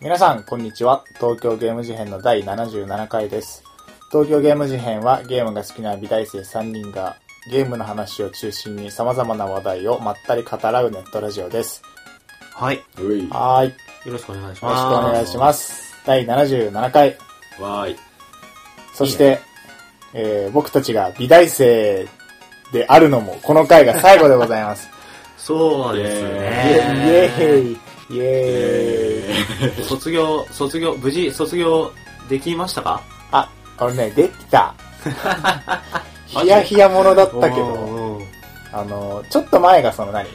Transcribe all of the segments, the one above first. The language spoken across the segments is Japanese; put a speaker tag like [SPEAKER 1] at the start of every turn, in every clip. [SPEAKER 1] 皆さん、こんにちは。東京ゲーム事変の第77回です。東京ゲーム事変はゲームが好きな美大生3人がゲームの話を中心に様々な話題をまったり語らうネットラジオです。
[SPEAKER 2] はい。よ
[SPEAKER 3] うい。わ
[SPEAKER 1] はーい。よ
[SPEAKER 2] ろしくお願いし
[SPEAKER 1] ろしくお
[SPEAKER 2] ます。
[SPEAKER 1] 願いします。第77回。
[SPEAKER 3] ーい。
[SPEAKER 1] そして、えー僕たちが美大生であるのも、この回が最後でございます。
[SPEAKER 2] そうで す
[SPEAKER 1] イ
[SPEAKER 2] ね。
[SPEAKER 1] ェイイェイイェイ
[SPEAKER 2] 卒業、卒業、無事卒業できましたか
[SPEAKER 1] あ、俺ね、でき た。ヒヤヒヤものだったけど、
[SPEAKER 2] おー
[SPEAKER 1] あの、ちょっと前がその何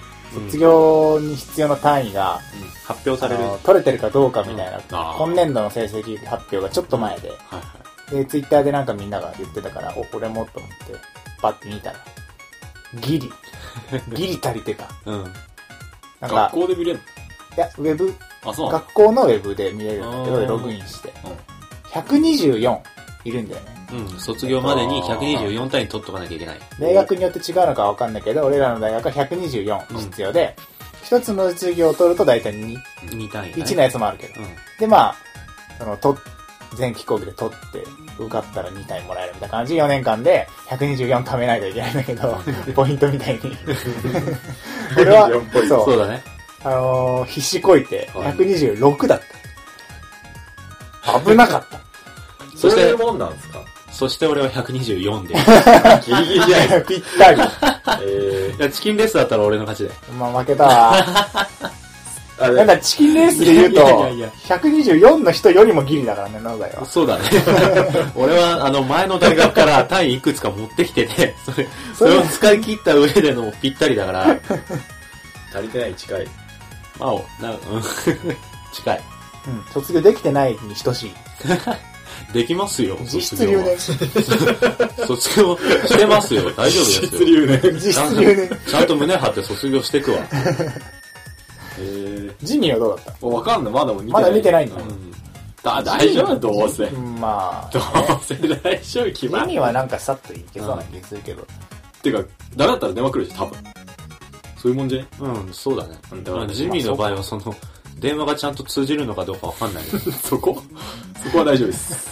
[SPEAKER 1] 卒業に必要な単位が、
[SPEAKER 2] 発表さ
[SPEAKER 1] あ
[SPEAKER 2] れる。
[SPEAKER 1] の取れてるかどうかみたいな、
[SPEAKER 3] あー
[SPEAKER 1] 今年度の成績発表がちょっと前で、
[SPEAKER 3] はいは
[SPEAKER 1] で、ツイッターでなんかみんなが言ってたから、お、俺もと思って、バッて見たら、ギ リ。ギリ足りてた。
[SPEAKER 2] うん。
[SPEAKER 1] なん
[SPEAKER 3] 学
[SPEAKER 1] か、
[SPEAKER 3] 校で見れる
[SPEAKER 1] いや、ウェブ、
[SPEAKER 3] のあ、そうなんだ。
[SPEAKER 1] 学校のウェブで見れるんだけ
[SPEAKER 2] あ
[SPEAKER 1] ど、
[SPEAKER 2] ー
[SPEAKER 1] ログインして
[SPEAKER 3] うん。
[SPEAKER 1] 124いるんだよね。
[SPEAKER 2] うん。卒業までに124単位取っとかなきゃいけない。
[SPEAKER 1] 大学によって違うのかわかんないけど、俺らの大学は124必要で、一、つの授業を取ると大体2、
[SPEAKER 2] 2単位だね。
[SPEAKER 1] 1のやつもあるけど。で、まあ、その、と、前期講義で取って、受かったら2単位もらえるみたいな感じ、4年間で124貯めないといけないんだけ ど、ポイントみたいに。俺は
[SPEAKER 3] 4ポイ、ン
[SPEAKER 2] うん。
[SPEAKER 1] そ
[SPEAKER 2] そう
[SPEAKER 1] う、
[SPEAKER 2] だね。
[SPEAKER 1] あのー必死こいて、
[SPEAKER 3] はい
[SPEAKER 1] 126だった。危なかった。
[SPEAKER 2] そして
[SPEAKER 3] そういうもんなんですか
[SPEAKER 2] そして俺は124で。い
[SPEAKER 3] ギリギリじゃない です
[SPEAKER 1] ぴったり。
[SPEAKER 3] か。えー、
[SPEAKER 2] や、チキンレースだったら俺の勝ちだよ。
[SPEAKER 1] まあ負けた わ。な
[SPEAKER 3] あ
[SPEAKER 1] ん
[SPEAKER 3] れ、
[SPEAKER 1] だ、チキンレースで言うと
[SPEAKER 2] いやいやいやいや、
[SPEAKER 1] 124の人よりもギリだからね、なおだよ。
[SPEAKER 2] そ うだね。俺は、あの、前の大学から単位いくつか持ってきてて、それ、それを使い切った上でのぴったりだから、
[SPEAKER 3] 足りてない近い。
[SPEAKER 2] まあ、おなうん 近い。
[SPEAKER 1] うん、卒業できてないに等しい。
[SPEAKER 2] できますよ。
[SPEAKER 1] 実質留年。
[SPEAKER 2] 年。卒業してます よ。大丈夫です
[SPEAKER 3] 失
[SPEAKER 2] よ。
[SPEAKER 3] 流ね。
[SPEAKER 1] 実質留 年。
[SPEAKER 2] ちゃんと胸張って卒業してくわ。
[SPEAKER 3] えー、
[SPEAKER 1] ジミーはどうだっ
[SPEAKER 3] もうわかんない。まだもう見て
[SPEAKER 1] ま
[SPEAKER 3] ない。
[SPEAKER 1] だ見てないんだ
[SPEAKER 2] うん
[SPEAKER 3] だ、大丈夫どうせ。
[SPEAKER 1] た
[SPEAKER 3] どう
[SPEAKER 1] うんまあ、
[SPEAKER 3] せ大丈夫決
[SPEAKER 1] ジミ
[SPEAKER 3] まっ
[SPEAKER 1] ーはなんかさっといけそうな気がするけど。
[SPEAKER 3] てか、誰だったら電話来るし、多分。そういうもんじゃね
[SPEAKER 2] うん、そうだね。
[SPEAKER 3] う
[SPEAKER 2] うんんジミーの場合はその、電話がちゃんと通じるのかどうかわかんない。
[SPEAKER 3] そこそこは大丈 夫です。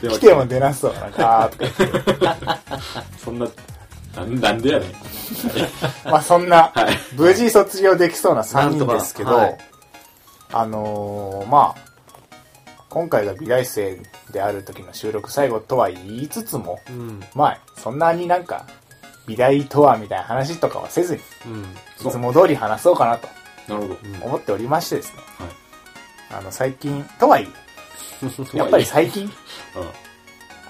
[SPEAKER 3] 電話
[SPEAKER 1] 来ても出なそう。なんか、あーとか言って。
[SPEAKER 3] そんな、なんなんでやねん。
[SPEAKER 1] まあそんな
[SPEAKER 3] はい、
[SPEAKER 1] 無事卒業できそうな3人
[SPEAKER 2] なんとか
[SPEAKER 1] ですけ
[SPEAKER 2] は
[SPEAKER 1] ど
[SPEAKER 2] い、
[SPEAKER 1] あのー、まあ、今回が美大生である時の収録最後とは言いつつも、
[SPEAKER 2] うん。うん。
[SPEAKER 1] まあ、そんなになんか、美大とはみたいな話とかはせずに、い
[SPEAKER 3] そう
[SPEAKER 1] つも通り話そうかなと
[SPEAKER 3] なるほど。
[SPEAKER 1] 思っておりましてですね。
[SPEAKER 3] はい
[SPEAKER 1] あの、最近、とはい え、やっぱり最近、
[SPEAKER 3] うん。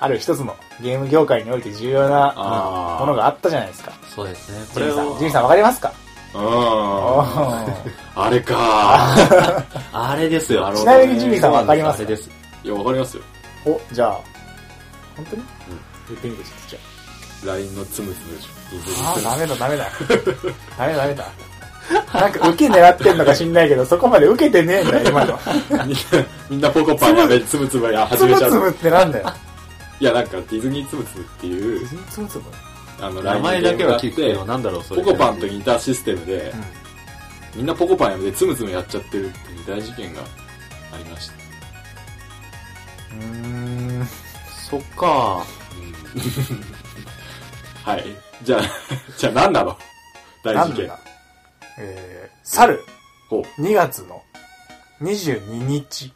[SPEAKER 1] ある一つのゲーム業界において重要な
[SPEAKER 3] あ
[SPEAKER 1] ものがあったじゃないですか。
[SPEAKER 2] そうですね。
[SPEAKER 1] ジ
[SPEAKER 2] こ
[SPEAKER 1] ミ
[SPEAKER 2] れ
[SPEAKER 1] ーさん、
[SPEAKER 2] を
[SPEAKER 1] ジ、ミーさんわかりますか
[SPEAKER 3] あ。うん。
[SPEAKER 1] おー
[SPEAKER 3] あれかー。
[SPEAKER 2] あれですよ。
[SPEAKER 3] なる
[SPEAKER 1] ち
[SPEAKER 3] ほど
[SPEAKER 1] なみにジミーさんわかりま
[SPEAKER 2] あ
[SPEAKER 1] す
[SPEAKER 2] れです。
[SPEAKER 3] いや、わかりますよ。
[SPEAKER 1] お、じゃあ、本当に言ってみて、ちょっとじゃ
[SPEAKER 3] LINE のつむつむでしょ。
[SPEAKER 1] あ。あー、ダメだ、ダメだ。ダメだ、ダメだ。なんか、受け狙ってんのか知んないけど、そこまで受けてねえんだよ、今の。
[SPEAKER 3] みんな、みんなポコパンやめ、つむつむや
[SPEAKER 1] つ
[SPEAKER 3] 始め
[SPEAKER 1] ぶ
[SPEAKER 3] ちゃ
[SPEAKER 1] つぶ
[SPEAKER 3] う。
[SPEAKER 1] ってなんだよ。
[SPEAKER 3] いや、なんか、ディズニーつむつむっていう、
[SPEAKER 1] つぶつぶ
[SPEAKER 3] あの、
[SPEAKER 2] 名
[SPEAKER 3] LINE
[SPEAKER 2] 前だけは聞くけど、
[SPEAKER 3] て、
[SPEAKER 2] なんだろう、そ
[SPEAKER 3] ポ
[SPEAKER 2] れ。
[SPEAKER 3] コパンと似たシステムで
[SPEAKER 1] うん、
[SPEAKER 3] みんなポコパンやめてつむつむやっちゃってるっていう大事件がありました。
[SPEAKER 1] うーん。
[SPEAKER 2] そっか。
[SPEAKER 3] はい。じゃあ、 じゃあ何なの大
[SPEAKER 1] な
[SPEAKER 3] 事
[SPEAKER 1] ん
[SPEAKER 3] 件
[SPEAKER 1] だ。えー、猿、
[SPEAKER 3] ほう。
[SPEAKER 1] 2月の22日。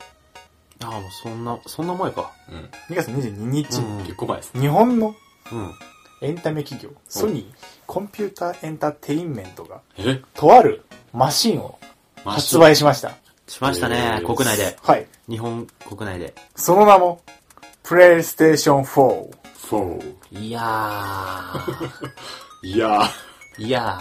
[SPEAKER 2] ああ、もうそんな、そんな前か。
[SPEAKER 3] うん。
[SPEAKER 1] 2月22日、
[SPEAKER 3] 結構前です。
[SPEAKER 1] 日本の
[SPEAKER 2] うん。
[SPEAKER 1] エンタメ企業、ソニーコンピューターエンターテインメントが、
[SPEAKER 3] え
[SPEAKER 1] とあるマシンを
[SPEAKER 3] マジ
[SPEAKER 1] 発売しました。
[SPEAKER 2] しましたね
[SPEAKER 3] え、ー
[SPEAKER 2] 国内で。
[SPEAKER 1] はい。
[SPEAKER 2] 日本国内で。
[SPEAKER 1] その名も、プレイステーション4。
[SPEAKER 3] ?4。
[SPEAKER 2] いや ー。
[SPEAKER 3] いやー。
[SPEAKER 2] いや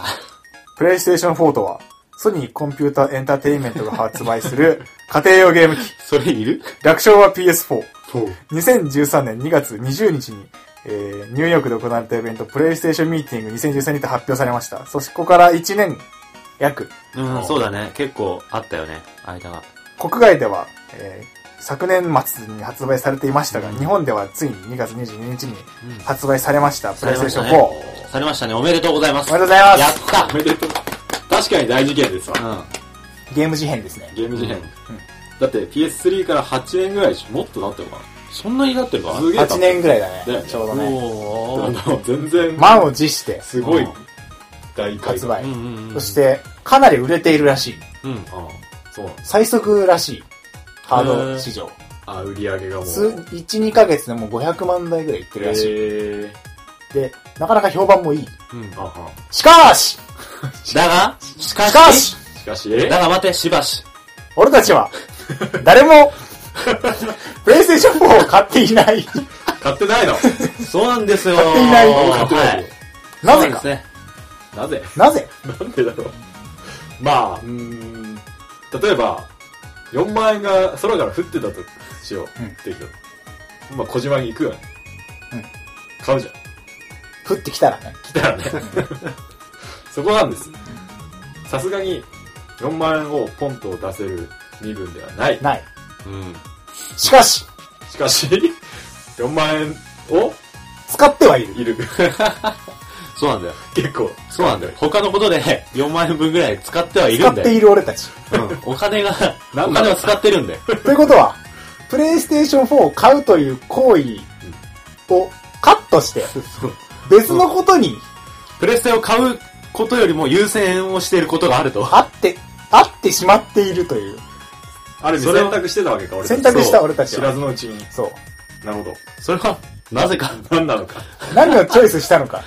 [SPEAKER 1] プレイステーション4とは、ソニーコンピューターエンターテインメントが発売する家庭用ゲーム機。
[SPEAKER 2] ー。それいる
[SPEAKER 1] 略称は PS4。
[SPEAKER 3] 4。
[SPEAKER 1] 2013年2月20日に、えーニューヨークで行われたイベント、プレイステーションミーティング2013にて発表されました。そしてここから1年約、
[SPEAKER 2] うん、そうだね。結構あったよね、間が。
[SPEAKER 1] 国外では、えー昨年末に発売されていましたが、日本ではついに2月22日に発売されました、プレイステーション4。
[SPEAKER 2] されま
[SPEAKER 1] おめで
[SPEAKER 2] されましたね、おめでとうございます。
[SPEAKER 1] とうございます。
[SPEAKER 2] やった
[SPEAKER 3] おめでとう。確かに大事件ですわ。
[SPEAKER 2] うん。
[SPEAKER 1] ゲーム事変ですね。
[SPEAKER 3] ゲーム事変。だって PS3 から8年ぐらいでしょもっと経ってるか
[SPEAKER 2] そんなになってるか
[SPEAKER 3] なすげえ経って
[SPEAKER 1] 8
[SPEAKER 3] る
[SPEAKER 1] 年ぐらいだ
[SPEAKER 3] だよ
[SPEAKER 1] ね
[SPEAKER 3] ね。
[SPEAKER 1] ちょうどね。
[SPEAKER 2] お
[SPEAKER 3] あ
[SPEAKER 2] ー
[SPEAKER 3] の全然
[SPEAKER 1] 満を持して
[SPEAKER 3] すごい
[SPEAKER 2] うん
[SPEAKER 3] 大改
[SPEAKER 1] 発
[SPEAKER 3] 革
[SPEAKER 1] 売
[SPEAKER 2] う。んうんうん
[SPEAKER 1] そして、かなり売れているらしい。
[SPEAKER 2] うん
[SPEAKER 3] ああそうなんです
[SPEAKER 1] 最速らしい。ハード市場。
[SPEAKER 3] あ売り上げがもう
[SPEAKER 1] 数1、2ヶ月でもう500万台ぐらいいってるらし
[SPEAKER 3] えー
[SPEAKER 1] い。で、なかなか評判もいい。
[SPEAKER 2] うん
[SPEAKER 3] あは
[SPEAKER 1] しかし
[SPEAKER 2] だがしか
[SPEAKER 1] し
[SPEAKER 2] し
[SPEAKER 1] かし
[SPEAKER 3] しかしえ
[SPEAKER 2] だが待てしばし
[SPEAKER 1] 俺たちは、誰も、プレイステーション4を買っていない。
[SPEAKER 3] 買ってないの
[SPEAKER 2] そうなんですよ
[SPEAKER 1] 買っていない
[SPEAKER 3] 買ってない
[SPEAKER 2] は
[SPEAKER 3] の
[SPEAKER 2] い
[SPEAKER 1] なぜか。
[SPEAKER 2] そうですね
[SPEAKER 3] なぜ
[SPEAKER 1] なぜ
[SPEAKER 3] なんでだろうまあうーん例えば4万円が空から降ってたとしよ
[SPEAKER 1] う
[SPEAKER 3] う、
[SPEAKER 1] ん
[SPEAKER 3] っていうまあ小島に行くよね、
[SPEAKER 1] うん
[SPEAKER 3] 買うじゃ
[SPEAKER 1] 降
[SPEAKER 3] ん
[SPEAKER 1] ってきたらね。
[SPEAKER 3] 来たらねそこなんですさすがに4万円をポンと出せる身分ではない
[SPEAKER 1] ない。
[SPEAKER 2] うん
[SPEAKER 1] しかし、
[SPEAKER 3] しかし4万円を
[SPEAKER 1] 使ってはいる。
[SPEAKER 3] いる
[SPEAKER 2] そうなんだよ
[SPEAKER 3] 結構
[SPEAKER 2] そうなんだよ他のことで4万円分ぐらい使ってはい
[SPEAKER 1] 使
[SPEAKER 2] るん
[SPEAKER 1] っ
[SPEAKER 2] だ
[SPEAKER 1] て
[SPEAKER 2] よ
[SPEAKER 1] いる俺た ち。
[SPEAKER 2] うんお金が
[SPEAKER 3] な
[SPEAKER 2] お
[SPEAKER 3] んだ
[SPEAKER 2] 金を使ってるんだよ
[SPEAKER 1] ということは、プレイステーション4を買うという行為をカットして、別のことに
[SPEAKER 2] プレステを買うことよりも優先をしていることがあると
[SPEAKER 1] あって、あってしまっているという、
[SPEAKER 3] ある意
[SPEAKER 2] そ
[SPEAKER 3] 味
[SPEAKER 2] れ
[SPEAKER 3] 選
[SPEAKER 2] を
[SPEAKER 3] 択してたわけか俺たち
[SPEAKER 1] 選択した俺たち
[SPEAKER 3] 知ら
[SPEAKER 1] は。
[SPEAKER 3] ずのうちに
[SPEAKER 1] そう。
[SPEAKER 3] なるほど
[SPEAKER 2] それはなぜか
[SPEAKER 3] 何なのか
[SPEAKER 1] 何をチョイスした のか。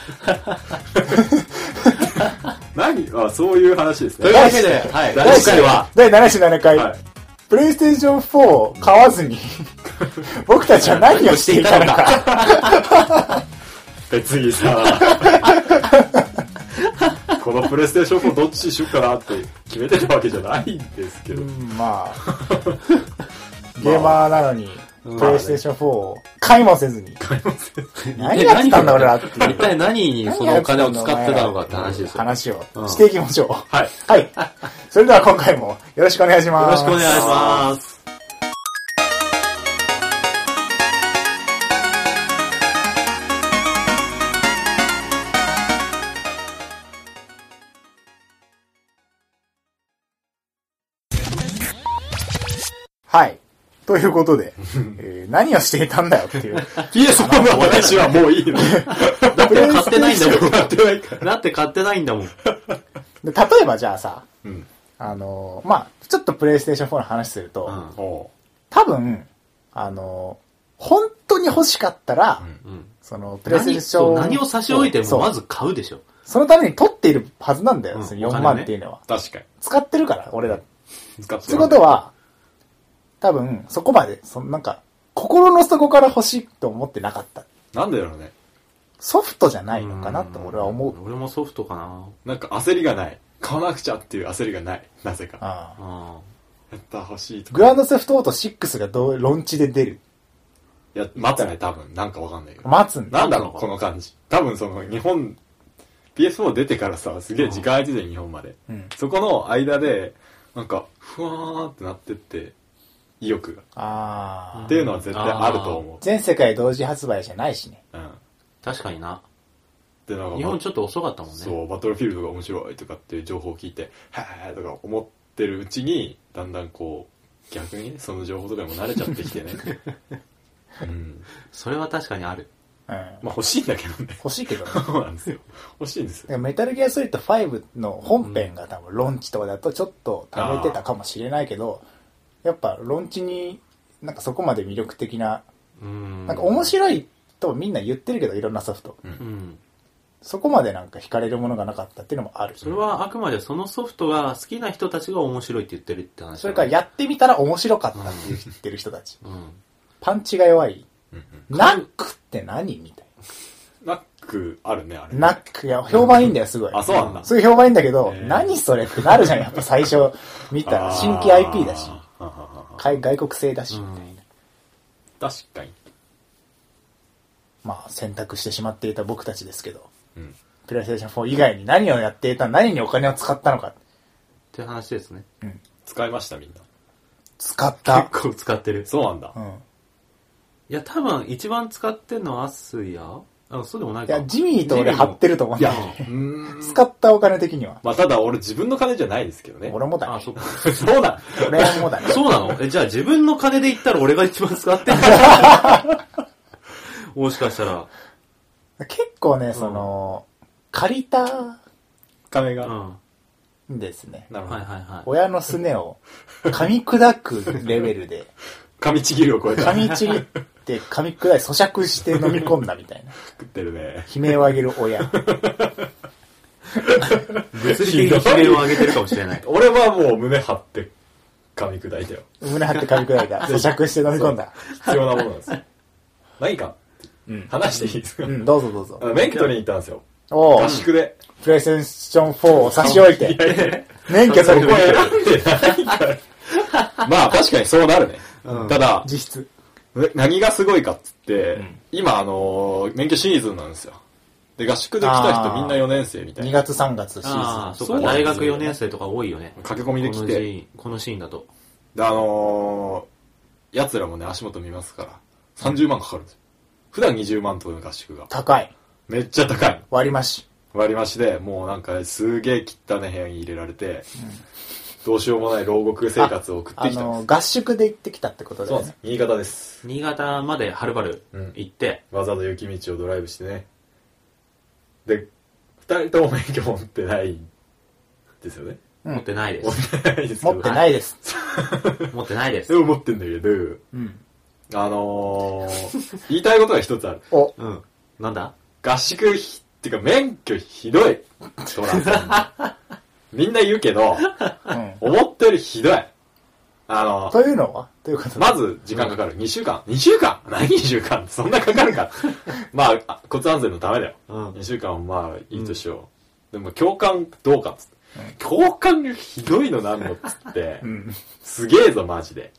[SPEAKER 3] 何あそういう話です
[SPEAKER 2] とい
[SPEAKER 3] ね
[SPEAKER 2] うわけで、はい、今回は、
[SPEAKER 1] 第77回、
[SPEAKER 3] はい
[SPEAKER 1] プレイステーション4を買わず に、僕たちは何をしていたのか。
[SPEAKER 3] 別にさ このプレイステーション4どっちにしようかなって決めてたわけじゃないんですけ
[SPEAKER 1] う
[SPEAKER 3] ど、
[SPEAKER 1] ん まあ、ゲーマーなのに、
[SPEAKER 2] うん
[SPEAKER 1] プレイステーション4を買いもせずに、何やってたんだ俺らっていう
[SPEAKER 2] 一体何にそのお金を使ってたのかって話ですよ。よ
[SPEAKER 1] 話をしていきましょう。
[SPEAKER 3] はい
[SPEAKER 1] はい。それでは今回もよろしくお願いします。
[SPEAKER 2] ろしくお願いします。
[SPEAKER 1] はい。ということで、えー何をしていたんだよっていう。
[SPEAKER 3] PS4 の話はもういい の
[SPEAKER 2] だって買ってないんだも
[SPEAKER 3] やってないから
[SPEAKER 2] ん。だって買ってないんだもん。
[SPEAKER 1] で例えばじゃあさ、
[SPEAKER 3] うん
[SPEAKER 1] あのーまあちょっとプレイステーション4の話すると、
[SPEAKER 2] うん
[SPEAKER 3] お
[SPEAKER 1] 多分、あのー本当に欲しかったら、
[SPEAKER 3] うん
[SPEAKER 2] うん
[SPEAKER 1] そのプレイステ
[SPEAKER 2] 何
[SPEAKER 1] ーショ
[SPEAKER 2] そ
[SPEAKER 1] ン
[SPEAKER 2] う何を差し置いて
[SPEAKER 1] そ
[SPEAKER 2] も
[SPEAKER 1] う
[SPEAKER 2] まず買うでしょ。
[SPEAKER 1] そのために取っているはずなんだよ、
[SPEAKER 2] うん
[SPEAKER 1] そ
[SPEAKER 2] お
[SPEAKER 1] の4
[SPEAKER 2] 金
[SPEAKER 1] 万
[SPEAKER 2] ね
[SPEAKER 1] っていうのは。
[SPEAKER 3] 確かに
[SPEAKER 1] 使ってるから、俺だ
[SPEAKER 3] 使って
[SPEAKER 1] ということは、多分、そこまで、そのなんか、心の底から欲しいと思ってなかった。
[SPEAKER 3] なんでだろうね
[SPEAKER 1] ソフトじゃないのかなと俺は思う。
[SPEAKER 2] ん俺もソフトかな。
[SPEAKER 3] なんか焦りがない買わなくちゃっていう焦りがないなぜか
[SPEAKER 1] ああ
[SPEAKER 2] あ
[SPEAKER 3] やった欲しいと
[SPEAKER 1] グランドセフトオート6がどう、ロンチで出る。
[SPEAKER 3] いや待つね多分なんかわかんないけど
[SPEAKER 1] 待つんだ。
[SPEAKER 3] なんだろうこの感じ多分その日本 PS4 出てからさすげえ時間空いてて日本まで
[SPEAKER 1] うん。
[SPEAKER 3] そこの間でなんかふわーってなってって意欲が
[SPEAKER 1] あ
[SPEAKER 3] っ
[SPEAKER 1] あ。
[SPEAKER 3] ていうのは絶対あると思
[SPEAKER 1] 全世界同時発売じゃないしね。
[SPEAKER 3] ううん
[SPEAKER 2] 確かにな。
[SPEAKER 3] でなんか
[SPEAKER 2] 日本ちょっと遅かったもんね。
[SPEAKER 3] そうバトルフィールドが面白いとかっていう情報を聞いてへーとか思ってるうちにだんだんこう逆にねその情報とかにも慣れちゃってきてねうん
[SPEAKER 2] それは確かにある。
[SPEAKER 1] うん。
[SPEAKER 3] まあ欲しいんだけどね
[SPEAKER 1] 欲しいけどね。
[SPEAKER 3] そうなんですよ欲しいんです
[SPEAKER 1] だ
[SPEAKER 3] よ
[SPEAKER 1] からメタルギアソリッド5の本編が多分ロンチとかだとちょっと溜めてたかもしれないけど、やっぱロンチになんかそこまで魅力的な、
[SPEAKER 2] うん。
[SPEAKER 1] なんか面白いとみんな言ってるけどいろんなソフト。
[SPEAKER 2] うん。
[SPEAKER 1] そこまでなんか惹かれるものがなかったっていうのもある。
[SPEAKER 2] それはあくまでそのソフトが好きな人たちが面白いって言ってるって話だね。
[SPEAKER 1] それからやってみたら面白かったって言ってる人たち。
[SPEAKER 2] うん。
[SPEAKER 1] パンチが弱い。
[SPEAKER 3] うん
[SPEAKER 1] ナックって何みたい
[SPEAKER 3] ナックあるねあれ
[SPEAKER 1] な。ナック、いや、評判いいんだよ、すごい。
[SPEAKER 3] あそうなんだ
[SPEAKER 1] そういう評判いいんだけど、
[SPEAKER 3] へー
[SPEAKER 1] 何それってなるじゃん、やっぱ最初見たら。
[SPEAKER 3] あー
[SPEAKER 1] 新規 IP だし、
[SPEAKER 3] あははは
[SPEAKER 1] 海外国製だし、
[SPEAKER 2] う
[SPEAKER 1] み
[SPEAKER 2] ん
[SPEAKER 1] たいな。
[SPEAKER 3] 確かに
[SPEAKER 1] まあ、選択してしまっていた僕たちですけど、
[SPEAKER 3] うん
[SPEAKER 1] プレイステーション4以外に何をやっていた、何にお金を使ったのか。
[SPEAKER 2] って話ですね。
[SPEAKER 3] 使いましたみんな
[SPEAKER 1] 使った。
[SPEAKER 2] 結構使ってる。
[SPEAKER 3] そうなんだ
[SPEAKER 1] うん。
[SPEAKER 2] いや、多分一番使ってんのはアスヤあそうでもない
[SPEAKER 1] い
[SPEAKER 2] か。
[SPEAKER 1] や、ジミーと俺張ってると思う
[SPEAKER 3] いや、
[SPEAKER 1] ね
[SPEAKER 3] う。ーん。
[SPEAKER 1] 使ったお金的には。
[SPEAKER 3] まあ、ただ俺自分の金じゃないですけどね。
[SPEAKER 1] 俺もだ
[SPEAKER 2] あ、
[SPEAKER 1] ね。
[SPEAKER 2] そうか。
[SPEAKER 3] そうだ。
[SPEAKER 1] 俺もだね。
[SPEAKER 2] そうなのえ、じゃあ自分の金で言ったら俺が一番使ってる。 もしかしたら。
[SPEAKER 1] 結構ね、その、借りた
[SPEAKER 3] 金
[SPEAKER 2] うん。
[SPEAKER 3] が。
[SPEAKER 2] は
[SPEAKER 1] んですね。
[SPEAKER 3] なる
[SPEAKER 2] い
[SPEAKER 3] ほ
[SPEAKER 2] はい
[SPEAKER 3] ど。
[SPEAKER 2] はい。
[SPEAKER 1] 親のすねを噛み砕くレベルで、
[SPEAKER 3] 噛みちぎりを超えた。
[SPEAKER 1] 噛みちぎって噛み砕い、咀嚼して飲み込んだみたいな。
[SPEAKER 3] 食ってるね。
[SPEAKER 1] 悲鳴を上げる親。
[SPEAKER 2] 物理的に悲鳴を上げてるかもしれ ない。
[SPEAKER 3] 俺はもう胸張って噛み砕いたよ。
[SPEAKER 1] 胸張って噛み砕いた。咀嚼して飲み込んだ。
[SPEAKER 3] 必要なものなんです よ。何か、話していいですか、
[SPEAKER 1] うん、どうぞどうぞ
[SPEAKER 3] あ。の免許取りに行ったんですよ。
[SPEAKER 1] お
[SPEAKER 3] 合
[SPEAKER 1] う
[SPEAKER 3] 宿で。
[SPEAKER 1] プレイステーション4を差し置いて、免許取
[SPEAKER 3] こ
[SPEAKER 1] る
[SPEAKER 3] こ選んでないから。まあ確かにそうなるね。ただ、
[SPEAKER 1] 実質。
[SPEAKER 3] え何がすごいかっつって、今あのー免許シーズンなんですよ。で、合宿で来た
[SPEAKER 1] あー
[SPEAKER 3] 人みんな4年生みた
[SPEAKER 1] 2
[SPEAKER 3] いな。
[SPEAKER 1] 月3月シ
[SPEAKER 2] あ
[SPEAKER 1] ー
[SPEAKER 2] あ、
[SPEAKER 1] ズ
[SPEAKER 2] そ
[SPEAKER 1] ン。
[SPEAKER 2] うか。
[SPEAKER 3] そうなんです
[SPEAKER 2] 大
[SPEAKER 3] よ
[SPEAKER 2] 学4年生とか多いよね。
[SPEAKER 3] 駆け込みで
[SPEAKER 2] こ
[SPEAKER 3] 来
[SPEAKER 2] のシ
[SPEAKER 3] て。
[SPEAKER 2] ーン、このシーンだと。
[SPEAKER 3] で、あのー、奴らもね、足元見ますから、30万かかるんですよ。普段20万とかの合宿が。
[SPEAKER 1] 高い。
[SPEAKER 3] めっちゃ高い。
[SPEAKER 1] 割り増し。
[SPEAKER 3] 割り増しで、もうなんか、すげえ汚い部屋に入れられて、どうしようもない牢獄生活を送って
[SPEAKER 1] あ
[SPEAKER 3] きたんです
[SPEAKER 1] の、合宿で行ってきたってことだ
[SPEAKER 3] そう
[SPEAKER 1] よ
[SPEAKER 3] なんで
[SPEAKER 1] ね
[SPEAKER 3] す。。新潟です。
[SPEAKER 2] 新潟まではるばる
[SPEAKER 3] うん
[SPEAKER 2] 行って、
[SPEAKER 3] わざわざ雪道をドライブしてね。で、二人とも免許持ってないんですよね。
[SPEAKER 1] うん
[SPEAKER 2] 持ってないで
[SPEAKER 3] 持
[SPEAKER 2] す。
[SPEAKER 3] ってないですけど。
[SPEAKER 1] 持ってないです。
[SPEAKER 2] 持ってないで。
[SPEAKER 3] ですも持ってんだけど、
[SPEAKER 1] うん。
[SPEAKER 3] あのー、 言いたいことが一つある。
[SPEAKER 1] お、
[SPEAKER 2] うん。なんだ
[SPEAKER 3] 合宿ひ、ってか免許ひどい。トラさ ん。みんな言うけど、
[SPEAKER 1] うん。
[SPEAKER 3] 思ったよりひどい。あの
[SPEAKER 1] というのはということ
[SPEAKER 3] まず、時間かかる。2週間 ?2 週間 何2週間そんなかかるか。まああ、骨安全のためだよ。
[SPEAKER 2] うん
[SPEAKER 3] 2週間はまあ、いいとしよう。でも、共感どうかっつって。共感がひどいのなんのっつって
[SPEAKER 1] う、ん。
[SPEAKER 3] すげえぞ、マジで。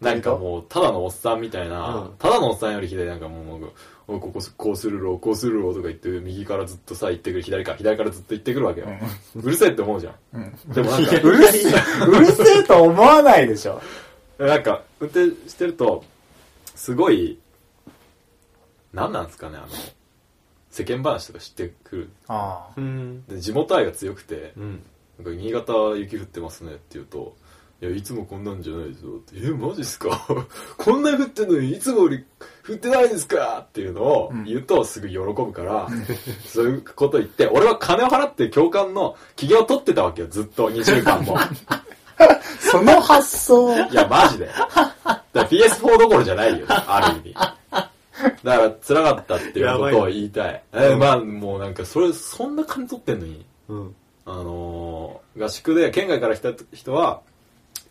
[SPEAKER 3] なんかもう、ただのおっさんみたいな
[SPEAKER 2] うん、
[SPEAKER 3] ただのおっさんよりひどい、なんかもう、おいこここうするろ、こうするろとか言って、右からずっとさ、行ってくる、左から、左からずっと行ってくるわけよ。うるせえって思うじゃん。でもなんか、
[SPEAKER 1] うるせえ、うるせえと思わないでしょ。
[SPEAKER 3] なんか、運転してると、すごい、何なんですかね、あの、世間話とか知ってくる。
[SPEAKER 1] ああ。
[SPEAKER 2] うん。
[SPEAKER 3] で、地元愛が強くて、
[SPEAKER 2] うん。
[SPEAKER 3] なんか、新潟は雪降ってますねって言うと、いや、いつもこんなんじゃないですよって、え、マジっすか こんな降ってんのに、いつもより降ってないんですかっていうのを言うと、すぐ喜ぶから、そういうこと言って、俺は金を払って教官の企業を取ってたわけよ、ずっと、2週間も。
[SPEAKER 1] その発想、
[SPEAKER 3] いや、マジで。だから PS4 どころじゃないよ、ある意味。だから、辛かったっていうことを言いたい。え、まあ、もうなんか、それ、そんな金取ってんのに。
[SPEAKER 2] うん。
[SPEAKER 3] あのー合宿で、県外から来た人は、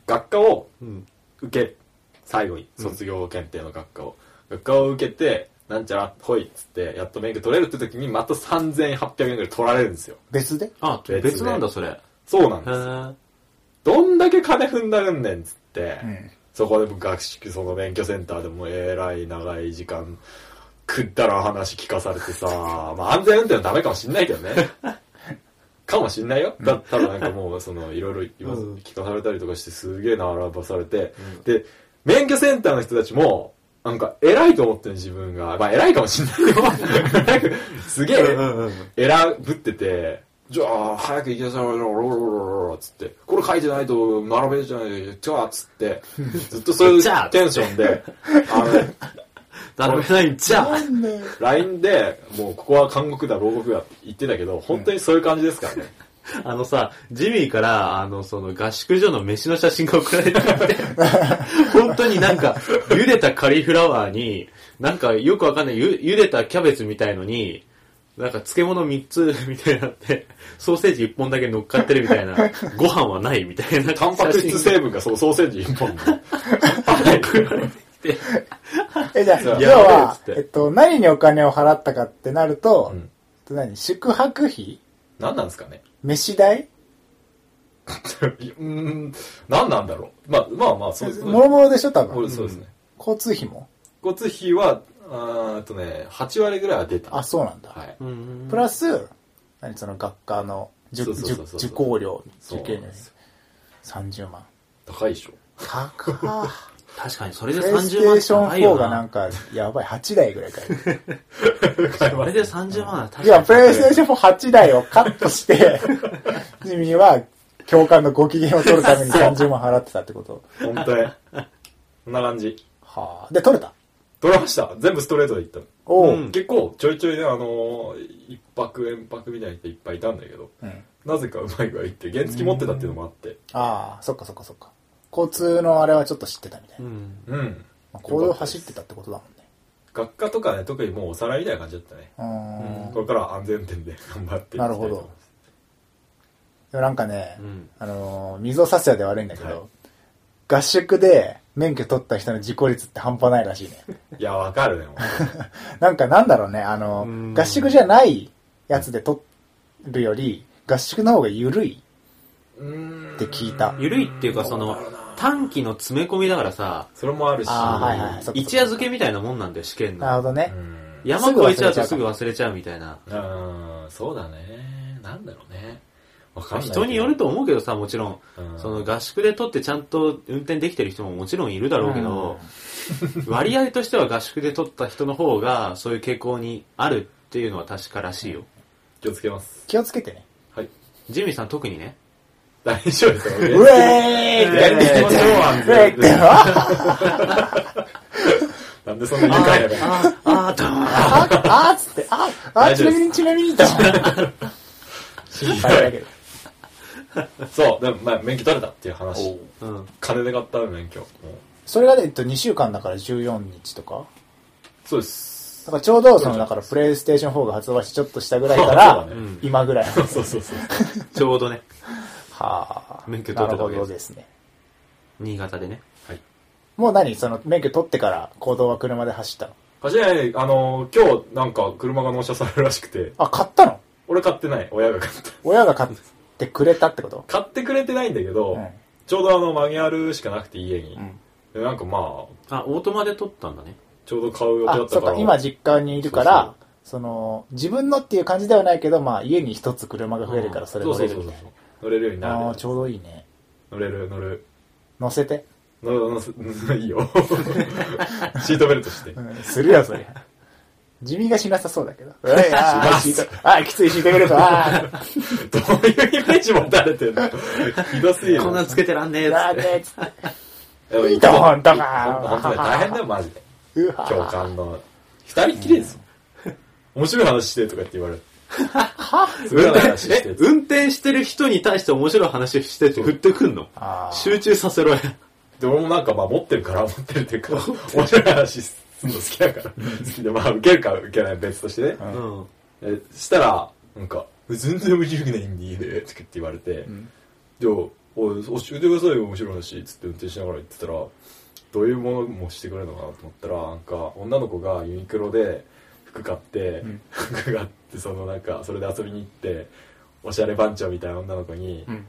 [SPEAKER 3] 学科を
[SPEAKER 2] うん。
[SPEAKER 3] 受け、最後に、卒業検定の学科を。学科を受けて、なんちゃら、ほいっつって、やっと免許取れるって時に、また3800円ぐらい取られるんですよ。
[SPEAKER 1] 別で
[SPEAKER 2] あ、
[SPEAKER 3] 別で
[SPEAKER 2] 別なんだ、それ。へ
[SPEAKER 3] そうなんです。
[SPEAKER 2] え。
[SPEAKER 3] どんだけ金踏んだるんねんっつって、
[SPEAKER 1] ん
[SPEAKER 3] そこでも学識その免許センターでもえらい長い時間くったらん話聞かされてさ まあ安全運転はダメかもしんないけどね かもしんないよだただなんかもうそのいろいろ今
[SPEAKER 2] うん
[SPEAKER 3] 聞かされたりとかしてすげえ並ばされて、で免許センターの人たちもなんか偉いと思ってる自分がまあ偉いかもしんないよ なんかすげえ、
[SPEAKER 2] うん
[SPEAKER 3] 選ぶってて、じゃあ、早く行きなさい、ロロロロロロつって、これ書いてないと並べるじゃないじゃあ、つ って、ずっとそういう
[SPEAKER 2] じゃあ
[SPEAKER 3] テンションで、あ
[SPEAKER 2] 並べないんじゃ
[SPEAKER 1] なんで
[SPEAKER 3] の、LINE で、もうここは監獄だ、牢獄だって言ってたけど、本当にそういう感じですからね。
[SPEAKER 2] あのさ、ジミーから、あの、その、合宿所の飯の写真が送られてきて、本当になんか、茹でたカリフラワーに、なんかよくわかんない、ゆ茹でたキャベツみたいのに、なんか漬物3つ みたいになって、ソーセージ1本だけ乗っかってるみたいな、ご飯はないみたいな。
[SPEAKER 3] タンパク質成分がそうソーセージ1本で。
[SPEAKER 2] 送られてきて。
[SPEAKER 1] え、じゃあ、
[SPEAKER 3] そう
[SPEAKER 1] 要は、
[SPEAKER 2] やべえっつって
[SPEAKER 1] えっと、何にお金を払ったかってなると、
[SPEAKER 3] うん
[SPEAKER 1] えっと何宿泊費
[SPEAKER 3] 何なんですかね
[SPEAKER 1] 飯代
[SPEAKER 3] うーん、何なんだろう。まあまあまあ、そうです。
[SPEAKER 1] もろもろでしょ多
[SPEAKER 3] これ
[SPEAKER 1] 分。
[SPEAKER 3] そうですね。
[SPEAKER 1] 交通費も。
[SPEAKER 3] 交通費は、あーっとね、8割ぐらいは出た。
[SPEAKER 1] あ、そうなんだ。
[SPEAKER 3] はい。
[SPEAKER 2] うん
[SPEAKER 1] プラス、何その学科の受
[SPEAKER 3] そうそう
[SPEAKER 1] 受
[SPEAKER 3] そうそう
[SPEAKER 1] 受講料、
[SPEAKER 3] そ
[SPEAKER 1] 受
[SPEAKER 3] う
[SPEAKER 1] 験料30万。
[SPEAKER 3] 高いでしょ。
[SPEAKER 1] 高っ
[SPEAKER 2] 確かに、それで
[SPEAKER 1] プレイステ
[SPEAKER 2] 30万
[SPEAKER 1] ー
[SPEAKER 2] し
[SPEAKER 1] シ
[SPEAKER 2] か
[SPEAKER 1] ョン
[SPEAKER 2] ないよ
[SPEAKER 1] 4がな
[SPEAKER 2] な。
[SPEAKER 1] んか、やばい、8台ぐらい買える。
[SPEAKER 2] それで30万は確かに。
[SPEAKER 1] いや、プレイステーション4 8台をカット して、ジミーは教官のご機嫌を取るために30万払ってたってこと。
[SPEAKER 3] 本当に。こんな感じ。
[SPEAKER 1] はあ。で、取れた。
[SPEAKER 3] 取れました。全部ストレートでいったの。
[SPEAKER 1] おお、う
[SPEAKER 2] うんん。
[SPEAKER 3] 結構ちょいちょいね、あのー一泊遠泊みたいな人いっぱいいたんだけど、なぜかうまい具合いって、原付持ってたっていうのもあって。
[SPEAKER 1] ああ、そっかそっかそっか。交通のあれはちょっと知ってたみたいうな。
[SPEAKER 2] ん。
[SPEAKER 3] うん。
[SPEAKER 1] まあ、行動走ってたってことだ
[SPEAKER 3] 学科とかね、特にもうおさらいみたいな感じだったね。
[SPEAKER 1] もんね。うーん。
[SPEAKER 3] これからは安全点で 頑張っていきたいと思いま
[SPEAKER 1] なる
[SPEAKER 3] す
[SPEAKER 1] ほどでもなんかね、
[SPEAKER 2] うん
[SPEAKER 1] あのー水を差すようで悪いんだけど、
[SPEAKER 3] はい
[SPEAKER 1] 合宿で免許取った人の事故率って半端ないらしいね。
[SPEAKER 3] いや、わかるね、もう
[SPEAKER 1] なんかなんだろうね、あの
[SPEAKER 2] う
[SPEAKER 1] ー
[SPEAKER 2] ん
[SPEAKER 1] 合宿じゃないやつで取るより、合宿の方が緩い。
[SPEAKER 3] うーん
[SPEAKER 1] って聞いた
[SPEAKER 2] ゆるいっていうか、その、短期の詰め込みだからさ、
[SPEAKER 3] それもあるし、
[SPEAKER 1] あーはいはいそっか
[SPEAKER 2] 一夜漬けみたいなもんなんだよ、試験
[SPEAKER 1] なるほど
[SPEAKER 2] の。
[SPEAKER 1] ね
[SPEAKER 3] う。ん
[SPEAKER 2] 山越えちゃうとすぐ忘れちゃうみたいな。
[SPEAKER 3] うん、そうだね。なんだろうね。わかんないけど。
[SPEAKER 2] 人によると思うけどさ、もちろん。
[SPEAKER 3] うん
[SPEAKER 2] その合宿で取ってちゃんと運転できてる人ももちろんいるだろうけど、割合としては合宿で取った人の方がそういう傾向にあるっていうのは確からしいよ。
[SPEAKER 3] 気をつけます。
[SPEAKER 1] 気をつけてね。
[SPEAKER 3] はい。
[SPEAKER 2] ジミーさん特にね。
[SPEAKER 3] 大丈夫ですよ。
[SPEAKER 1] うえーい
[SPEAKER 3] 原付も超安全です。なんでそんなに
[SPEAKER 2] あ
[SPEAKER 3] 高いのか。
[SPEAKER 2] あ、ああ、だー
[SPEAKER 1] あ、あっつって、あ、あ、
[SPEAKER 3] 大
[SPEAKER 1] ち
[SPEAKER 3] 丈
[SPEAKER 1] な
[SPEAKER 3] 夫です
[SPEAKER 1] みにちなみにと。心 配だけど。
[SPEAKER 3] そう、でも、まあ、免許取れたっていう話。
[SPEAKER 2] うん。
[SPEAKER 3] 金で買ったの免許。もう
[SPEAKER 1] それがね、えっと、2週間だから14日とか。
[SPEAKER 3] そうです。
[SPEAKER 1] だからちょうど、その、
[SPEAKER 3] そう
[SPEAKER 1] だ
[SPEAKER 3] だ
[SPEAKER 1] から、プレイステーション4が発売してちょっとしたぐらいから
[SPEAKER 3] そう
[SPEAKER 2] う
[SPEAKER 3] だね、
[SPEAKER 2] ん。
[SPEAKER 1] 今ぐ らい。は
[SPEAKER 3] そうそうそう。
[SPEAKER 2] ちょうどね、
[SPEAKER 1] あ。
[SPEAKER 2] 免許取って
[SPEAKER 1] なる
[SPEAKER 2] たわけ
[SPEAKER 1] ほ
[SPEAKER 2] で
[SPEAKER 1] ど
[SPEAKER 2] す
[SPEAKER 1] ですね。
[SPEAKER 2] 新潟でね。
[SPEAKER 3] はい。
[SPEAKER 1] もう何その、免許取ってから行動は車で走ったの。
[SPEAKER 3] かしね、あの、今日なんか車が納車されるらしくて、
[SPEAKER 1] あ、買ったの
[SPEAKER 3] 俺買ってない。親が買った。
[SPEAKER 1] 親が買ってくれたってこと
[SPEAKER 3] 買ってくれてないんだけど、
[SPEAKER 1] うん
[SPEAKER 3] ちょうどあの、マニュアルしかなくて家に。
[SPEAKER 1] うん。
[SPEAKER 3] でなんかまあ、
[SPEAKER 2] あ、オートマで取ったんだね。
[SPEAKER 3] ちょうど買う予定だ
[SPEAKER 1] あ
[SPEAKER 3] っ、
[SPEAKER 1] そ
[SPEAKER 3] た
[SPEAKER 1] う
[SPEAKER 3] か。、
[SPEAKER 1] から今実家にいるか
[SPEAKER 3] そ
[SPEAKER 1] ら
[SPEAKER 3] う、
[SPEAKER 1] その、自分のっていう感じではないけど、まあ、家に一つ車が増えるからそれ
[SPEAKER 3] そう
[SPEAKER 1] 乗れ
[SPEAKER 3] そうそ
[SPEAKER 1] る
[SPEAKER 3] う
[SPEAKER 1] み
[SPEAKER 3] そ
[SPEAKER 1] た
[SPEAKER 3] う
[SPEAKER 1] いな。。
[SPEAKER 3] 乗れるように
[SPEAKER 1] あ
[SPEAKER 3] な
[SPEAKER 1] あー、
[SPEAKER 3] る
[SPEAKER 1] ち。ょうどいいね。
[SPEAKER 3] 乗れる、乗る。
[SPEAKER 1] 乗せて。
[SPEAKER 3] 乗る、乗す、い いよ。シートベルトして。
[SPEAKER 1] うん、するよ、そりゃ。地味がしなさそうだけど。うえあー
[SPEAKER 3] し
[SPEAKER 1] シ
[SPEAKER 3] ます
[SPEAKER 1] ートあー、きついシートベルト。あー
[SPEAKER 3] どういうイメージ持たれてんのひどすぎる。
[SPEAKER 2] こんなんつけてらんね えっつ
[SPEAKER 1] あ
[SPEAKER 2] っ
[SPEAKER 1] ー、
[SPEAKER 2] て。
[SPEAKER 1] ねつって。
[SPEAKER 3] でも
[SPEAKER 1] いいと思うんだが
[SPEAKER 3] 本当に大変だよ、マジで。
[SPEAKER 1] うわ
[SPEAKER 3] 共感の。二人っきりですよ。面白い話してとかって言 われる。すごい話し
[SPEAKER 2] え
[SPEAKER 3] て、。
[SPEAKER 2] 運転してる人に対して面白い話してって振ってくんの
[SPEAKER 1] あー
[SPEAKER 2] 集中させろや。
[SPEAKER 3] で、俺もなんかまあ持ってるから、持ってるっていうか、面白い話するの好きだから。好きで、まあ受けるか受けない別としてね。
[SPEAKER 2] うん。
[SPEAKER 3] えしたら、なんか、全然面白くないんでいいね、とかって言われて、
[SPEAKER 1] ん
[SPEAKER 3] で、おい、おい教えてくださいよ、面白い話、つって運転しながら言ってたら、どういうものもしてくれるのかなと思ったら、なんか、女の子がユニクロで服買って、服買って、そのなんか、それで遊びに行って、おしゃれ番長みたいな女の子に、
[SPEAKER 1] うん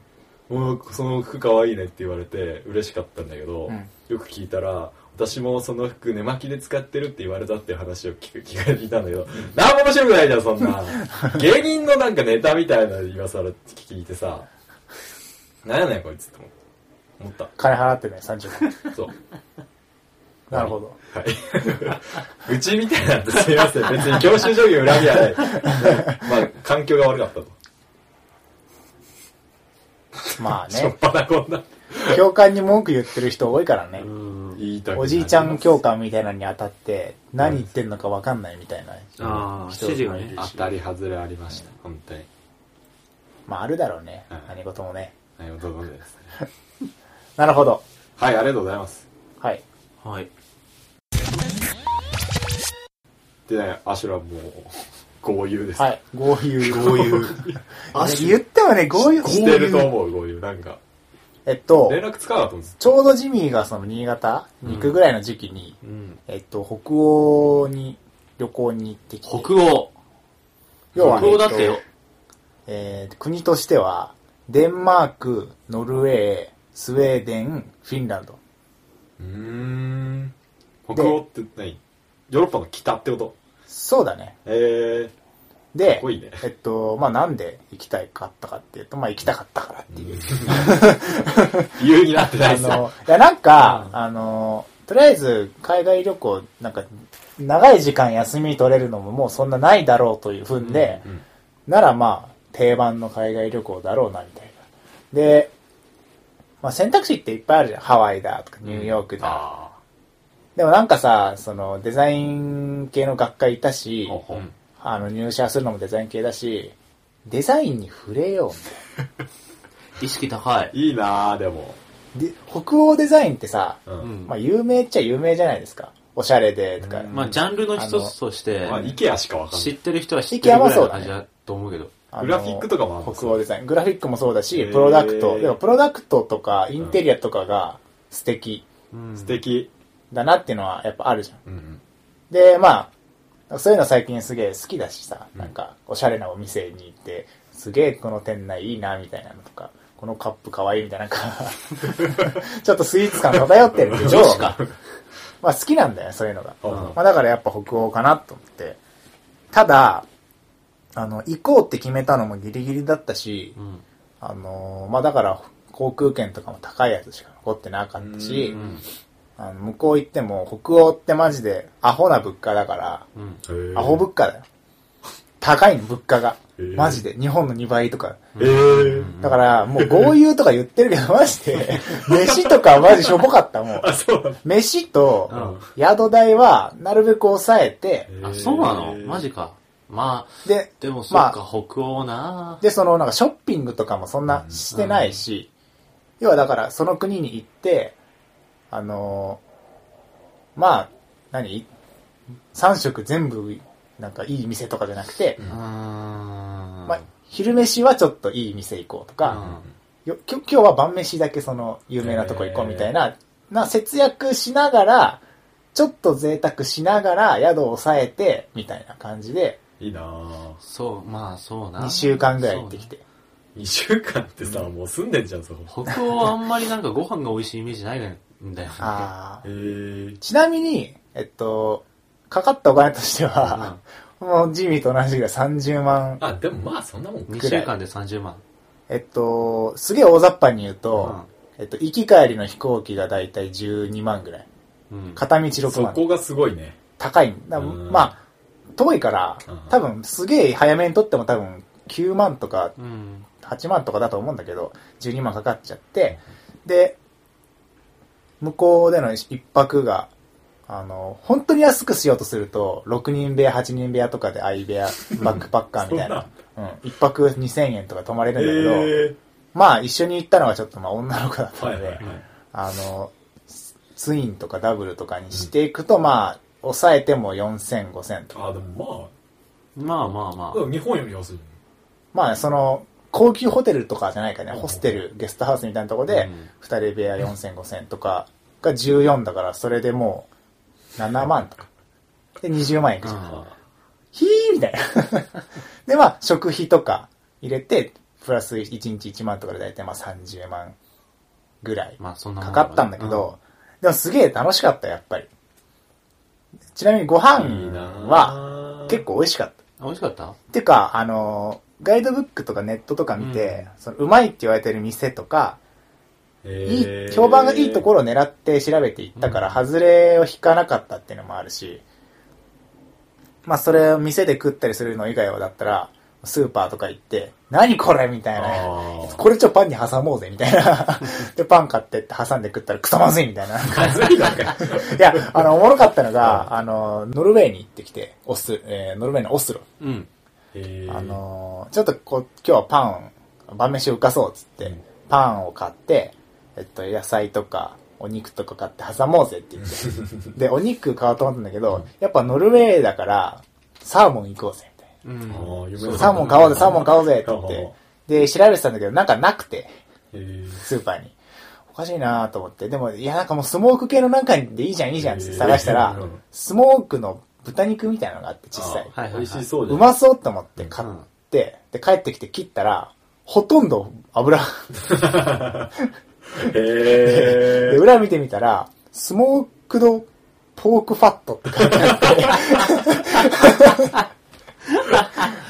[SPEAKER 3] もうその服かわいいねって言われて嬉しかったんだけど、
[SPEAKER 1] うん
[SPEAKER 3] よく聞いたら私もその服寝巻きで使ってるって言われたっていう話を聞く 聞かれていたんだけど何も面白くないじゃんそ んな芸人のなんかネタみたいなの今更聞いてさ何やねんこいつって思った
[SPEAKER 1] 金払ってね、30万。
[SPEAKER 3] そう
[SPEAKER 1] なるほど。
[SPEAKER 3] はい愚痴みたい なんですいません別に教習所業恨みはないまあ環境が悪かったと
[SPEAKER 1] ま あ
[SPEAKER 3] しょっ
[SPEAKER 1] ね、
[SPEAKER 3] ぱなこんな
[SPEAKER 1] 教官に文句言ってる人多いからね。
[SPEAKER 2] うん。
[SPEAKER 3] 言いたくない
[SPEAKER 1] おじいちゃん教官みたいなのに当たって、何言ってんのか分かんないみたいな。
[SPEAKER 2] ああ、指示がね。
[SPEAKER 3] 当たり外れありました本当に
[SPEAKER 1] まあ、あるだろうね
[SPEAKER 3] うん。
[SPEAKER 1] 何事もね。
[SPEAKER 3] はい、どうぞです。
[SPEAKER 1] なるほど。
[SPEAKER 3] はい、ありがとうございます。
[SPEAKER 1] はい。
[SPEAKER 2] はい。
[SPEAKER 3] でね、アシュラもう、豪遊です。
[SPEAKER 1] はい。豪遊。 豪遊。
[SPEAKER 2] アシュ
[SPEAKER 1] 言ってもね、豪遊
[SPEAKER 3] してると思う、豪遊。なんか、
[SPEAKER 1] えっと、
[SPEAKER 3] 連絡つかなかったんです。
[SPEAKER 1] ちょうどジミーがその新潟に行くぐらいの時期に、
[SPEAKER 2] うん。
[SPEAKER 1] えっと、北欧に旅行に行ってきて。
[SPEAKER 2] 北欧。
[SPEAKER 1] 要は
[SPEAKER 2] 北
[SPEAKER 1] ね、
[SPEAKER 2] 欧だってよ。
[SPEAKER 1] えっとえー国としては、デンマーク、ノルウェー、スウェーデン、フィンランド。
[SPEAKER 3] うーん。北欧って何ヨーロッパの北ってこと
[SPEAKER 1] そうだね。
[SPEAKER 3] え
[SPEAKER 1] で、
[SPEAKER 3] かっこいいね
[SPEAKER 1] えっと、まあ、なんで行きたいかったかっていうと、まあ、行きたかったからっていう。
[SPEAKER 3] ー、理由になってない
[SPEAKER 1] あ
[SPEAKER 3] ですよ。
[SPEAKER 1] の、いや、なんか、あの、とりあえず、海外旅行、なんか、長い時間休み取れるのももうそんなないだろうというふんで、
[SPEAKER 3] うん
[SPEAKER 1] ならまあ、定番の海外旅行だろうな、みたいな。で、まあ選択肢っていっぱいあるじゃん。ハワイだとか、ニューヨークだ。
[SPEAKER 3] あ
[SPEAKER 1] でもなんかさ、その、デザイン系の学会いたし
[SPEAKER 3] あ、ほう
[SPEAKER 1] あの、入社するのもデザイン系だし、デザインに触れようみたいな。
[SPEAKER 2] 意識高い。
[SPEAKER 3] いいなあでも、
[SPEAKER 1] で、北欧デザインってさ、
[SPEAKER 3] うん
[SPEAKER 2] うん
[SPEAKER 1] まあ有名っちゃ有名じゃないですか。おしゃれで、とか。
[SPEAKER 3] うん
[SPEAKER 2] まあ、ジャンルの一つとして
[SPEAKER 3] ま、あ IKEA しかわかんな
[SPEAKER 2] 知っ
[SPEAKER 3] い
[SPEAKER 2] てる人は知ってるぐらいの感じだと思うけど。
[SPEAKER 1] あの
[SPEAKER 3] グラフィックとかもあるんです
[SPEAKER 1] 北
[SPEAKER 3] よ
[SPEAKER 1] 欧デザイン。グラフィックもそうだし、
[SPEAKER 3] へー
[SPEAKER 1] プロダクト。でもプロダクトとかインテリアとかが素敵
[SPEAKER 2] うん
[SPEAKER 3] 素敵、
[SPEAKER 1] だなっていうのはやっぱあるじゃん。
[SPEAKER 3] うんうん
[SPEAKER 1] で、まあ、そういうの最近すげえ好きだしさ、なんか、おしゃれなお店に行って、すげえこの店内いいな、みたいなのとか、このカップかわいいみたいな、な んかちょっとスイーツ感漂ってるけど、
[SPEAKER 2] 女子か。
[SPEAKER 1] まあ好きなんだよね、そういうのが。
[SPEAKER 3] あ
[SPEAKER 2] うん
[SPEAKER 1] まあだからやっぱ北欧かなと思って。ただ、あの、行こうって決めたのもギリギリだったし、
[SPEAKER 2] うん。
[SPEAKER 1] あの、まあだから、航空券とかも高いやつしか残ってなかったし、
[SPEAKER 3] うん
[SPEAKER 2] うん。
[SPEAKER 1] あの向こう行っても、北欧ってマジでアホな物価だから、
[SPEAKER 2] うん。
[SPEAKER 3] へえ
[SPEAKER 1] アホ物価だよ。高いの、物価が。
[SPEAKER 3] へー
[SPEAKER 1] マジで。日本の2倍とか。
[SPEAKER 3] えー
[SPEAKER 1] だから、もう豪遊とか言ってるけど、マ ジで。飯とかマジしょぼかったもん。
[SPEAKER 3] あそうなの
[SPEAKER 1] 飯
[SPEAKER 2] う
[SPEAKER 1] と、
[SPEAKER 2] ん
[SPEAKER 1] 宿代は、なるべく抑えて、
[SPEAKER 2] あ、そうなの
[SPEAKER 3] へー
[SPEAKER 2] マジか。まあ、
[SPEAKER 1] で、
[SPEAKER 2] でもそ
[SPEAKER 1] ま
[SPEAKER 2] っ
[SPEAKER 1] あ
[SPEAKER 2] か、北欧な
[SPEAKER 1] で、その、なんかショッピングとかもそんなしてないし、要はだから、その国に行って、あのーまあ、何 ?3 食全部、なんかいい店とかじゃなくて、
[SPEAKER 2] うーん。
[SPEAKER 1] まあ、昼飯はちょっといい店行こうとか、
[SPEAKER 2] うん
[SPEAKER 1] よ今日今日は晩飯だけその有名なとこ行こうみたいな、な節約しながら、ちょっと贅沢しながら宿を抑えて、みたいな感じで、
[SPEAKER 3] いいなあ
[SPEAKER 2] そう、まあそうな。
[SPEAKER 1] 2週間ぐらい行ってきて。
[SPEAKER 3] 2週間ってさ、もう住んでんじゃんそこ
[SPEAKER 2] そうね。北欧はあんまりなんかご飯が美味しいイメージないんだよね。
[SPEAKER 1] あー
[SPEAKER 3] へえー、
[SPEAKER 1] ちなみに、えっと、かかったお金としては、もうジミーと同じぐらい30万。
[SPEAKER 3] あでもまあそんなもんか
[SPEAKER 2] 2週間で30万。
[SPEAKER 1] えっと、すげえ大雑把に言うと、えっと、行き帰りの飛行機がだいたい12万ぐらい。
[SPEAKER 2] うん。
[SPEAKER 1] 片道6
[SPEAKER 3] そ
[SPEAKER 1] 万。
[SPEAKER 3] こがすごいね
[SPEAKER 1] 高いんだ。
[SPEAKER 3] うん
[SPEAKER 1] まあ、遠いから
[SPEAKER 3] うん、
[SPEAKER 1] 多分すげえ早めに取っても多分9万とか
[SPEAKER 2] うん。
[SPEAKER 1] 8万とかだと思うんだけど、12万かかっちゃって、で、向こうでの一泊が、あの、本当に安くしようとすると、6人部屋、8人部屋とかで相部 屋、バックパッカーみたいな、うん、一泊2000円とか泊まれるんだけど、
[SPEAKER 3] え
[SPEAKER 1] まあ一緒に行ったのはちょっとまあ女の子だっ
[SPEAKER 3] ー、
[SPEAKER 1] た
[SPEAKER 3] は
[SPEAKER 1] の
[SPEAKER 3] い
[SPEAKER 1] で、
[SPEAKER 3] はいはい
[SPEAKER 1] あの、ツインとかダブルとかにしていくと、まあ、抑えても4000、5000とか。
[SPEAKER 3] あでも
[SPEAKER 2] まあまあま
[SPEAKER 3] まあ日本より安い
[SPEAKER 1] まあ、その、高級ホテルとかじゃないからね、ホステル、ゲストハウスみたいなとこ
[SPEAKER 2] あ。う
[SPEAKER 1] で、
[SPEAKER 2] ん
[SPEAKER 1] 二人部屋4000、5000とかが14だから、それでもう7万とか。で、20万いくじゃん。
[SPEAKER 2] あ
[SPEAKER 1] ひーみたいな。 で、まあ、食費とか入れて、プラス1日1万とかで大体まあ30万ぐらい
[SPEAKER 2] まあそんなも
[SPEAKER 1] か
[SPEAKER 2] ん
[SPEAKER 1] かったんだけど、でもすげえ楽しかった、やっぱり。ちなみにご飯
[SPEAKER 3] いいな
[SPEAKER 1] は
[SPEAKER 3] あ
[SPEAKER 1] 結構美味しかった。
[SPEAKER 2] うんあ、美味しかった
[SPEAKER 1] っていうか、あの、ガイドブックとかネットとか見て、そのうまいって言われてる店とか、いい
[SPEAKER 3] えー
[SPEAKER 1] 評判がいいところを狙って調べていったから、外れを引かなかったっていうのもあるし、まあそれを店で食ったりするの以外はだったら、スーパーとか行って、何これみたいな。
[SPEAKER 3] あ ー
[SPEAKER 1] これちょ、パンに挟もうぜ、みたい な。で、パン買ってって挟んで食ったら、くそまずいみたいな。
[SPEAKER 3] まずいなんか
[SPEAKER 1] いや、あの、おもろかったのが、あの、ノルウェーに行ってきて、オス、えーノルウェーのオスロ。
[SPEAKER 2] うん。
[SPEAKER 3] えー
[SPEAKER 1] あのーちょっとこう、今日はパン、晩飯を浮かそうっつって、
[SPEAKER 3] うん
[SPEAKER 1] パンを買って、えっと、野菜とか、お肉とか買って挟もうぜって言 って。で、お肉買おうと思ったんだけど、やっぱノルウェーだから、サーモン行こうぜ、みたい
[SPEAKER 2] うん
[SPEAKER 3] あー夢
[SPEAKER 2] そう
[SPEAKER 1] な。
[SPEAKER 3] ん
[SPEAKER 1] サーモン買おうぜ、サーモン買おうぜって言
[SPEAKER 3] ほう
[SPEAKER 1] っ
[SPEAKER 3] ほ
[SPEAKER 1] て。で、調べてたんだけど、なんかなくて、
[SPEAKER 3] えー
[SPEAKER 1] スーパーに。おかしいなと思って。でも、いや、なんかもうスモーク系のなんかでいいじゃん、いいじゃんって探したら
[SPEAKER 3] うん、
[SPEAKER 1] スモークの豚肉みたいなのがあって、小さい。
[SPEAKER 3] あー美味しそうじゃ
[SPEAKER 1] うんまそうって思って買って、で、帰ってきて切ったら、ほとんど油。
[SPEAKER 3] へ
[SPEAKER 1] で、
[SPEAKER 3] え
[SPEAKER 1] 裏見てみたら、スモークドポークファットって書いてあって、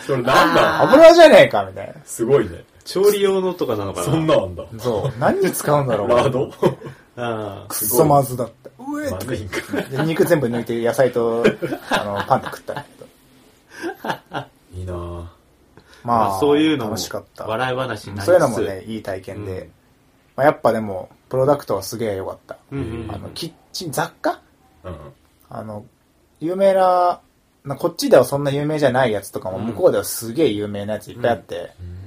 [SPEAKER 3] それなんだ
[SPEAKER 1] 油じゃねえかみたい
[SPEAKER 3] すごいね
[SPEAKER 2] 調理用のとかなのかな
[SPEAKER 3] そんなんあんだ
[SPEAKER 1] な。そう。何に使うんだろう
[SPEAKER 3] ラード
[SPEAKER 2] ああ
[SPEAKER 1] くっそまずだった。うえ
[SPEAKER 3] まずいんか。
[SPEAKER 1] で肉全部抜いて野菜とあのパンと食ったんだけど
[SPEAKER 3] いいなぁ。
[SPEAKER 2] まあ、そういうのも
[SPEAKER 1] 楽しかった
[SPEAKER 2] 笑い話になりつつ
[SPEAKER 1] そういうのもねいい体験で、
[SPEAKER 2] うん
[SPEAKER 1] まあ、やっぱでもプロダクトはすげえ良かった、
[SPEAKER 2] うんうんうん
[SPEAKER 1] あのキッチン雑貨
[SPEAKER 3] うん。
[SPEAKER 1] あの有名ななこっちではそんな有名じゃないやつとかも
[SPEAKER 2] うん
[SPEAKER 1] 向こうではすげえ有名なやついっぱいあって、
[SPEAKER 3] うん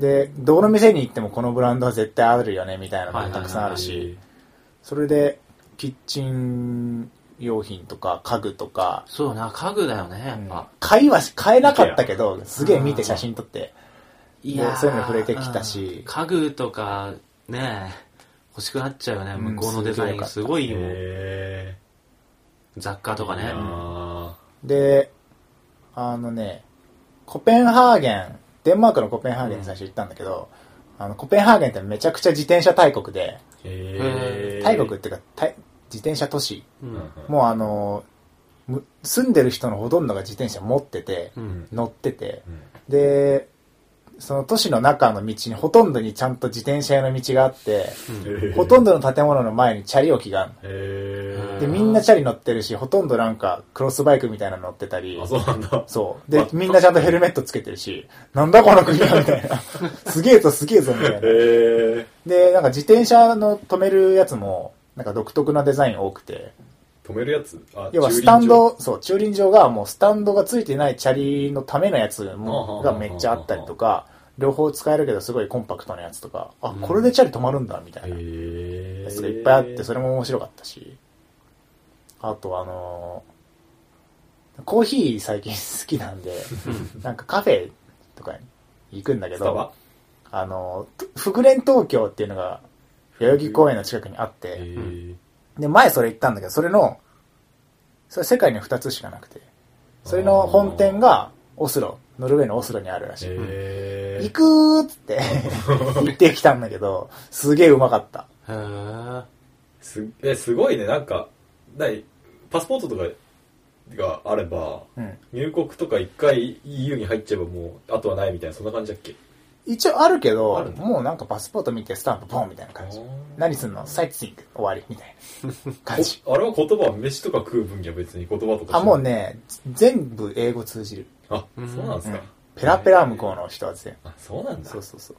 [SPEAKER 1] でどこの店に行ってもこのブランドは絶対あるよねみたいなの
[SPEAKER 2] はい
[SPEAKER 1] が
[SPEAKER 2] はいはい
[SPEAKER 1] たくさんあるし、それでキッチン用品とか家具とか
[SPEAKER 2] そうだな、家具だよね、やっぱ。
[SPEAKER 1] 買いはし買えなかったけどすげえ見て写真撮って
[SPEAKER 2] い
[SPEAKER 1] で
[SPEAKER 2] や
[SPEAKER 1] そういうの触れてきたし
[SPEAKER 2] うん家具とか、ね欲しくなっちゃうよね、
[SPEAKER 1] うん
[SPEAKER 2] 向こうのデザイン。す
[SPEAKER 1] す
[SPEAKER 2] ごいよ。
[SPEAKER 3] へ
[SPEAKER 2] 雑貨とか
[SPEAKER 3] ぇ
[SPEAKER 2] ね
[SPEAKER 3] ー。。あ
[SPEAKER 1] であのねコペンハーゲンデンマークのコペンハーゲンに最初行ったんだけど、あのコペンハーゲンってめちゃくちゃ自転車大国で
[SPEAKER 3] ーへぇー。
[SPEAKER 1] 大国っていうかたい自転車都市
[SPEAKER 2] う
[SPEAKER 3] うんん。
[SPEAKER 1] もうあのむ住んでる人のほとんどが自転車持ってて
[SPEAKER 2] う
[SPEAKER 3] うんん。
[SPEAKER 1] 乗ってて
[SPEAKER 3] うん。
[SPEAKER 1] でその都市の中の道にほとんどにちゃんと自転車用の道があって
[SPEAKER 2] うん
[SPEAKER 1] ほとんどの建物の前にチャリ置きがあるの
[SPEAKER 3] へぇー。
[SPEAKER 1] でみんなチャリ乗ってるしほとんどなんかクロスバイクみたいなの乗ってたり
[SPEAKER 3] あ、そうなんだ。
[SPEAKER 1] そう。で、みんなちゃんとヘルメットつけてるし、なんだこの国はみたいな。すげえぞすげえぞみたい
[SPEAKER 3] へ
[SPEAKER 1] な。
[SPEAKER 3] ぇー。
[SPEAKER 1] で、なんか自転車の止めるやつも、なんか独特なデザイン多くて、
[SPEAKER 3] 止めるやつあ
[SPEAKER 1] 要はスタンド、そう、駐輪場がもうスタンドがついてないチャリのためのやつも
[SPEAKER 3] あはははは
[SPEAKER 1] がめっちゃあったりとか、両方使えるけどすごいコンパクトなやつとか、あ、これでチャリ止まるんだみたいな
[SPEAKER 3] へ
[SPEAKER 1] やつ
[SPEAKER 3] ぇ
[SPEAKER 1] が
[SPEAKER 3] ー。
[SPEAKER 1] いっぱいあって、それも面白かったし、あとあのーコーヒー最近好きなんで、なんかカフェとかに行くんだけ
[SPEAKER 3] スタバ
[SPEAKER 1] ど、あの、と福連東京っていうのが、代々木公園の近くにあって、
[SPEAKER 3] へ
[SPEAKER 1] で、前それ行ったんだけど、それの、それ世界には2つしかなくて、それの本店が、オスロ、ノルウェーのオスロにあるらしい。
[SPEAKER 3] へ
[SPEAKER 1] 行くーっつって 行ってきたんだけど、すげえうまかった。
[SPEAKER 2] へー
[SPEAKER 3] すえすごいねなんかないパスポートとかがあれば
[SPEAKER 1] うん。
[SPEAKER 3] 入国とか一回 EU に入っちゃえばもうあとはないみたいなそんな感じだっけ
[SPEAKER 1] 一応あるけど
[SPEAKER 3] あるんだ
[SPEAKER 1] もうなんかパスポート見てスタンプポンみたいな感じ
[SPEAKER 3] あー
[SPEAKER 1] 何すんのサイトシング終わりみたいな感 じ
[SPEAKER 3] おあれは言葉は飯とか食う分には別に言葉とかしない
[SPEAKER 1] あもうね全部英語通じる、
[SPEAKER 3] あそうなんです
[SPEAKER 1] うん
[SPEAKER 3] か、
[SPEAKER 1] ペラペラ向こうの人は全部
[SPEAKER 3] あそうなんだ
[SPEAKER 1] そうそうそう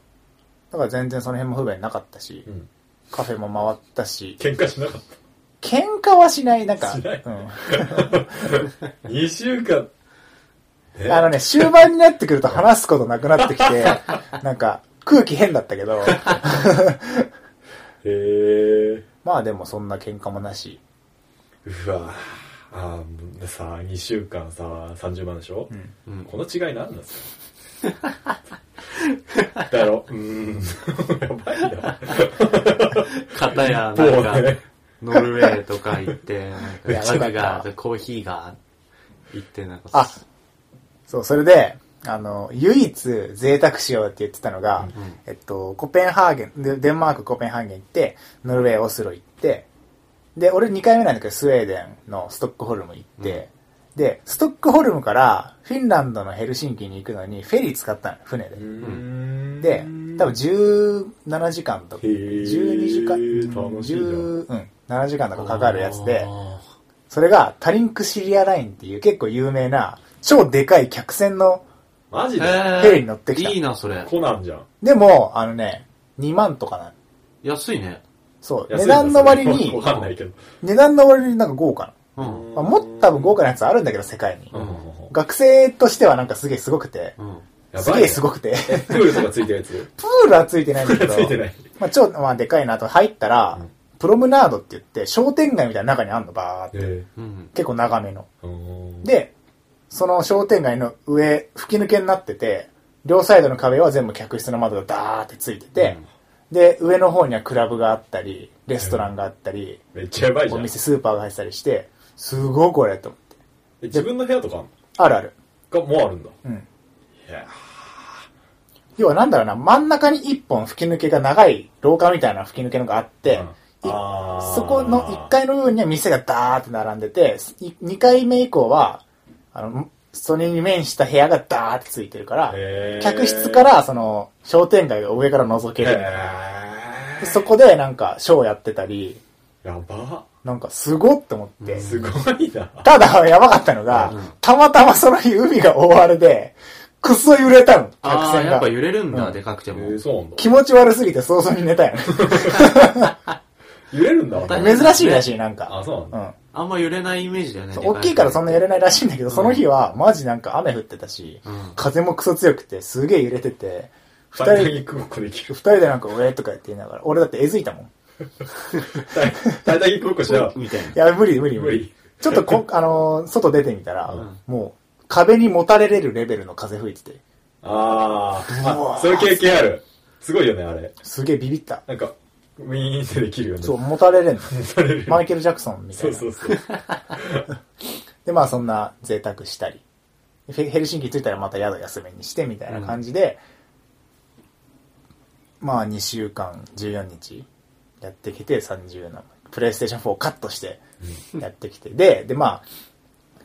[SPEAKER 1] だから全然その辺も不便なかったし、
[SPEAKER 3] うん
[SPEAKER 1] カフェも回ったし
[SPEAKER 3] 喧嘩しなかっ
[SPEAKER 1] 喧嘩はしないなんか
[SPEAKER 3] しない
[SPEAKER 1] うん、
[SPEAKER 3] た2週間え
[SPEAKER 1] あのね終盤になってくると話すことなくなってきて なんか空気変だったけど
[SPEAKER 3] へえ
[SPEAKER 1] まあでもそんな喧嘩もなし
[SPEAKER 3] うわあーもうさ2週間さ30万でしょ、
[SPEAKER 1] うん
[SPEAKER 2] うん
[SPEAKER 3] この違い何なんですか だろうーん やばいな
[SPEAKER 2] 片や、
[SPEAKER 3] も
[SPEAKER 2] なん
[SPEAKER 3] うね
[SPEAKER 2] か、ノルウェーとか行って、なん
[SPEAKER 1] い
[SPEAKER 2] か
[SPEAKER 1] や
[SPEAKER 2] 家具
[SPEAKER 1] わかっ
[SPEAKER 2] が
[SPEAKER 1] た、
[SPEAKER 2] コーヒーが、行って、なんか、
[SPEAKER 1] あそう、それで、あの、唯一贅沢しようって言ってたのが、えっと、コペンハーゲン、でデンマーク、コペンハーゲン行って、ノルウェー、オスロ行って、で、俺2回目なんだけど、スウェーデンのストックホルム行って、で、ストックホルムからフィンランドのヘルシンキに行くのに、フェリー使ったの、船で。で、多分17時間とか、
[SPEAKER 3] へー
[SPEAKER 1] 12時間、
[SPEAKER 3] 楽しいじゃん
[SPEAKER 1] 10うん、7時間とかかかるやつで、それがタリンクシリアラインっていう結構有名な、超でかい客船の
[SPEAKER 3] マジ
[SPEAKER 2] へ
[SPEAKER 3] で、
[SPEAKER 2] ー
[SPEAKER 1] フェリーに乗ってきた
[SPEAKER 2] いいな、それ。
[SPEAKER 3] コナンじゃん。
[SPEAKER 1] でも、あのね、2万とかなの
[SPEAKER 2] 安いね。
[SPEAKER 1] そう。
[SPEAKER 3] 安
[SPEAKER 1] 値
[SPEAKER 3] いな
[SPEAKER 1] 段の割に
[SPEAKER 3] わ、かんないけど。
[SPEAKER 1] 値段の割になんか豪華
[SPEAKER 2] うん。
[SPEAKER 1] なの。まあ、もっと多分豪華なやつあるんだけど、世界に
[SPEAKER 3] う。ん
[SPEAKER 1] 学生としてはなんかすげえすごくて
[SPEAKER 2] う、ん。
[SPEAKER 3] や
[SPEAKER 1] す
[SPEAKER 3] ばい
[SPEAKER 1] げ
[SPEAKER 3] ね
[SPEAKER 1] えすごく て、
[SPEAKER 3] プールとかついてるやつ
[SPEAKER 1] プールはついてないんだ
[SPEAKER 3] プ
[SPEAKER 1] け
[SPEAKER 3] ール
[SPEAKER 1] ど
[SPEAKER 3] つ、いてない。
[SPEAKER 1] まあ、超、まあ、でかいなと入ったら、プロムナードって言って、商店街みたいな中にあんの、バーって。
[SPEAKER 3] え
[SPEAKER 2] うん。
[SPEAKER 1] 結構長めの。
[SPEAKER 3] えうん
[SPEAKER 1] で、その商店街の上、吹き抜けになってて、両サイドの壁は全部客室の窓がダーってついてて、で、上の方にはクラブがあったり、レストランがあったり、
[SPEAKER 3] めっちゃやばいじ
[SPEAKER 1] お
[SPEAKER 3] ゃん。
[SPEAKER 1] 店、スーパーが入ってたりして、すごいこれと思って。
[SPEAKER 3] え自分の部屋とかあん
[SPEAKER 1] あるある。
[SPEAKER 3] のがもうあるんだ。
[SPEAKER 1] うん。
[SPEAKER 3] いや
[SPEAKER 1] 要はなんだろうな、真ん中に一本吹き抜けが長い廊下みたいな吹き抜けのがあって、い
[SPEAKER 3] あー
[SPEAKER 1] そこの1階の部分には店がダーって並んでて、2階目以降は、あの、それに面した部屋がダーってついてるから、
[SPEAKER 3] へー
[SPEAKER 1] 客室からその商店街が上から覗ける。
[SPEAKER 3] へ
[SPEAKER 1] そこでなんかショーやってたり、
[SPEAKER 3] ーやば。
[SPEAKER 1] なんかすごって思って。
[SPEAKER 3] すごいな。
[SPEAKER 1] ただ、やばかったのが、たまたまその日海が大荒れで、くっそ揺れたの、
[SPEAKER 2] あ
[SPEAKER 1] 客
[SPEAKER 2] あ、
[SPEAKER 1] 船
[SPEAKER 2] やっ
[SPEAKER 1] が
[SPEAKER 2] ぱ。揺れるんだ、
[SPEAKER 1] うん
[SPEAKER 2] でかくて
[SPEAKER 3] え
[SPEAKER 2] も。
[SPEAKER 3] ー、そうなんだ。
[SPEAKER 1] 気持ち悪すぎて早々に寝たよ ね。
[SPEAKER 3] 揺れるんだ。
[SPEAKER 2] 大変
[SPEAKER 1] 珍しいらしい、なんか
[SPEAKER 3] あ、。そうなん
[SPEAKER 1] う
[SPEAKER 3] だ。
[SPEAKER 1] ん。
[SPEAKER 2] あんま揺れないイメージだよね。
[SPEAKER 1] そう
[SPEAKER 2] で
[SPEAKER 1] 大きいからそんな揺れないらしいんだけど、その日はマジなんか雨降ってたし、
[SPEAKER 2] うん
[SPEAKER 1] 風もクソ強くて、すげえ揺れてて、二
[SPEAKER 3] 簡単
[SPEAKER 1] 人、
[SPEAKER 3] にクごっこでき
[SPEAKER 1] 二
[SPEAKER 3] る。
[SPEAKER 1] 人でなんか、ウェーとか言って言いながら、俺だってえずいたもん。。
[SPEAKER 3] 大体ごっこしなかった。
[SPEAKER 2] みたいない
[SPEAKER 1] や、無理無理無
[SPEAKER 3] 無
[SPEAKER 1] 理。
[SPEAKER 3] 理。
[SPEAKER 1] ちょっとこ、あのー外出てみたら、
[SPEAKER 3] うん
[SPEAKER 1] もう、壁にもたれれるレベルの風吹いてて、
[SPEAKER 3] あ
[SPEAKER 1] うわ
[SPEAKER 3] ー
[SPEAKER 1] ー
[SPEAKER 3] あ、そういう経験ある。すごいよね、あれ。
[SPEAKER 1] すげえビビった。
[SPEAKER 3] なんか、ウィーンってできるよね。
[SPEAKER 1] そう、もたれれんの。
[SPEAKER 3] される。
[SPEAKER 1] マイケル・ジャクソンみた
[SPEAKER 3] そ
[SPEAKER 1] いうな。
[SPEAKER 3] そうそう。
[SPEAKER 1] で、まあそんな贅沢したり。ヘヘルシンキ着いたらまた宿休みにしてみたいな感じで、まあ2週間14日やってきて30のプレイステーション4をカットしてやってきて、で、でま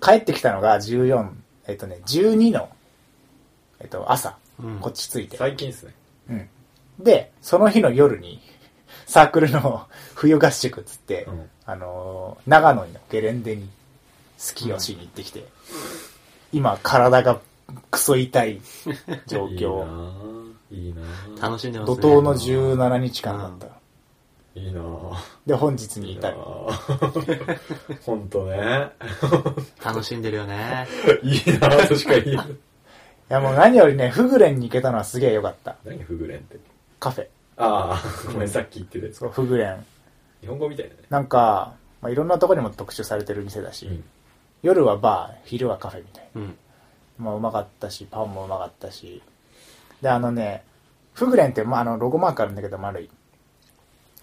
[SPEAKER 1] あ帰ってきたのが14、えっとね、12の、えっと朝、
[SPEAKER 2] うん
[SPEAKER 1] こっち着いて。
[SPEAKER 3] 最近ですね。
[SPEAKER 1] うんで、その日の夜に、 サークルの 冬合宿っつって、
[SPEAKER 3] うん
[SPEAKER 1] あのー長野のゲレンデにスキーをしに行ってきて、今体がクソ痛い状
[SPEAKER 3] いいな
[SPEAKER 1] 況。
[SPEAKER 3] ぁいいなぁ
[SPEAKER 2] 楽しんでます
[SPEAKER 1] 怒
[SPEAKER 2] ね。
[SPEAKER 1] 涛の17日間だった。
[SPEAKER 3] いいなぁ
[SPEAKER 1] で、本日に
[SPEAKER 3] いい
[SPEAKER 1] 至
[SPEAKER 3] な
[SPEAKER 1] る。
[SPEAKER 3] ぁほんとね。
[SPEAKER 2] 楽しんでるよね。
[SPEAKER 3] いいなぁとしか言えない。
[SPEAKER 1] いやもう何よりね、フグレンに行けたのはすげえ良かった。
[SPEAKER 3] 何フグレンって。
[SPEAKER 1] カフェ。
[SPEAKER 3] ああ、ごめん、さっき言ってたやつ
[SPEAKER 1] そう、。フグレン。
[SPEAKER 3] 日本語みたいだね。
[SPEAKER 1] なんか、まあ、いろんなとこにも特集されてる店だし、
[SPEAKER 3] うん
[SPEAKER 1] 夜はバー、昼はカフェみたいな。
[SPEAKER 2] うん。
[SPEAKER 1] まあ、うまかったし、パンもうまかったし。で、あのね、フグレンって、まあ、あの、ロゴマークあるんだけど、丸い。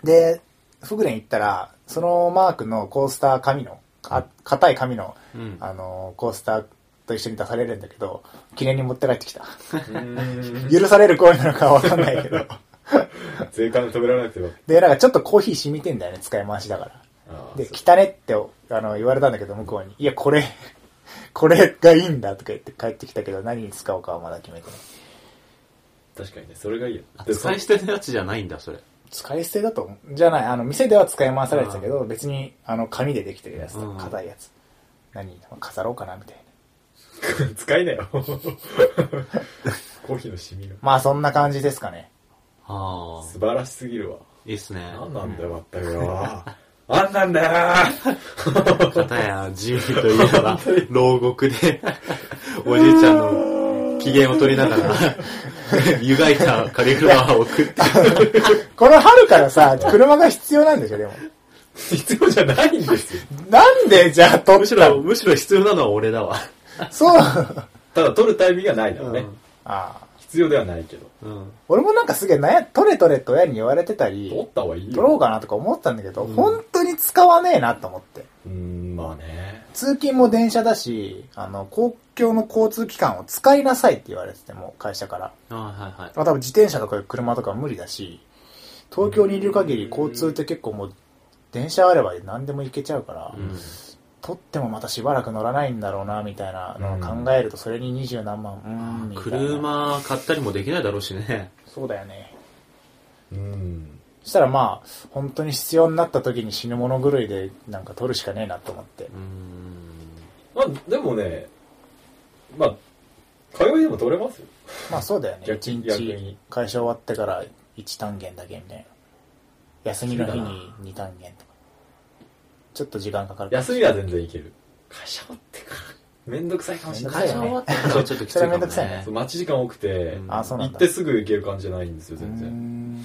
[SPEAKER 1] で、フグレン行ったら、そのマークのコースター紙の、か硬い紙の、
[SPEAKER 2] うん。
[SPEAKER 1] あの、コースターと一緒に出されるんだけど、記念に持って帰って きた。
[SPEAKER 3] うーん
[SPEAKER 1] 許される行為なのかはわかんないけど。
[SPEAKER 3] 税関止められなくてよかっ
[SPEAKER 1] で、なんかちょっとコーヒー染みてんだよね、使い回しだから。
[SPEAKER 3] たあー
[SPEAKER 1] で、
[SPEAKER 3] そう
[SPEAKER 1] 汚ねってあの言われたんだけど、向こうに、いや、これ、これがいいんだとか言って帰ってきたけど、何に使おうかはまだ決めてない。
[SPEAKER 3] 確かにね、それがいいよ。
[SPEAKER 2] あ
[SPEAKER 3] で
[SPEAKER 2] 使い捨てのやつじゃないんだ、それ。
[SPEAKER 1] 使い捨てだと思う、じゃない、あの、店では使い回されてたけど、別に、あの、紙でできてるやつ
[SPEAKER 2] う、ん
[SPEAKER 1] 硬いやつ。何飾ろうかな、みたいな。
[SPEAKER 3] そ使い なよ。コーヒーのシミが。
[SPEAKER 1] まあ、そんな感じですかね。
[SPEAKER 2] ああ、
[SPEAKER 3] 素晴らしすぎるわ。
[SPEAKER 2] いいっすね。
[SPEAKER 3] なんなんだよ、まったくよ。あんなん だよ
[SPEAKER 2] 片や地味といえば、牢獄で、おじいちゃんの機嫌を取りながら、湯がいたカリフラワーを食って、
[SPEAKER 1] この春から さ、車が必要なんでしょ、でも。
[SPEAKER 3] 必要じゃないんですよ。
[SPEAKER 1] なんで、じゃあ、取
[SPEAKER 2] む
[SPEAKER 1] っ
[SPEAKER 2] したろ、
[SPEAKER 1] の
[SPEAKER 2] むしろ必要なのは俺だわ。
[SPEAKER 1] そう。
[SPEAKER 3] ただ取るタイミングがないだろうね。
[SPEAKER 1] ああ。
[SPEAKER 3] 必要ではないけど。
[SPEAKER 2] うん。
[SPEAKER 1] 俺もなんかすげえ悩、取れ取れと親に言われてた
[SPEAKER 3] 取っ
[SPEAKER 1] り、
[SPEAKER 3] た方がいいよ。
[SPEAKER 1] 取ろうかなとか思ったんだけど、本当に使わねえなと思って。
[SPEAKER 3] うーん、まあね。
[SPEAKER 1] 通勤も電車だし、あの、公共の交通機関を使いなさいって言われてても、会社から。
[SPEAKER 2] ああ、はいはい。
[SPEAKER 1] まあ、多分自転車とか車とか無理だし、東京にいる限り交通って結構もう、電車あれば何でも行けちゃうから、
[SPEAKER 2] うん。
[SPEAKER 1] 取ってもまたしばらく乗らないんだろうな、みたいなのを考えると、それに二十何万、うーん、みたいな。
[SPEAKER 2] 車買ったりもできないだろうしね。
[SPEAKER 1] そうだよね。
[SPEAKER 3] うん。
[SPEAKER 1] そしたらまあ、本当に必要になった時に死ぬもの狂いで、なんか取るしかねえなと思って
[SPEAKER 2] う。ん。
[SPEAKER 3] まあ、でもね、まあ、通いでも取れますよ。
[SPEAKER 1] まあそうだよね。
[SPEAKER 3] 逆
[SPEAKER 1] 一
[SPEAKER 3] 逆
[SPEAKER 1] 日
[SPEAKER 3] に、
[SPEAKER 1] 会社終わってから1単元だけみたいな。休みの日に2単元とか。ちょっと時間かかるかも
[SPEAKER 3] 休みは全然いける。会社終わってから、めんどくさいかもしれない。
[SPEAKER 2] 会社終わってからはちょっときつい
[SPEAKER 1] そ
[SPEAKER 2] か
[SPEAKER 1] れめん
[SPEAKER 2] も
[SPEAKER 1] どくさいね
[SPEAKER 2] ね
[SPEAKER 3] そう。待ち時間多くて、
[SPEAKER 2] うん
[SPEAKER 1] あ、そう
[SPEAKER 3] 行
[SPEAKER 1] なん
[SPEAKER 3] っ
[SPEAKER 1] だ。
[SPEAKER 3] てすぐ行ける感じじゃないんですよ、全
[SPEAKER 1] うー
[SPEAKER 3] 然。
[SPEAKER 1] ん
[SPEAKER 3] ま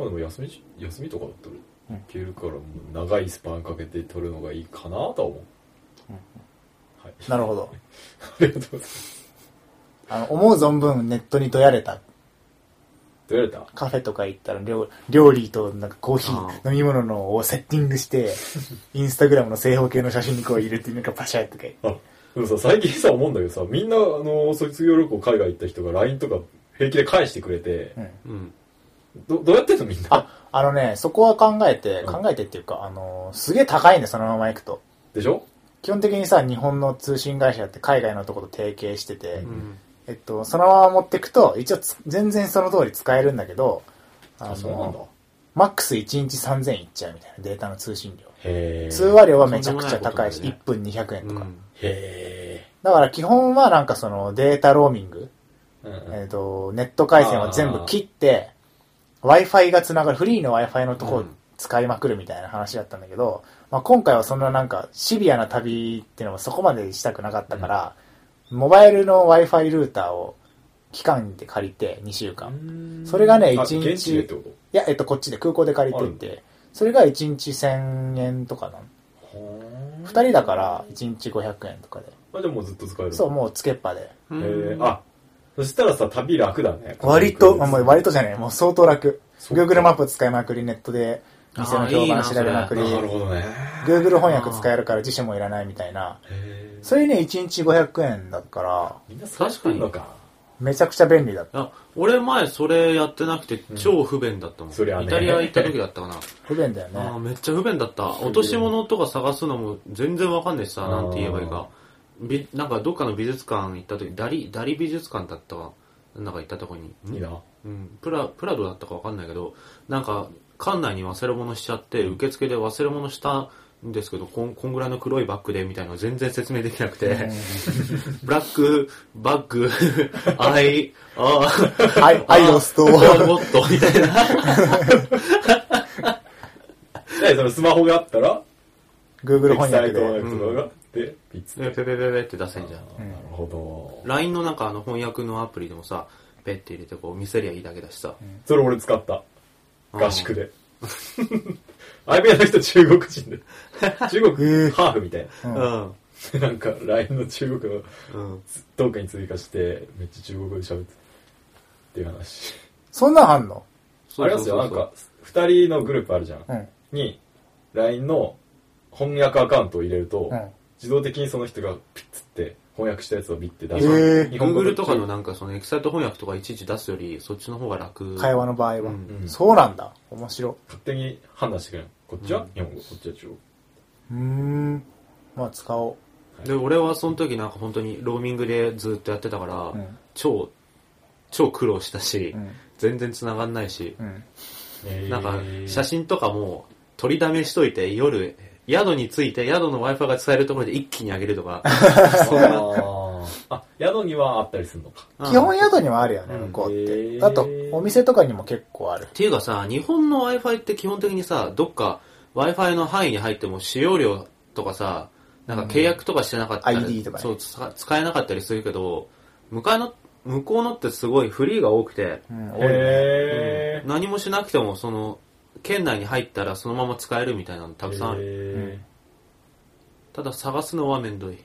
[SPEAKER 3] あでも休みじ、休みとかだった
[SPEAKER 1] うん
[SPEAKER 3] ら行けるから、もう長いスパンかけて取るのがいいかなとは思う。
[SPEAKER 1] うん
[SPEAKER 3] はい。
[SPEAKER 1] なるほど。
[SPEAKER 3] ありがとうございます。
[SPEAKER 1] あの、思う存分ネットにどやれた。
[SPEAKER 3] どうやれた
[SPEAKER 1] カフェとか行ったら料料理となんかコーヒー、
[SPEAKER 2] う
[SPEAKER 1] 飲み物のをセッティング して、インスタグラムの正方形の写真にこう入れて、なんかパシャッとか言って。
[SPEAKER 3] あ、でもさ、最近さ、思うんだけどさ、みんな、あの、卒業旅行海外行った人が LINE とか平気で返してくれて
[SPEAKER 1] う、ん。
[SPEAKER 2] うん。
[SPEAKER 3] ど、どうやってんのみんな。
[SPEAKER 1] あ、あのね、そこは考えて、
[SPEAKER 3] うん
[SPEAKER 1] 考えてっていうか、あの、すげえ高いんで、そのまま行くと。
[SPEAKER 3] でしょ
[SPEAKER 1] 基本的にさ、日本の通信会社って海外のとこと提携してて、
[SPEAKER 2] うん。
[SPEAKER 1] えっと、そのまま持ってくと、一応つ全然その通り使えるんだけど、あ
[SPEAKER 3] あ、そうなんだ。
[SPEAKER 1] マックス1日3000いっちゃうみたいなデータの通信量。
[SPEAKER 3] へー
[SPEAKER 1] 通話料はめちゃくちゃ高いし、
[SPEAKER 2] とんでも
[SPEAKER 1] 1分200円とか。
[SPEAKER 3] へ
[SPEAKER 1] だから基本はなんかそのデータローミング、
[SPEAKER 3] ーうんうん
[SPEAKER 1] えっと、ネット回線を全部切って、Wi-Fi がつながる、フリーの Wi-Fi のとこ
[SPEAKER 2] う
[SPEAKER 1] を
[SPEAKER 2] ん
[SPEAKER 1] 使いまくるみたいな話だったんだけど、まあ今回はそんななんかシビアな旅っていうのもそこまでしたくなかったから、モバイルの Wi-Fi ルーターを期間で借りて2週間。それがね
[SPEAKER 3] あ
[SPEAKER 1] 一日
[SPEAKER 3] 現地でってこ
[SPEAKER 1] いや、えっと、こっちで空港で借りてて、それが1日1000円とかなの。
[SPEAKER 3] とほー
[SPEAKER 1] 2人だから1日500円とかで。
[SPEAKER 3] あでもずっと使える
[SPEAKER 1] そう、もうつけっぱで。
[SPEAKER 2] う
[SPEAKER 3] うんへーあそしたらさ旅楽だね
[SPEAKER 1] 割と、まあもう割とじゃない、もう相当楽。
[SPEAKER 3] そっか
[SPEAKER 1] Google マップ使いまくり、ネットで店の評
[SPEAKER 2] あーいい
[SPEAKER 1] 判
[SPEAKER 2] な
[SPEAKER 1] 調べまくり、
[SPEAKER 3] なるほどね
[SPEAKER 1] Google 翻訳使えるから辞書もいらないみたいな。
[SPEAKER 3] へー
[SPEAKER 1] それね、1日500円だから、
[SPEAKER 3] みんな
[SPEAKER 2] 確かに
[SPEAKER 3] そうなのか
[SPEAKER 1] めちゃくちゃ便利だった。
[SPEAKER 2] あ俺前それやってなくて超不便だったもん、
[SPEAKER 3] そりゃね
[SPEAKER 2] イタリア行った時だったかな、
[SPEAKER 1] 不便だよ
[SPEAKER 2] あー
[SPEAKER 1] ね。
[SPEAKER 2] めっちゃ不便だった落とし物とか探すのも全然わかんないしさなんて言えばいいかびなんかどっかの美術館行った時ダリダリ美術館だったかなんか行ったとこにん
[SPEAKER 3] いいな
[SPEAKER 2] うん、プラプラドだったかわかんないけどなんか館内に忘れ物しちゃって受付で忘れ物したんですけどこんこんぐらいの黒いバッグでみたいなの全然説明できなくて、 ブラックバッグアイあー
[SPEAKER 1] はい、アイロスと、
[SPEAKER 2] ロボットみたいな
[SPEAKER 3] えそのスマホがあったら
[SPEAKER 1] Google 翻
[SPEAKER 3] サ
[SPEAKER 1] 訳
[SPEAKER 3] イトの
[SPEAKER 1] で。
[SPEAKER 3] やつとかがあっていつ
[SPEAKER 2] でペペペペペって出せんじゃん
[SPEAKER 3] あーなるほど
[SPEAKER 2] LINE のなんかあの翻訳のアプリでもさペッて入れてこう見せりゃいいだけだしさ、
[SPEAKER 3] それ俺使った
[SPEAKER 2] うん
[SPEAKER 3] 合宿で 相部屋の人中国 人で中国ハーフみたい
[SPEAKER 2] う
[SPEAKER 3] な
[SPEAKER 2] ん
[SPEAKER 1] う
[SPEAKER 2] うん
[SPEAKER 3] でなん か LINE の中国の
[SPEAKER 2] うん
[SPEAKER 3] トークに追加してめっちゃ中国語で喋ってたっていう話
[SPEAKER 1] そんなんあんの
[SPEAKER 2] そ
[SPEAKER 3] あ
[SPEAKER 2] う
[SPEAKER 3] り
[SPEAKER 2] そうそう
[SPEAKER 3] ますよなんか2人のグループあるじゃん
[SPEAKER 1] うん。
[SPEAKER 3] に LINE の翻訳アカウントを入れると、
[SPEAKER 1] うん。
[SPEAKER 3] 自動的にその人がピッつって翻訳したやつをビッて出
[SPEAKER 1] へ
[SPEAKER 3] す
[SPEAKER 1] ー
[SPEAKER 3] 日本語
[SPEAKER 2] Google とかのなんかそのエキサイト翻訳とかいちいち出すよりそっちの方が楽
[SPEAKER 1] 会話の場合
[SPEAKER 2] う
[SPEAKER 1] は。
[SPEAKER 2] ん
[SPEAKER 3] うん
[SPEAKER 1] そうなんだ。面白。
[SPEAKER 3] 勝手に判断してくれるこっちは
[SPEAKER 2] うん
[SPEAKER 3] 日本語こっちは中国
[SPEAKER 1] うーん。まあ、使お
[SPEAKER 2] で俺はその時なんか本当にローミングでずっとやってたから、
[SPEAKER 1] う。うん。
[SPEAKER 2] 超超苦労したし、
[SPEAKER 1] うん。
[SPEAKER 2] 全然繋がんないし、
[SPEAKER 1] うん。
[SPEAKER 2] なんか写真とかも取りだめしといて夜宿について宿の Wi-Fi が使えるところで一気に上げる とか
[SPEAKER 3] そんな あ宿にはあったりするのか
[SPEAKER 1] 基本
[SPEAKER 2] っ
[SPEAKER 1] 宿にはあるよね、
[SPEAKER 2] うん
[SPEAKER 1] 向こうっ
[SPEAKER 3] へ
[SPEAKER 1] て。
[SPEAKER 3] ー
[SPEAKER 1] あと、お店とかにも結構ある。
[SPEAKER 2] ていうかさ日本の Wi-Fi って基本的にさどっか Wi-Fi の範囲に入っても使用料とかさなんか契約とかしてなかったり、
[SPEAKER 1] うん ID とかね
[SPEAKER 2] そう使使えなかったりするけど向かいの向こうのってすごいフリーが多くて
[SPEAKER 1] うん、多いね。
[SPEAKER 3] へ
[SPEAKER 2] 何もしなくてもその県内に入ったらそのまま使えるみたいなのたくさんある、
[SPEAKER 3] る
[SPEAKER 2] ただ探すのはめんどい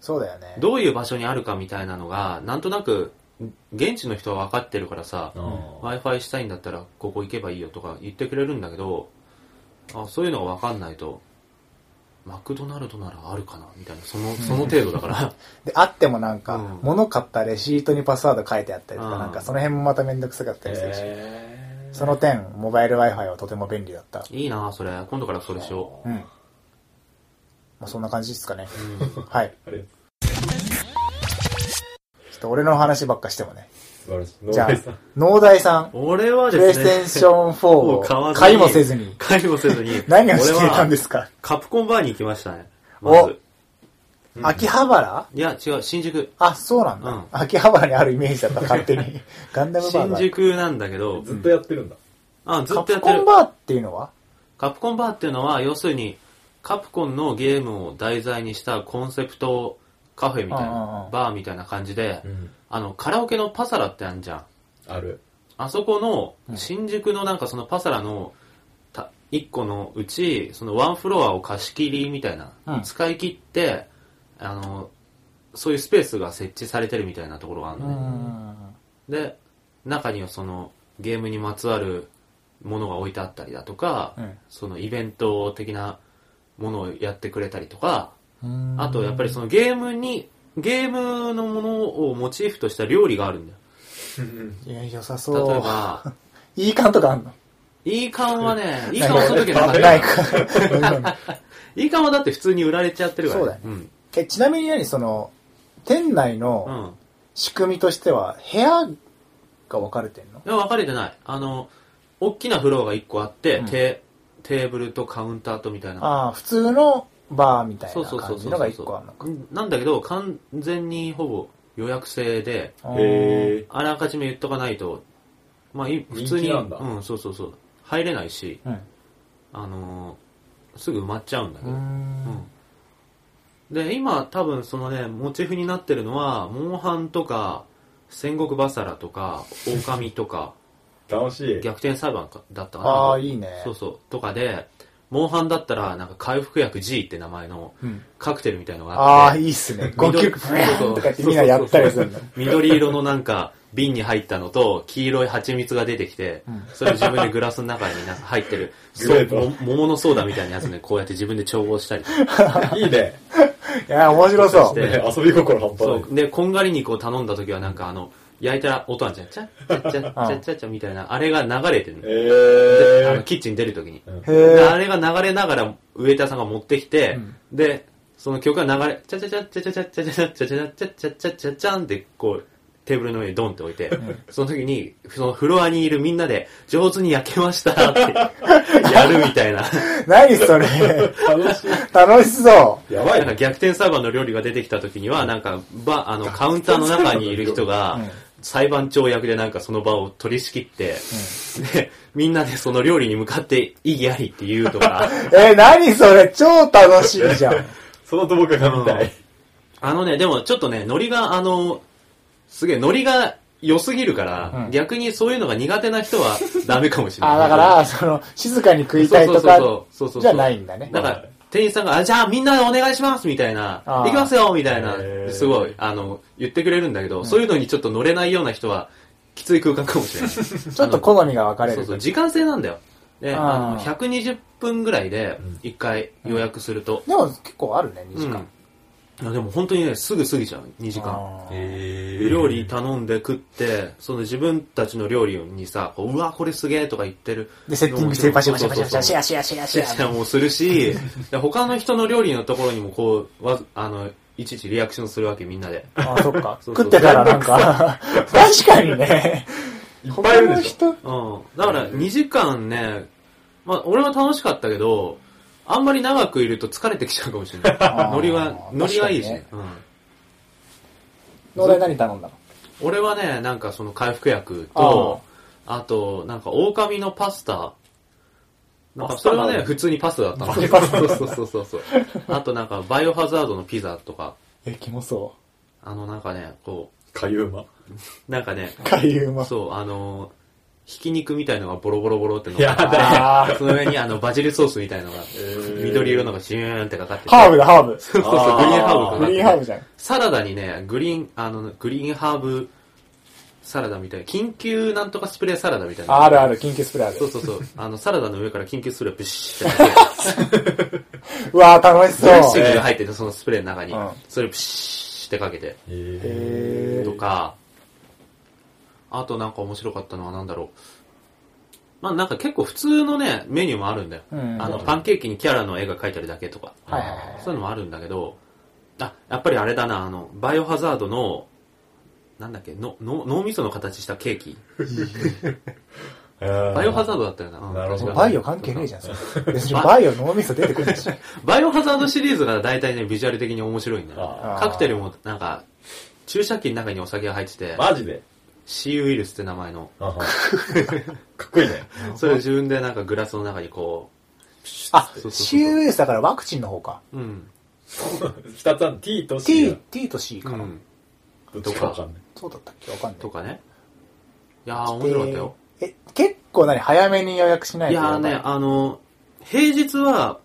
[SPEAKER 1] そうだよね。
[SPEAKER 2] どういう場所にあるかみたいなのがなんとなく現地の人は分かってるからさ w i f i したいんだったらここ行けばいいよとか言ってくれるんだけどあそういうのが分かんないとマクドナルドならあるかなみたいなそ のその程度だから
[SPEAKER 1] で、あってもなんか、
[SPEAKER 2] うん
[SPEAKER 1] 物買ったレシートにパスワード書いてあったりとか、
[SPEAKER 2] うん
[SPEAKER 1] なんかその辺もまためんどくさかったりするし、その点、モバイル Wi-Fi はとても便利だった。
[SPEAKER 2] いいなそれ今度からそれしよ
[SPEAKER 1] うん。まあ、そんな感じですかね。
[SPEAKER 2] う、うん
[SPEAKER 1] はい。
[SPEAKER 3] あれ
[SPEAKER 1] ちょっと俺の話ばっかしてもね。
[SPEAKER 3] 素晴らしい
[SPEAKER 1] じゃあ
[SPEAKER 3] 農家さん、
[SPEAKER 1] 農大さん、
[SPEAKER 2] 俺は
[SPEAKER 1] プレ
[SPEAKER 2] で
[SPEAKER 1] イス
[SPEAKER 2] す
[SPEAKER 1] テ
[SPEAKER 2] ね
[SPEAKER 1] ーション4
[SPEAKER 2] もう買
[SPEAKER 1] を
[SPEAKER 2] わずに
[SPEAKER 1] 買いもせずに、
[SPEAKER 2] 買いもせずに
[SPEAKER 1] 何をしていたん
[SPEAKER 2] 俺
[SPEAKER 1] で
[SPEAKER 2] は
[SPEAKER 1] すか
[SPEAKER 2] カプコンバーに行きましたねまず
[SPEAKER 3] うん
[SPEAKER 1] 秋葉原
[SPEAKER 2] いや違う新宿
[SPEAKER 1] あ、そうなんだ、
[SPEAKER 2] うん
[SPEAKER 1] 秋葉原にあるイメージだった、勝手 に。ガンダムバー
[SPEAKER 2] 新
[SPEAKER 1] が。
[SPEAKER 2] 宿なんだけど
[SPEAKER 3] ずっとやってるんだ
[SPEAKER 2] あず
[SPEAKER 1] カ
[SPEAKER 2] っとや
[SPEAKER 1] プ
[SPEAKER 2] って
[SPEAKER 1] コン
[SPEAKER 2] る
[SPEAKER 1] バーっていうのは
[SPEAKER 2] カプコンバーっていうのは、要するに、カプコンのゲームを題材にしたコンセプトカフェみたい
[SPEAKER 1] うんうんう
[SPEAKER 2] な、
[SPEAKER 1] ん
[SPEAKER 2] バーみたいな感じで
[SPEAKER 3] う、ん
[SPEAKER 2] あの、カラオケのパサラってあるじゃん。
[SPEAKER 3] ある
[SPEAKER 2] あそこの、新宿のなんかそのパサラの、た一個のうち、そのワンフロアを貸し切りみたいな、
[SPEAKER 1] うん
[SPEAKER 2] 使い切って、あの、そういうスペースが設置されてるみたいなところがある
[SPEAKER 1] う
[SPEAKER 2] の
[SPEAKER 1] んう
[SPEAKER 2] ね。
[SPEAKER 1] ん
[SPEAKER 2] で中にはそのゲームにまつわるものが置いてあったりだとか、
[SPEAKER 1] うん
[SPEAKER 2] そのイベント的なものをやってくれたりとか、
[SPEAKER 1] うん。
[SPEAKER 2] あとやっぱりそのゲームにゲームのものをモチーフとした料理があるんだよ
[SPEAKER 1] いや、良さ
[SPEAKER 2] 例
[SPEAKER 1] そう。
[SPEAKER 2] えば
[SPEAKER 1] いい感とかあんの
[SPEAKER 2] イーカン はねイーカンはその時はなかっ
[SPEAKER 1] ない
[SPEAKER 2] た
[SPEAKER 1] か。
[SPEAKER 2] イーカンはだって普通に売られちゃってるから、
[SPEAKER 1] そうだよえ、ちなみに何その、店内
[SPEAKER 2] うん、
[SPEAKER 1] の
[SPEAKER 2] うん、
[SPEAKER 1] 仕組みとしては、部屋が分かれてんの
[SPEAKER 2] いや分かれてないあの大きなフロアが1個あって、
[SPEAKER 1] うん
[SPEAKER 2] 低テーブルとカウンターとみたいな。
[SPEAKER 1] ああ、普通のバーみたい
[SPEAKER 2] そう
[SPEAKER 1] な
[SPEAKER 2] そうそ
[SPEAKER 1] 感
[SPEAKER 2] う
[SPEAKER 1] じ
[SPEAKER 2] そう
[SPEAKER 1] のが一個あるのか。
[SPEAKER 2] なんだけど、完全にほぼ予約制で、
[SPEAKER 1] あー
[SPEAKER 3] へえ
[SPEAKER 2] あらかじめ言っとかないと、まあ、い普通
[SPEAKER 3] 人
[SPEAKER 2] に、
[SPEAKER 3] 気なんだ
[SPEAKER 2] うん、そうそうそう、入れないし、
[SPEAKER 1] うん。
[SPEAKER 2] あのーすぐ埋まっちゃうんだけ
[SPEAKER 1] うー
[SPEAKER 2] ど。
[SPEAKER 1] ん。
[SPEAKER 2] うんで、今多分そのね、モチーフになってるのは、モンハンとか、戦国バサラとか、狼とか、
[SPEAKER 3] 楽しい
[SPEAKER 2] 逆転裁判かだったかな。
[SPEAKER 1] ああ、いいね。
[SPEAKER 2] そうそう、とかで、モンハンだったら、なんか回復薬 G って名前の
[SPEAKER 1] うん
[SPEAKER 2] カクテルみたいのが
[SPEAKER 1] あ
[SPEAKER 2] あっ
[SPEAKER 1] あ、
[SPEAKER 2] て、
[SPEAKER 1] いいっすね。ゴ
[SPEAKER 2] 緑
[SPEAKER 1] キュッブヤーンとかってみんなやったりするの。
[SPEAKER 2] 緑色のなんか瓶に入ったのと黄色い蜂蜜が出てきて、それを自分でグラスの中になんか入ってる、
[SPEAKER 3] グレート
[SPEAKER 2] そうも桃のソーダみたいなやつね、こうやって自分で調合したり。
[SPEAKER 3] いいね
[SPEAKER 1] いや、面白 そ
[SPEAKER 2] そし
[SPEAKER 1] う。
[SPEAKER 2] て
[SPEAKER 3] ね遊び心半端な
[SPEAKER 2] そ。
[SPEAKER 3] いう
[SPEAKER 2] で、こんがり肉を頼んだ時はなんかあの、焼いた音あんじゃん。チャッチャッチャッチャッチャッチャみたいな、あれが流れてるのであの
[SPEAKER 3] え
[SPEAKER 2] キッチン出る時に。
[SPEAKER 1] へ
[SPEAKER 2] であ
[SPEAKER 1] え。
[SPEAKER 2] れが流れながら、ウェイターさんが持ってきて、
[SPEAKER 1] うん
[SPEAKER 2] で、その曲が流れ、チャチャチャチャチャチャチャチャチャチャチャチャチャチャチャチャンって、こう、テーブルの上にドンって置いて、その時に、そのフロアにいるみんなで、上手に焼けましたって、やるみたいな。
[SPEAKER 1] 何それ。
[SPEAKER 3] ー、楽し
[SPEAKER 1] 楽しそ
[SPEAKER 3] いや
[SPEAKER 2] なん
[SPEAKER 3] ばい
[SPEAKER 2] か
[SPEAKER 3] ね
[SPEAKER 2] 逆転裁判の料理が出てきた時には、なんか、ば、あの、カウンターの中にいる人が
[SPEAKER 1] うん、
[SPEAKER 2] 裁判長役でなんかその場を取り仕切って、で、みんなでその料理に向かって、異議ありって言うと か、
[SPEAKER 1] う。え、何それ。超楽しいじゃん。
[SPEAKER 3] その動画が見たい
[SPEAKER 2] あのね、でもちょっとね、ノリが、あの、すげえ、ノリが良すぎるから、
[SPEAKER 1] うん
[SPEAKER 2] 逆にそういうのが苦手な人はダメかもしれない。
[SPEAKER 1] あ、だから、その、静かに食いたいとか
[SPEAKER 2] そうそうそうそうそうそう
[SPEAKER 1] じゃないんだね。
[SPEAKER 2] なんか、店員さんが、あ、じゃあみんなでお願いしますみたいな、
[SPEAKER 1] あー
[SPEAKER 2] 行きますよみたいな
[SPEAKER 3] へ、ー
[SPEAKER 2] すごい、あの、言ってくれるんだけど、そういうのにちょっと乗れないような人は、きつい空間か もしれない。
[SPEAKER 1] ちょっと好みが分かれ
[SPEAKER 2] そ
[SPEAKER 1] る
[SPEAKER 2] う。そう、時間制なんだよ。で、あ
[SPEAKER 1] あー
[SPEAKER 2] の、120分ぐらいで、一回予約すると。
[SPEAKER 1] でも結構あるね、2時
[SPEAKER 2] うん
[SPEAKER 1] 間。
[SPEAKER 2] いやでも本当にね、すぐ過ぎちゃう、2時間。
[SPEAKER 1] あー
[SPEAKER 3] え
[SPEAKER 2] 料理頼んで食って、その自分たちの料理にさ、こううわ、これすげえとか言ってる。
[SPEAKER 1] で、セッティングして、パシャパシャパシャパシャ、シ
[SPEAKER 2] ャ
[SPEAKER 1] ャシャシ ャシ
[SPEAKER 2] シ
[SPEAKER 1] ャ
[SPEAKER 2] ャ
[SPEAKER 1] シ
[SPEAKER 2] シ
[SPEAKER 1] ャ。
[SPEAKER 2] ャもする し、で他の人の料理のところにもこう、わあの、いちいちリアクションするわけみんなで。
[SPEAKER 1] あー、そっか。
[SPEAKER 2] そう
[SPEAKER 1] 食ってたらなんか、確かにね。
[SPEAKER 3] いっぱいいるでしょ
[SPEAKER 1] 他の人
[SPEAKER 2] うん。だから2時間ね、まあ俺は楽しかったけど、あんまり長くいると疲れてきちゃうかもしれ ない。
[SPEAKER 1] あー
[SPEAKER 2] ノリは、ノリはいいし、ね
[SPEAKER 1] 確
[SPEAKER 2] うん。
[SPEAKER 1] の俺何頼んだの
[SPEAKER 2] 俺はね、なんかその回復薬と、あと、なんか狼のパスタ。なんかそれはね、
[SPEAKER 3] パスタなの
[SPEAKER 2] 普通にパスタだったの。 そうそうそうそう。あとなんかバイオハザードのピザとか、
[SPEAKER 1] え、キモそ
[SPEAKER 2] あのなんかね、こ
[SPEAKER 3] かゆうま
[SPEAKER 2] う、なんかね
[SPEAKER 1] う。、かゆうま。
[SPEAKER 2] そう、あのー、ひき肉みたいのがボロボロボロっての
[SPEAKER 3] や
[SPEAKER 2] が
[SPEAKER 1] だ
[SPEAKER 2] その上にあのバジルソースみたいのが、
[SPEAKER 3] ー
[SPEAKER 2] 緑色のがシューンってかかってて
[SPEAKER 1] ハーブだ、ハーブ。
[SPEAKER 2] そうそうそう、
[SPEAKER 3] あー
[SPEAKER 2] グリーンハーブかかっ
[SPEAKER 1] グ
[SPEAKER 2] てて
[SPEAKER 1] リーンハーブじゃん。
[SPEAKER 2] サラダにね、グリーン、あの、グリーンハーブサラダみたいな、緊急なんとかスプレーサラダみたいな。
[SPEAKER 1] あるある、緊急スプレーあ
[SPEAKER 2] そう
[SPEAKER 1] る。
[SPEAKER 2] そうそう。あの、サラダの上から緊急スプレーをブシッってやって、
[SPEAKER 1] うわー、楽し
[SPEAKER 2] ドレッ
[SPEAKER 1] そ
[SPEAKER 2] シン
[SPEAKER 1] う。
[SPEAKER 2] グが入ってて、そのスプレーの中に
[SPEAKER 1] うん、
[SPEAKER 2] それをブシッってかけて、
[SPEAKER 3] え
[SPEAKER 1] え
[SPEAKER 2] とか、あとなんか面白かったのはなんだろう。まあなんか結構普通のね、メニューもあるんだよ。
[SPEAKER 1] うん
[SPEAKER 2] あの、パンケーキにキャラの絵が描いてあるだけとか。
[SPEAKER 1] はいはいはい
[SPEAKER 2] そういうのもあるんだけど、あ、やっぱりあれだな、あの、バイオハザードの、なんだっけ、のの脳みその形したケーキ。バイオハザードだったよな。うん
[SPEAKER 3] なるほど
[SPEAKER 2] 確か
[SPEAKER 1] バイオ関係ねえじゃん、それ。別にバイオ脳みそ出てくるし。
[SPEAKER 2] バイオハザードシリーズが大体ね、ビジュアル的に面白いんだよ
[SPEAKER 3] あ。
[SPEAKER 1] ー
[SPEAKER 2] カクテルもなんか、注射器の中にお酒が入ってて、
[SPEAKER 3] マジで
[SPEAKER 2] C ウイルスって名前の、
[SPEAKER 3] あはかっこいいね
[SPEAKER 2] それを自分でなんかグラスの中にこ
[SPEAKER 1] あ
[SPEAKER 2] そうそう、そう
[SPEAKER 1] CUS だからワクチンの方か。
[SPEAKER 2] う、うん、
[SPEAKER 3] 二つある T と C
[SPEAKER 1] T
[SPEAKER 3] が、
[SPEAKER 1] T と C
[SPEAKER 2] う
[SPEAKER 1] かな。
[SPEAKER 2] ん、
[SPEAKER 3] どっちかわかんない
[SPEAKER 1] そうだったっけわかんない。
[SPEAKER 2] とかね。いやー、面白かったよ。
[SPEAKER 1] えー。え、結構何早めに予約しない
[SPEAKER 2] い
[SPEAKER 1] と
[SPEAKER 2] やーね、あの、平日は、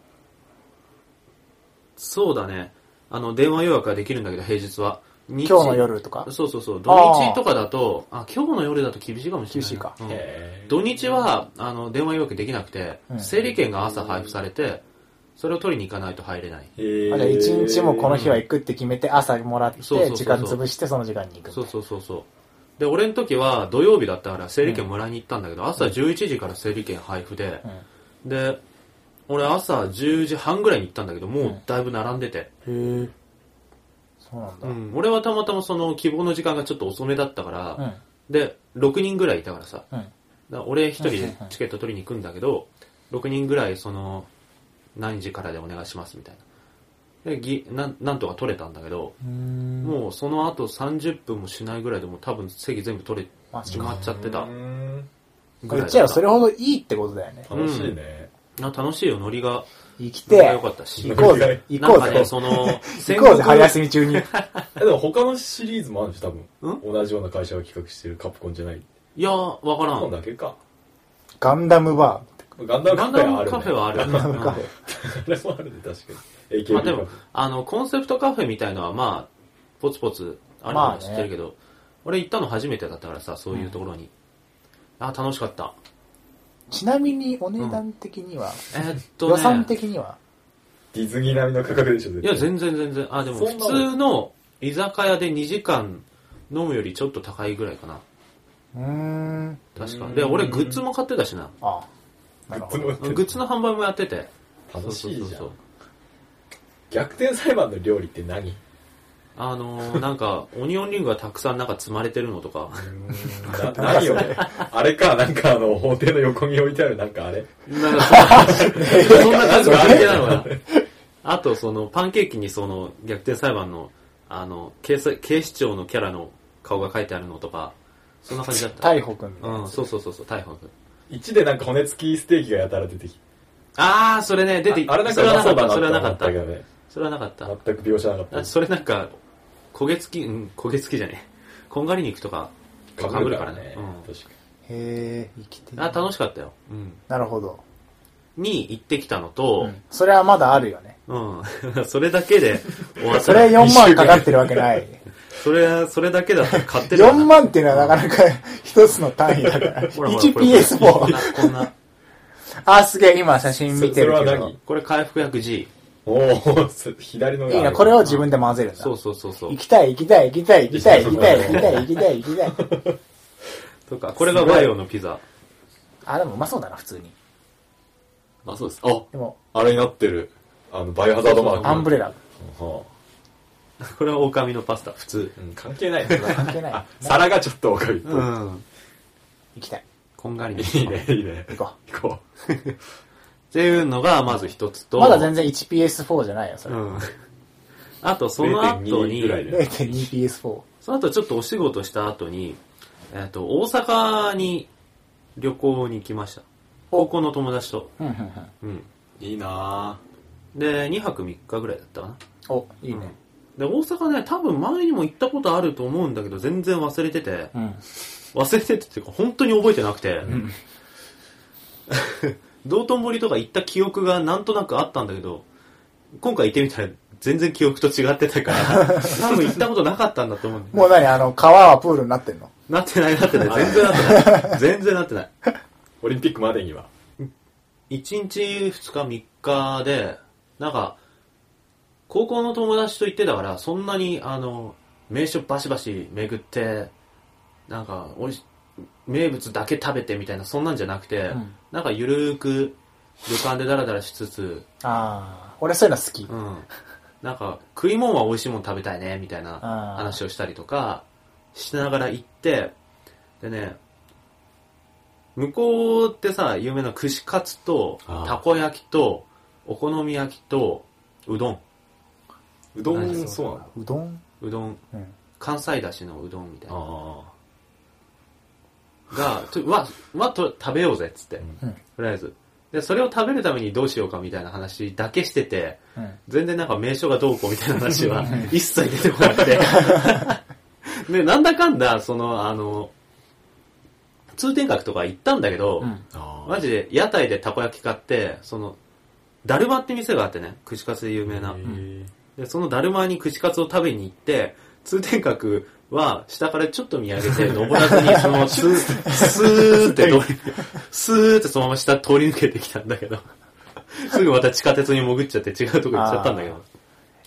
[SPEAKER 2] そうだね、あの、電話予約ができるんだけど、平日は。今
[SPEAKER 1] 今日の夜とか
[SPEAKER 2] そうそうそう、土日とかだと、あ今日の夜だと厳しいかもしれな
[SPEAKER 1] 厳
[SPEAKER 2] いな。
[SPEAKER 1] しいか
[SPEAKER 2] うん
[SPEAKER 3] へー
[SPEAKER 2] 土日はあの電話予約できなくて、
[SPEAKER 1] うん
[SPEAKER 2] 整理券が朝配布されてそれを取りに行かないと入れない
[SPEAKER 3] えー
[SPEAKER 1] あじゃあ一日もこの日は行くって決めて朝もらって
[SPEAKER 2] そうそうそうそう
[SPEAKER 1] 時間潰してその時間に行く
[SPEAKER 2] そうそうそうそうで俺の時は土曜日だったから整理券もらいに行ったんだけど、朝11時から整理券配布で、で俺朝10時半ぐらいに行ったんだけどもうだいぶ並んでて、
[SPEAKER 1] へえそうなんだ
[SPEAKER 2] うん俺はたまたまその希望の時間がちょっと遅めだったから、
[SPEAKER 1] うん
[SPEAKER 2] で6人ぐらいいたからさだ
[SPEAKER 1] う
[SPEAKER 2] か
[SPEAKER 1] ん
[SPEAKER 2] ら俺一人
[SPEAKER 1] はいはいはい
[SPEAKER 2] チケット取りに行くんだけど、 6人ぐらいその何時からでお願いしますみたいなでぎなんなんとか取れたんだけど、
[SPEAKER 1] も
[SPEAKER 2] もうその後30分もしないぐらいでもう多分席全部取れ
[SPEAKER 1] マジ
[SPEAKER 2] 決
[SPEAKER 1] か
[SPEAKER 2] まっちゃってた
[SPEAKER 3] うーん
[SPEAKER 1] う、
[SPEAKER 2] ぐ
[SPEAKER 1] こ
[SPEAKER 2] らいだ
[SPEAKER 1] っ
[SPEAKER 2] った
[SPEAKER 1] ちはそれほどいいってことだよね。
[SPEAKER 3] 楽しいね。
[SPEAKER 2] な楽しいよノリが
[SPEAKER 1] 生き
[SPEAKER 2] ノリが
[SPEAKER 1] て
[SPEAKER 2] 良、かったし
[SPEAKER 1] 行こうぜ、行
[SPEAKER 2] な
[SPEAKER 1] こ
[SPEAKER 2] ん
[SPEAKER 1] う
[SPEAKER 2] かね
[SPEAKER 1] ぜ、
[SPEAKER 2] その
[SPEAKER 1] 行こうぜ、春休み中 に。
[SPEAKER 3] えでも他のシリーズもあるんでしょ、多
[SPEAKER 2] ん
[SPEAKER 3] 分。同じような会社が企画してるカプコンじゃない。
[SPEAKER 2] いやわから
[SPEAKER 3] カプコン
[SPEAKER 2] ん
[SPEAKER 3] だけか。
[SPEAKER 1] ガンダムバ
[SPEAKER 3] ガンダ
[SPEAKER 2] ガ
[SPEAKER 3] ムカ
[SPEAKER 2] ン
[SPEAKER 3] フェは
[SPEAKER 2] ダ
[SPEAKER 3] あ
[SPEAKER 2] ム
[SPEAKER 3] る、ね。
[SPEAKER 2] カフェはある、
[SPEAKER 1] ー。ガンダムカフェ。
[SPEAKER 3] あれもあるね、確かに。AKB
[SPEAKER 2] まあでも
[SPEAKER 3] カフェ
[SPEAKER 2] あの、コンセプトカフェみたいのは、まあ、ポツポツあるの
[SPEAKER 1] ま
[SPEAKER 2] は
[SPEAKER 1] あね
[SPEAKER 2] 知ってるけど、俺行ったの初めてだったからさ、そういうところに。あ、楽しかった。
[SPEAKER 1] ちなみにお値段的には、
[SPEAKER 2] えーっとね。
[SPEAKER 1] 予算的には、
[SPEAKER 3] ディズニー並みの価格でしょ、絶
[SPEAKER 2] い
[SPEAKER 3] 対
[SPEAKER 2] や、全然全然。あ、でも
[SPEAKER 3] そ
[SPEAKER 2] 普
[SPEAKER 3] んなの
[SPEAKER 2] 通の居酒屋で2時間飲むよりちょっと高いぐらいかな。
[SPEAKER 1] うーん、
[SPEAKER 2] 確
[SPEAKER 3] う
[SPEAKER 2] か。
[SPEAKER 3] ん
[SPEAKER 2] で、俺グッズも買ってたしな。
[SPEAKER 1] ああ、なる
[SPEAKER 3] グッ
[SPEAKER 1] ほ
[SPEAKER 3] ズ
[SPEAKER 1] ど
[SPEAKER 3] も。売ってる
[SPEAKER 2] グッズの販売もやってて。
[SPEAKER 3] 楽しいじゃ
[SPEAKER 2] そうそ
[SPEAKER 3] ん
[SPEAKER 2] うそうそう
[SPEAKER 3] 逆転裁判の料理って 何
[SPEAKER 2] あのー、なんか、オニオンリングがたくさんなんか積まれてるのとか。
[SPEAKER 3] な何をあれか、なんかあの、法廷の横に置いてある、なんかあれ。
[SPEAKER 2] なんかそんな、そんな数があるけなのかな。あと、その、パンケーキにその、逆転裁判の、あの、警察警視庁のキャラの顔が書いてあるのとか、そんな感じだった。
[SPEAKER 1] 逮捕くんみたいな
[SPEAKER 2] う
[SPEAKER 1] や
[SPEAKER 2] ん、
[SPEAKER 1] つ。
[SPEAKER 2] そうそうそう、そう逮捕君。
[SPEAKER 3] 1でなんか骨付きステーキがやたら出てきて。
[SPEAKER 2] あー、それね、出て
[SPEAKER 3] ああれなん
[SPEAKER 2] そ
[SPEAKER 3] か
[SPEAKER 2] れはなか
[SPEAKER 3] う
[SPEAKER 2] っ
[SPEAKER 3] だ
[SPEAKER 2] た、それはなかっ
[SPEAKER 3] と
[SPEAKER 2] た
[SPEAKER 3] 思。けどね
[SPEAKER 2] それはなかった。
[SPEAKER 3] 全く描写なかった
[SPEAKER 2] あ。それなんか、焦げ付き、うん、焦げ付きじゃねえ。こんがり肉とか、かぶるからね。うん
[SPEAKER 3] 確か
[SPEAKER 1] へえ、生きてる
[SPEAKER 2] あ、楽しかったよ。うん。
[SPEAKER 1] なるほど。
[SPEAKER 2] に行ってきたのと、
[SPEAKER 1] それはまだあるよね。
[SPEAKER 2] うん。 それだけで終わった。
[SPEAKER 1] それ4万かかってるわけ ない。
[SPEAKER 2] それは、それだけだったら買ってるわ
[SPEAKER 1] 4万っていうのはなかなか 一つの単位だから。
[SPEAKER 2] ほらほらこれこん
[SPEAKER 1] 1PS4。
[SPEAKER 2] な、こんな。
[SPEAKER 1] あ、すげえ、今写真見てる
[SPEAKER 3] そ
[SPEAKER 1] け
[SPEAKER 3] それは
[SPEAKER 1] ど
[SPEAKER 3] 何。
[SPEAKER 2] これ回復薬 G。
[SPEAKER 3] に。おお、す左のがあ
[SPEAKER 1] い
[SPEAKER 3] る
[SPEAKER 1] いな、これを自分で混ぜるんだ。
[SPEAKER 2] そうそうそうそう
[SPEAKER 1] 行。きたい、行きたい、行きたい、行きたい、行きたい、行きたい、行きたい、行きたい。
[SPEAKER 2] とか、これがバイオのピザ。
[SPEAKER 1] あ、でもうまそうだな、普通に。
[SPEAKER 3] あ、そうです。あ、
[SPEAKER 1] でも、
[SPEAKER 3] あれになってる。あの、バイオハザードマーク。
[SPEAKER 1] アンブレラ。
[SPEAKER 3] は
[SPEAKER 2] これは狼のパスタ、普通。
[SPEAKER 3] あうん関係ない。
[SPEAKER 1] 関係ない
[SPEAKER 3] あ 皿がちょっとおかみっぽい。
[SPEAKER 2] ん。
[SPEAKER 1] 行きたい。
[SPEAKER 2] こんがりの。っ
[SPEAKER 3] いいね、いいね。
[SPEAKER 1] 行こ
[SPEAKER 3] 行こう。
[SPEAKER 2] ていうのが、まず一つ
[SPEAKER 1] う。
[SPEAKER 2] と。
[SPEAKER 1] まだ全然 1PS4 じゃないよ、それ
[SPEAKER 2] う。ん。あと、その後
[SPEAKER 3] 0.2
[SPEAKER 2] に
[SPEAKER 3] ぐ、らいで
[SPEAKER 1] 0.2PS4。
[SPEAKER 2] その後ちょっとお仕事した後に、えっ、と、大阪に旅行に行きました。
[SPEAKER 1] お
[SPEAKER 2] 高校の友達と。
[SPEAKER 1] うんうんうん。
[SPEAKER 2] うん。
[SPEAKER 3] いいな
[SPEAKER 2] で、2泊3日ぐらいだったかな。
[SPEAKER 1] お、いいね。
[SPEAKER 2] で、大阪ね、多分前にも行ったことあると思うんだけど、全然忘れてて、
[SPEAKER 1] うん。
[SPEAKER 2] 忘れててっていうか、本当に覚えてなくて、
[SPEAKER 1] ん
[SPEAKER 2] 道頓堀とか行った記憶がなんとなくあったんだけど、今回行ってみたら全然記憶と違ってた から、多分行ったことなかったんだと思うんだよ
[SPEAKER 1] もう何あの、川はプールになってんの
[SPEAKER 2] なってないなってない、全然なって ない。全然なってない。
[SPEAKER 3] オリンピックまでには。
[SPEAKER 2] 1日2日3日で、なんか、高校の友達と行ってたから、そんなに、あの、名所バシバシ巡って、なんか、おいし、名物だけ食べてみたいな、そんなんじゃなくて、
[SPEAKER 1] ん
[SPEAKER 2] なんかゆるーく旅館でダラダラしつつ、
[SPEAKER 1] ああ、俺そういうの好き
[SPEAKER 2] う。ん。なんか、食い物は美味しいもん食べたいね、みたいな
[SPEAKER 1] あー
[SPEAKER 2] 話をしたりとか、しながら行って、でね、向こうってさ、有名な串カツと
[SPEAKER 3] あ、ー
[SPEAKER 2] たこ焼きと、お好み焼きと、うどん。
[SPEAKER 3] うど
[SPEAKER 2] 何
[SPEAKER 3] ん、そうなの
[SPEAKER 1] うどん
[SPEAKER 2] うどん。
[SPEAKER 1] うん。
[SPEAKER 2] 関西だしのうどんみたいな。
[SPEAKER 3] あ
[SPEAKER 2] が、とわ、わ、と、食べようぜ、っつって。
[SPEAKER 1] うん
[SPEAKER 2] とりあえず。で、それを食べるためにどうしようかみたいな話だけしてて、
[SPEAKER 1] うん。
[SPEAKER 2] 全然なんか名所がどうこうみたいな話は一切出てこなくて。で、なんだかんだ、その、あの、通天閣とか行ったんだけど、
[SPEAKER 1] うん。
[SPEAKER 3] あ。
[SPEAKER 2] マジで屋台でたこ焼き買って、その、だるまって店があってね、串カツで有名な。
[SPEAKER 3] へ
[SPEAKER 2] で、そのだるまに串カツを食べに行って、通天閣は下からちょっと見上げて、登らずにそのままスー、スーって通り、スーってそのまま下通り抜けてきたんだけど、すぐまた地下鉄に潜っちゃって違うとこ行っちゃったんだけど。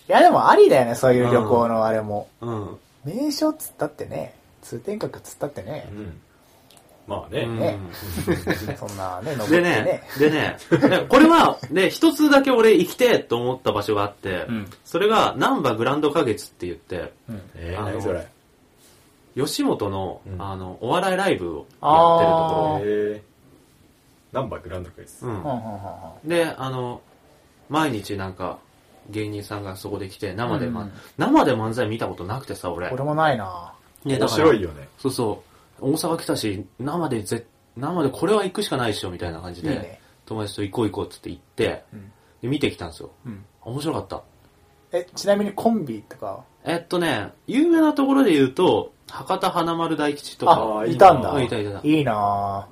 [SPEAKER 1] いやでもありだよね、そういう旅行のあれも。
[SPEAKER 2] うん。
[SPEAKER 1] 名所っつったってね、通天閣っつったって
[SPEAKER 3] え
[SPEAKER 1] ね
[SPEAKER 3] う、ん。まあね。
[SPEAKER 2] うん
[SPEAKER 1] ねそんなね、登って
[SPEAKER 2] で
[SPEAKER 1] ね
[SPEAKER 2] ね。、でね、 でこれは、ね、一つだけ俺行きてえと思った場所があって、
[SPEAKER 1] うん
[SPEAKER 2] それが、難波グランド花月って言って、
[SPEAKER 1] うん。
[SPEAKER 3] え
[SPEAKER 2] あ
[SPEAKER 3] ー、
[SPEAKER 2] の
[SPEAKER 3] 何それ。へ
[SPEAKER 2] 吉本の、
[SPEAKER 3] うん
[SPEAKER 2] あの、お笑いライブをやってると
[SPEAKER 1] あー
[SPEAKER 2] ころ
[SPEAKER 3] えナンバーグランドクエス、
[SPEAKER 2] うん
[SPEAKER 1] はんはんは
[SPEAKER 2] で、あの、毎日なんか、芸人さんがそこで来て、生で、ま
[SPEAKER 1] うん
[SPEAKER 2] 生で漫才見たことなくてさ、俺。
[SPEAKER 1] ん俺もないな
[SPEAKER 2] ね
[SPEAKER 3] 面
[SPEAKER 2] だから
[SPEAKER 3] 白いよね
[SPEAKER 2] そうそう。大阪来たし、生でぜ、生でこれは行くしかないっしょ、みたいな感じ
[SPEAKER 1] いい
[SPEAKER 2] で、
[SPEAKER 1] ね。
[SPEAKER 2] 友達と行こう行こうっつって行って、
[SPEAKER 1] うん
[SPEAKER 2] で、見てきたんですよ。
[SPEAKER 1] うん。
[SPEAKER 2] 面白かった。
[SPEAKER 1] え、ちなみにコンビとか、
[SPEAKER 2] えっとね、有名なところで言うと、博多華丸大吉とか、
[SPEAKER 1] あ、
[SPEAKER 3] いいない
[SPEAKER 1] たん
[SPEAKER 2] う
[SPEAKER 1] だ。
[SPEAKER 2] んいたいたいた
[SPEAKER 1] いいな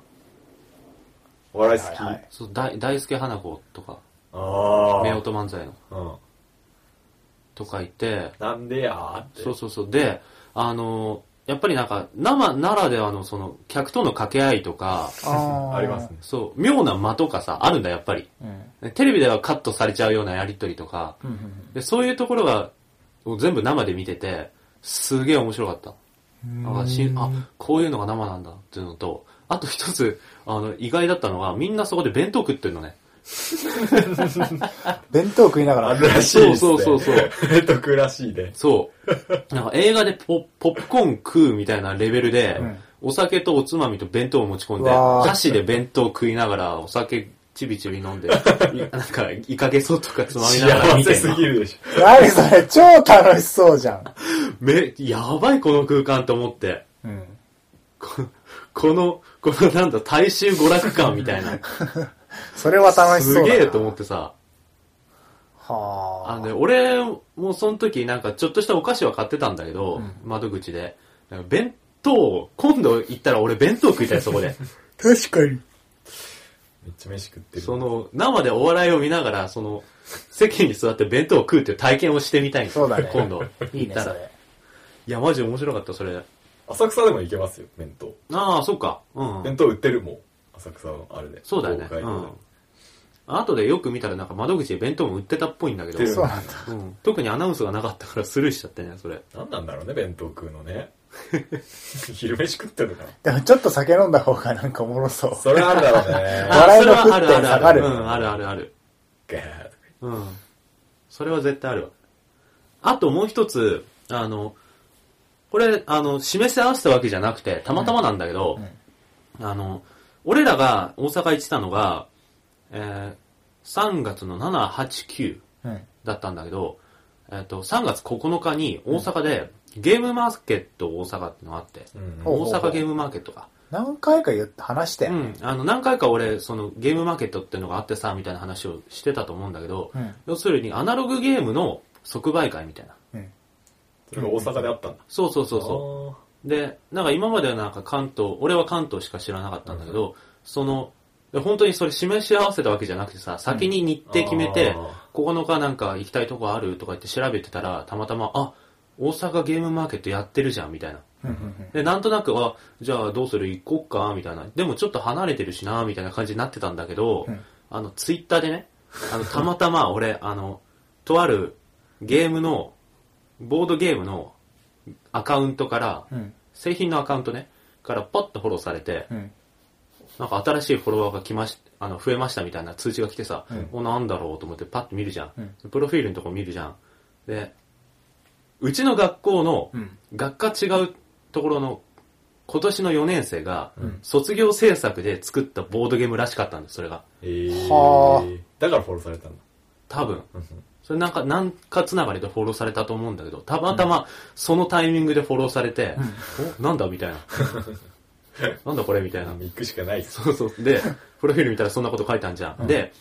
[SPEAKER 3] お笑い好き、
[SPEAKER 1] はいはい
[SPEAKER 2] そう大大輔花子とか、
[SPEAKER 3] あ
[SPEAKER 2] 夫婦漫才の
[SPEAKER 3] あ、うん、
[SPEAKER 2] とかいて、
[SPEAKER 3] なんでやーって
[SPEAKER 2] そうそうそう。で、あの、やっぱりなんか、生ならではのその、客との掛け合いとか、
[SPEAKER 1] あー
[SPEAKER 3] ありますね
[SPEAKER 2] そう、妙な間とかさ、あるんだ、やっぱり。
[SPEAKER 1] うん。
[SPEAKER 2] テレビではカットされちゃうようなやりとりとか、
[SPEAKER 1] うんうんうん
[SPEAKER 2] でそういうところが、を全部生で見てて、すげえ面白かった。あしあ、こういうのが生なんだっていうのと、あと一つ、あの、意外だったのが、みんなそこで弁当食ってるのね。
[SPEAKER 1] 弁当食いながら、
[SPEAKER 3] 珍しいっすね
[SPEAKER 2] そうそうそうそう
[SPEAKER 3] ヘトクらしいね
[SPEAKER 2] そう。なんか映画でポポップコーン食うみたいなレベルで、
[SPEAKER 1] うん
[SPEAKER 2] お酒とおつまみと弁当を持ち込んで、
[SPEAKER 1] うわー
[SPEAKER 2] 箸で弁当食いながらお酒ちびちび飲んで、いなんか、いかげそうとかつまみながら
[SPEAKER 3] 幸
[SPEAKER 2] 見て
[SPEAKER 3] せ
[SPEAKER 2] る
[SPEAKER 3] すぎるでし
[SPEAKER 1] 何それ、超楽しそうじゃん。
[SPEAKER 2] め、やばいこの空間と思って。
[SPEAKER 1] うん。
[SPEAKER 2] ここの、このなんだ、大衆娯楽感みたいな。
[SPEAKER 1] それは楽しそう
[SPEAKER 2] す
[SPEAKER 1] だな。
[SPEAKER 2] げえと思ってさ。
[SPEAKER 1] はあ。
[SPEAKER 2] あのね、俺もその時なんかちょっとしたお菓子は買ってたんだけど、
[SPEAKER 1] うん
[SPEAKER 2] 窓口で。なんか弁当、今度行ったら俺弁当食いたい、そ こで。
[SPEAKER 1] 確かに。
[SPEAKER 3] めっちゃ飯食ってる
[SPEAKER 2] その、生でお笑いを見ながら、その、席に座って弁当を食うっていう体験をしてみたいんです
[SPEAKER 1] そうだね
[SPEAKER 2] 今度。
[SPEAKER 1] いいね、
[SPEAKER 2] 行った
[SPEAKER 1] そ
[SPEAKER 2] ら。い
[SPEAKER 1] れ。
[SPEAKER 2] や、マジ面白かった、それ。
[SPEAKER 3] 浅草でも行けますよ弁当
[SPEAKER 2] ああ、そっか。うん。
[SPEAKER 3] 弁当売ってるもん浅草のあれで
[SPEAKER 2] そうだよね。
[SPEAKER 3] 豪快
[SPEAKER 2] う
[SPEAKER 3] で
[SPEAKER 2] ん。後でよく見たらなんか窓口で弁当も売ってたっぽいんだけど
[SPEAKER 3] 売って、る
[SPEAKER 1] そうなんだ。
[SPEAKER 2] うん、特にアナウンスがなかったからスルーしちゃってね、それ。
[SPEAKER 3] 何なんだろうね弁当食うのね 昼飯食ってるのかな
[SPEAKER 1] でもちょっと酒飲んだ方がなんかおもろそう。
[SPEAKER 3] それあるだろう
[SPEAKER 1] あ
[SPEAKER 3] ね
[SPEAKER 1] 笑いの
[SPEAKER 2] あそれはあるあ
[SPEAKER 1] 沸
[SPEAKER 2] る
[SPEAKER 1] 点下が
[SPEAKER 2] ある。
[SPEAKER 1] る
[SPEAKER 2] うん、あるあるある。
[SPEAKER 3] ガーッ
[SPEAKER 2] うん。それは絶対あるわ。あともう一つ、あの、これ、あの、示せ合わせたわけじゃなくて、たまたまなんだけど、あの、俺らが大阪行ってたのが、えー、3月の7、8、9
[SPEAKER 1] うん。
[SPEAKER 2] だったんだけど、えっ、と、3月9日に大阪で、ゲームマーケット大阪ってのがあって、
[SPEAKER 3] うん
[SPEAKER 1] お
[SPEAKER 2] 大阪ゲームマーケットか。
[SPEAKER 1] 何回か言って話した
[SPEAKER 2] う
[SPEAKER 1] よね。
[SPEAKER 2] ん、あの何回か俺そのゲームマーケットっていうのがあってさみたいな話をしてたと思うんだけど、
[SPEAKER 1] うん
[SPEAKER 2] 要するにアナログゲームの即売会みたいな
[SPEAKER 1] うん。
[SPEAKER 3] それが大阪であったんだ
[SPEAKER 2] そうそうそうそ
[SPEAKER 3] そう
[SPEAKER 2] でなんか今まではなんか関東俺は関東しか知らなかったんだけど、そので本当にそれ示し合わせたわけじゃなくてさ先に日程決めて、
[SPEAKER 3] うんあ
[SPEAKER 2] 9日なんか行きたいとこあるとか言って調べてたらたまたまあ大阪ゲームマーケットやってるじゃんみたいな
[SPEAKER 1] うんうん
[SPEAKER 2] で、なんとなく、あ、じゃあどうする行こっかみたいな。でもちょっと離れてるしなみたいな感じになってたんだけど、
[SPEAKER 1] うん
[SPEAKER 2] あの、ツイッターでね、あの、たまたま俺、あの、とあるゲームの、ボードゲームのアカウントから、
[SPEAKER 1] うん。
[SPEAKER 2] 製品のアカウントね、からパッとフォローされて、
[SPEAKER 1] うん。
[SPEAKER 2] なんか新しいフォロワーが来まし、あの、増えましたみたいな通知が来てさ、お、なんだろうと思ってパッと見るじゃん。プロフィールのとこ見るじゃん。で、うちの学校の
[SPEAKER 1] うん、
[SPEAKER 2] 学科違うところの、今年の4年生が
[SPEAKER 1] ん、
[SPEAKER 2] 卒業制作で作ったボードゲームらしかったんです、それが。
[SPEAKER 3] えー
[SPEAKER 1] はあ
[SPEAKER 3] だからフォローされたんだ
[SPEAKER 2] 多分。それなんか、なんかつながりでフォローされたと思うんだけど、たまたまそのタイミングでフォローされて、おなんだみた いな。なんだこれみたいな。
[SPEAKER 3] 行くしかないっす
[SPEAKER 2] そうそう。で、プロフィール見たらそんなこと書いたんじゃん。で、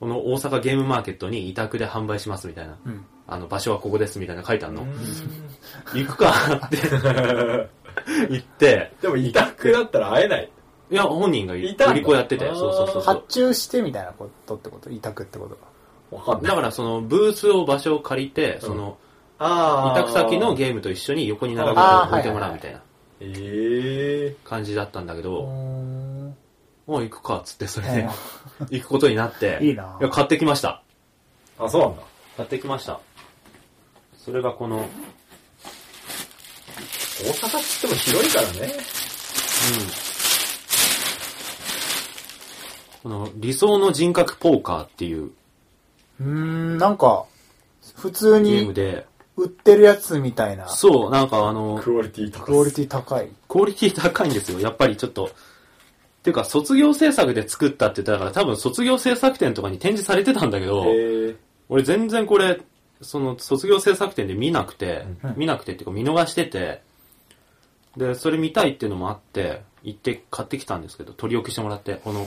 [SPEAKER 2] この大阪ゲームマーケットに委託で販売しますみたいな。
[SPEAKER 1] ん
[SPEAKER 2] あの、場所はここですみたいな書いてあんの。行くかって言って、
[SPEAKER 3] でも委託だったら会えない
[SPEAKER 2] いや、本人が売り
[SPEAKER 3] いたんだ
[SPEAKER 2] 子やってて、
[SPEAKER 3] あー
[SPEAKER 2] そうそうそうそ
[SPEAKER 1] 発
[SPEAKER 2] う。
[SPEAKER 1] 注してみたいなことってこと委託ってことか。
[SPEAKER 3] わかんない
[SPEAKER 2] だからそのブースを場所を借りて、その
[SPEAKER 3] あ
[SPEAKER 2] 委託先の
[SPEAKER 3] ゲ
[SPEAKER 2] ゲームと一緒に横に並べて
[SPEAKER 1] あー
[SPEAKER 2] 置いてもらうみたいな
[SPEAKER 3] ええ
[SPEAKER 2] 感じだったんだけ
[SPEAKER 1] うー
[SPEAKER 2] ど、
[SPEAKER 1] ん
[SPEAKER 2] もう行くかっつってそれで 行くことになって、
[SPEAKER 1] いいな
[SPEAKER 2] や、買ってきました。
[SPEAKER 3] あそうなんだ
[SPEAKER 2] 買ってきました。それがこの、
[SPEAKER 3] 大阪って言っても広いからね
[SPEAKER 2] この理想の人格ポーカーっていう
[SPEAKER 1] うーん、なんか、普通
[SPEAKER 2] ゲーム
[SPEAKER 1] に
[SPEAKER 2] で、
[SPEAKER 1] 売ってるやつみたいな、
[SPEAKER 2] そう、なんかあの、
[SPEAKER 3] クオリティ高
[SPEAKER 1] クオリテ
[SPEAKER 3] ィ
[SPEAKER 1] ィ高い。
[SPEAKER 2] クオリティ高いんですよ。やっぱりちょっと、ていうか、卒業制作で作ったって言ったから、多分卒業制作展とかに展示されてたんだけど、
[SPEAKER 3] え
[SPEAKER 2] 俺全然これ、その卒業制作展で見なくて、見なくてっていうか見逃してて、で、それ見たいっていうのもあって、行って買ってきたんですけど、取り置きしてもらって、こ の、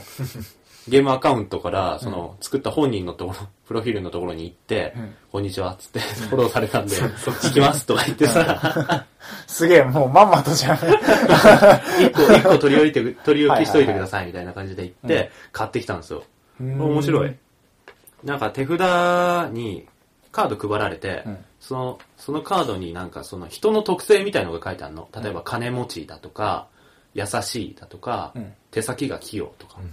[SPEAKER 2] ゲームアカウントから、その、作った本人のところ、 プロフィールのところに行って、
[SPEAKER 1] うん
[SPEAKER 2] こんにちは、っつって、フォローされたんで、行きますとか言ってさ、
[SPEAKER 1] すげえ、もうまんまとじゃん。
[SPEAKER 2] 一個、一個取り置いて、取り置きしといてください、みたいな感じで行って、買ってきたんですよ。面白い。。なんか手札にカード配られて、
[SPEAKER 1] うん
[SPEAKER 2] その、そのカードになんかその人の特性みたいのが書いてあるの。例えば金持ちだとか、優しいだとか、
[SPEAKER 1] うん
[SPEAKER 2] 手先が器用とか、
[SPEAKER 3] ん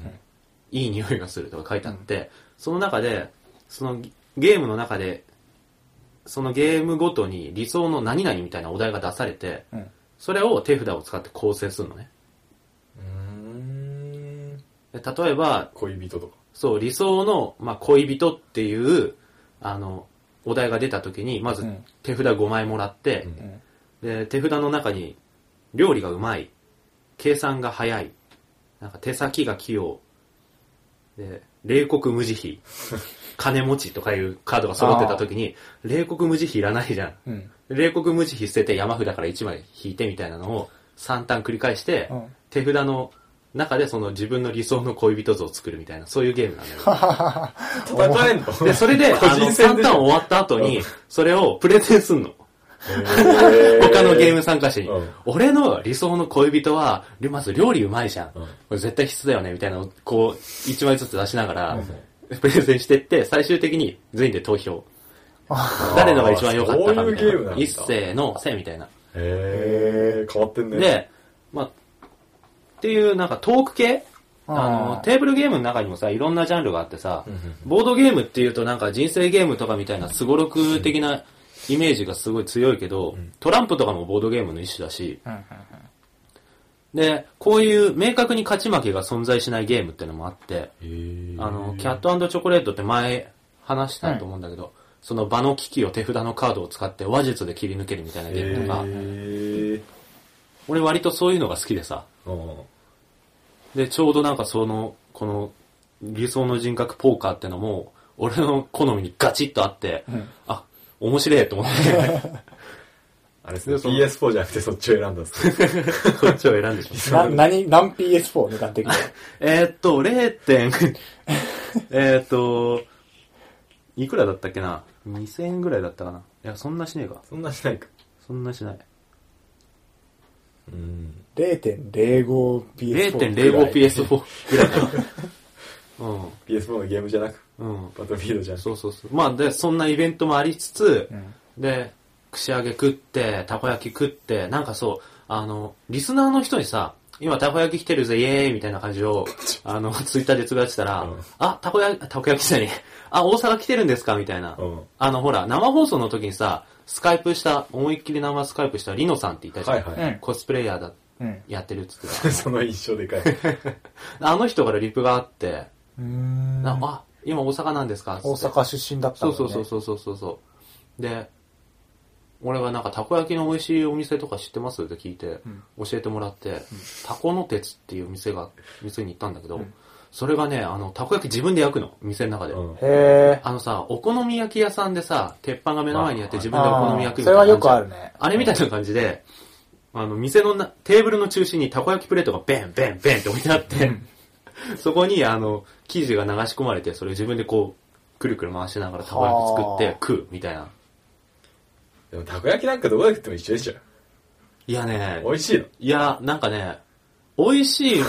[SPEAKER 2] いい匂いがするとか書いてあって、その中で、そのゲームの中で、そのゲームごとに理想の何々みたいなお題が出されて、
[SPEAKER 1] うん
[SPEAKER 2] それを手札を使って構成するのね。
[SPEAKER 3] ー、うーん
[SPEAKER 2] で例えば、
[SPEAKER 3] 恋人とか
[SPEAKER 2] そう、理想の、まあ、恋人っていう、あの、お題が出た時に、まず
[SPEAKER 1] うん
[SPEAKER 2] 手札5枚もらって、
[SPEAKER 1] うん
[SPEAKER 2] で、手札の中に、料理がうまい、計算が早い、なんか手先が器用、で、冷酷無慈悲、 金持ちとかいうカードが揃ってた時に、冷酷無慈悲いらないじゃん。
[SPEAKER 1] うん。
[SPEAKER 2] 冷酷無慈悲捨てて山札から1枚引いてみたいなのを3ターン繰り返して、
[SPEAKER 1] うん
[SPEAKER 2] 手札の中でその自分の理想の恋人像を作るみたいな、そういうゲームなんだよ。
[SPEAKER 3] 戦えんの
[SPEAKER 2] で、それで、あ
[SPEAKER 3] 個
[SPEAKER 2] の、
[SPEAKER 3] 人戦
[SPEAKER 2] 3
[SPEAKER 3] で
[SPEAKER 2] タ
[SPEAKER 3] し
[SPEAKER 2] ーン
[SPEAKER 3] ょ
[SPEAKER 2] 終わった後に、それをプレゼンすんの。
[SPEAKER 3] へ
[SPEAKER 2] 他のゲーム参加者に
[SPEAKER 3] うん。
[SPEAKER 2] 俺の理想の恋人は、まず料理うまいじゃん。
[SPEAKER 3] うん
[SPEAKER 2] これ絶対必須だよね、みたいなのを、こう、1枚ずつ出しながら、プレゼンしてって、最終的に全員で投票。誰のが一番良かったかみた
[SPEAKER 3] そういうゲー
[SPEAKER 2] い
[SPEAKER 3] ムな
[SPEAKER 2] な。
[SPEAKER 3] んだ
[SPEAKER 2] 一世のせみたいな。
[SPEAKER 3] へえ変わってんね
[SPEAKER 2] で、まあ、っていう、なんかトーク系あの、テーブルゲームの中にもさ、いろんなジャンルがあってさ、ボードゲームっていうとなんか人生ゲームとかみたいなすごろく的なイメージがすごい強いけど、トランプとかもボードゲームの一種だし、
[SPEAKER 1] うんうん
[SPEAKER 2] で、こういう明確に勝ち負けが存在しないゲームってのもあって、
[SPEAKER 3] へー
[SPEAKER 2] あの、キャットチョコレートって前話したと思うんだけど、その場の危機を手札のカードを使って話術で切り抜けるみたいなゲームとか
[SPEAKER 3] へ、ー
[SPEAKER 2] 俺割とそういうのが好きでさ、
[SPEAKER 3] うん
[SPEAKER 2] で、ちょうどなんかその、この、理想の人格ポーカーってのも、俺の好みにガチッとあって、
[SPEAKER 1] ん
[SPEAKER 2] あ、面白いと思って、
[SPEAKER 3] あれですね
[SPEAKER 2] でその
[SPEAKER 3] PS4 じゃなくてそっちを選んだっすね
[SPEAKER 2] こっちを選んでしまっ
[SPEAKER 1] な、何、何 PS4 値段 的に。
[SPEAKER 2] た。えーっと、0点、 えーっと、いくらだったっけな ?2000 円ぐらいだったかないや、そんなしねえか。
[SPEAKER 3] そんなしないか
[SPEAKER 2] そんなしない。
[SPEAKER 3] うん
[SPEAKER 1] 0.05PS4。
[SPEAKER 2] 0.05PS4 ぐらいかな。
[SPEAKER 3] PS4 のゲームじゃなく
[SPEAKER 2] うん。うん。
[SPEAKER 3] バトルフィールドじゃなく
[SPEAKER 2] そうそうそう。まあ、で、そんなイベントもありつつ、
[SPEAKER 1] ん
[SPEAKER 2] で、串揚げ食って、たこ焼き食って、なんかそう、あの、リスナーの人にさ、今たこ焼き来てるぜ、イエーイみたいな感じ を、あの、ツイッターでつぶやいてたら、
[SPEAKER 3] うん
[SPEAKER 2] あ、たこ焼き、たこ焼きじゃねえあ、大阪来てるんですかみたいな。
[SPEAKER 3] うん
[SPEAKER 2] あの、ほら、生放送の時にさ、スカイプした、思いっきり生スカイプしたリノさんっていたじゃん。
[SPEAKER 3] はいはい
[SPEAKER 1] うん
[SPEAKER 2] コスプレイヤーだ、
[SPEAKER 1] うん。
[SPEAKER 2] やってるっつってた。
[SPEAKER 3] その印象で かい
[SPEAKER 2] あの人からリプがあって、
[SPEAKER 1] うーん
[SPEAKER 2] なあ、今大阪なんですか
[SPEAKER 1] 大阪出身だった
[SPEAKER 2] そ
[SPEAKER 1] ん
[SPEAKER 2] う
[SPEAKER 1] だ
[SPEAKER 2] そ
[SPEAKER 1] よ
[SPEAKER 2] う
[SPEAKER 1] ね。
[SPEAKER 2] そうそうそうそうそう。で、俺がなんかたこ焼きの美味しいお店とか知ってますって聞いて、教えてもらって、たこの鉄っていう店が、店に行ったんだけど、それがね、あの、たこ焼き自分で焼くの、店の中で。
[SPEAKER 3] うん
[SPEAKER 1] へ
[SPEAKER 2] あのさ、お好み焼き屋さんでさ、鉄板が目の前にあって自分でお好み
[SPEAKER 1] あー
[SPEAKER 2] 焼くみたいな感じ
[SPEAKER 1] それはよくあるね
[SPEAKER 2] あれみたいな感じで、あの、店のなテーブルの中心にたこ焼きプレートがベン、ベン、ベンって置いてあって、そこにあの、生地が流し込まれて、それを自分でこう、くるくる回しながらたこ焼き作って
[SPEAKER 1] はあ
[SPEAKER 2] 食うみたいな。
[SPEAKER 3] でもたこ焼きなんかどこで食っても一緒でしょ
[SPEAKER 2] いやね、
[SPEAKER 3] 美味しいの
[SPEAKER 2] いや、なんかね、美味しい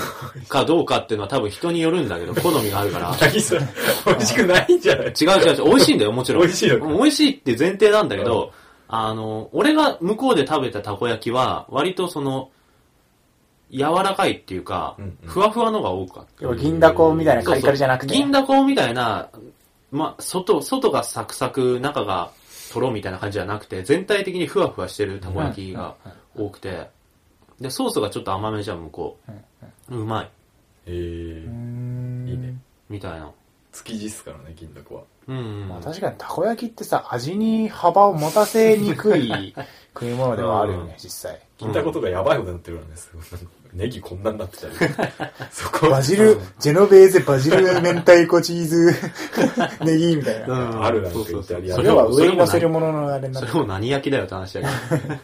[SPEAKER 2] かどうかっていうのは多分人によるんだけど、好みがあるから。
[SPEAKER 3] 何それ美味しくないんじゃない
[SPEAKER 2] 違う違う違う、美味しいんだよ、もちろん。
[SPEAKER 3] 美味しいのか
[SPEAKER 2] 美味しいって前提なんだけど、あの、俺が向こうで食べたたこ焼きは、割とその、柔らかいっていうか、
[SPEAKER 3] んうん
[SPEAKER 2] ふわふわのが多かった。
[SPEAKER 1] ー。要は銀だこみたいなカリカリじゃなくて。
[SPEAKER 2] 銀だこみたいな、ま、外、外がサクサク、中がとろみたいな感じじゃなくて、全体的にふわふわしてるたこ焼きが多くて、で、ソースがちょっと甘めじゃん、向こう。うまい。
[SPEAKER 3] えー
[SPEAKER 1] うーん
[SPEAKER 3] いいね
[SPEAKER 2] みたいな。
[SPEAKER 3] 築地っすからね銀だこは
[SPEAKER 2] うんうん。
[SPEAKER 1] まあ確かにたこ焼きってさ、味に幅を持た せにくい食い物ではあるよ
[SPEAKER 2] うん
[SPEAKER 1] ね、実際。
[SPEAKER 3] 銀だことがやばいことになってるからねすごいネギこんなになってたり そこ
[SPEAKER 1] バジル、ジェノベーゼバジル明太子チー ズネギみたいな。
[SPEAKER 2] ん
[SPEAKER 3] あるなんか
[SPEAKER 2] そうそうそう
[SPEAKER 3] イタリア
[SPEAKER 2] そ
[SPEAKER 3] の
[SPEAKER 2] れ
[SPEAKER 1] 要は
[SPEAKER 2] もそ
[SPEAKER 1] 上
[SPEAKER 2] れ
[SPEAKER 1] に
[SPEAKER 2] も
[SPEAKER 1] 乗せる
[SPEAKER 2] 何
[SPEAKER 1] もののあれにな
[SPEAKER 2] そ
[SPEAKER 1] って
[SPEAKER 2] れ
[SPEAKER 1] る。
[SPEAKER 2] も何焼きだよって話だけど。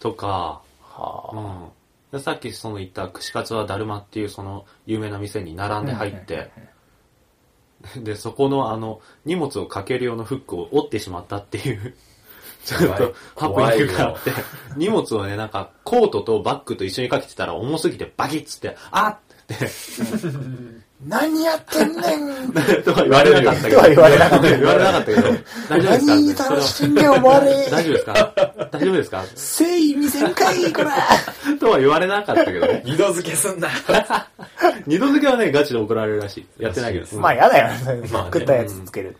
[SPEAKER 2] とか、
[SPEAKER 1] はあ
[SPEAKER 2] うんで。さっきその言った串カツはだるまっていうその有名な店に並んで入って、で、そこのあの、荷物をかける用のフックを折ってしまったっていう、ちょっとハプ
[SPEAKER 3] 怖い
[SPEAKER 2] ニ
[SPEAKER 3] よ
[SPEAKER 2] ングがあって、荷物をね、なんかコートとバッグと一緒にかけてたら重すぎてバキッつって、 あっって、
[SPEAKER 1] 何やってんね ん
[SPEAKER 2] とは言われなかったけど。
[SPEAKER 1] とは言われなかったけど
[SPEAKER 2] 言われなかったけど。大丈夫ですか
[SPEAKER 1] 何楽しんでおまれ
[SPEAKER 2] 大丈夫ですか大丈夫ですか
[SPEAKER 1] 誠意見せんかい こら
[SPEAKER 2] とは言われなかったけど ね。
[SPEAKER 3] 二度付けすんな
[SPEAKER 2] 二度付けはね、ガチで怒られるらしい。やってないけど。
[SPEAKER 1] まあ
[SPEAKER 2] うん
[SPEAKER 1] やだよね、
[SPEAKER 3] まあね
[SPEAKER 1] 食ったやつつける。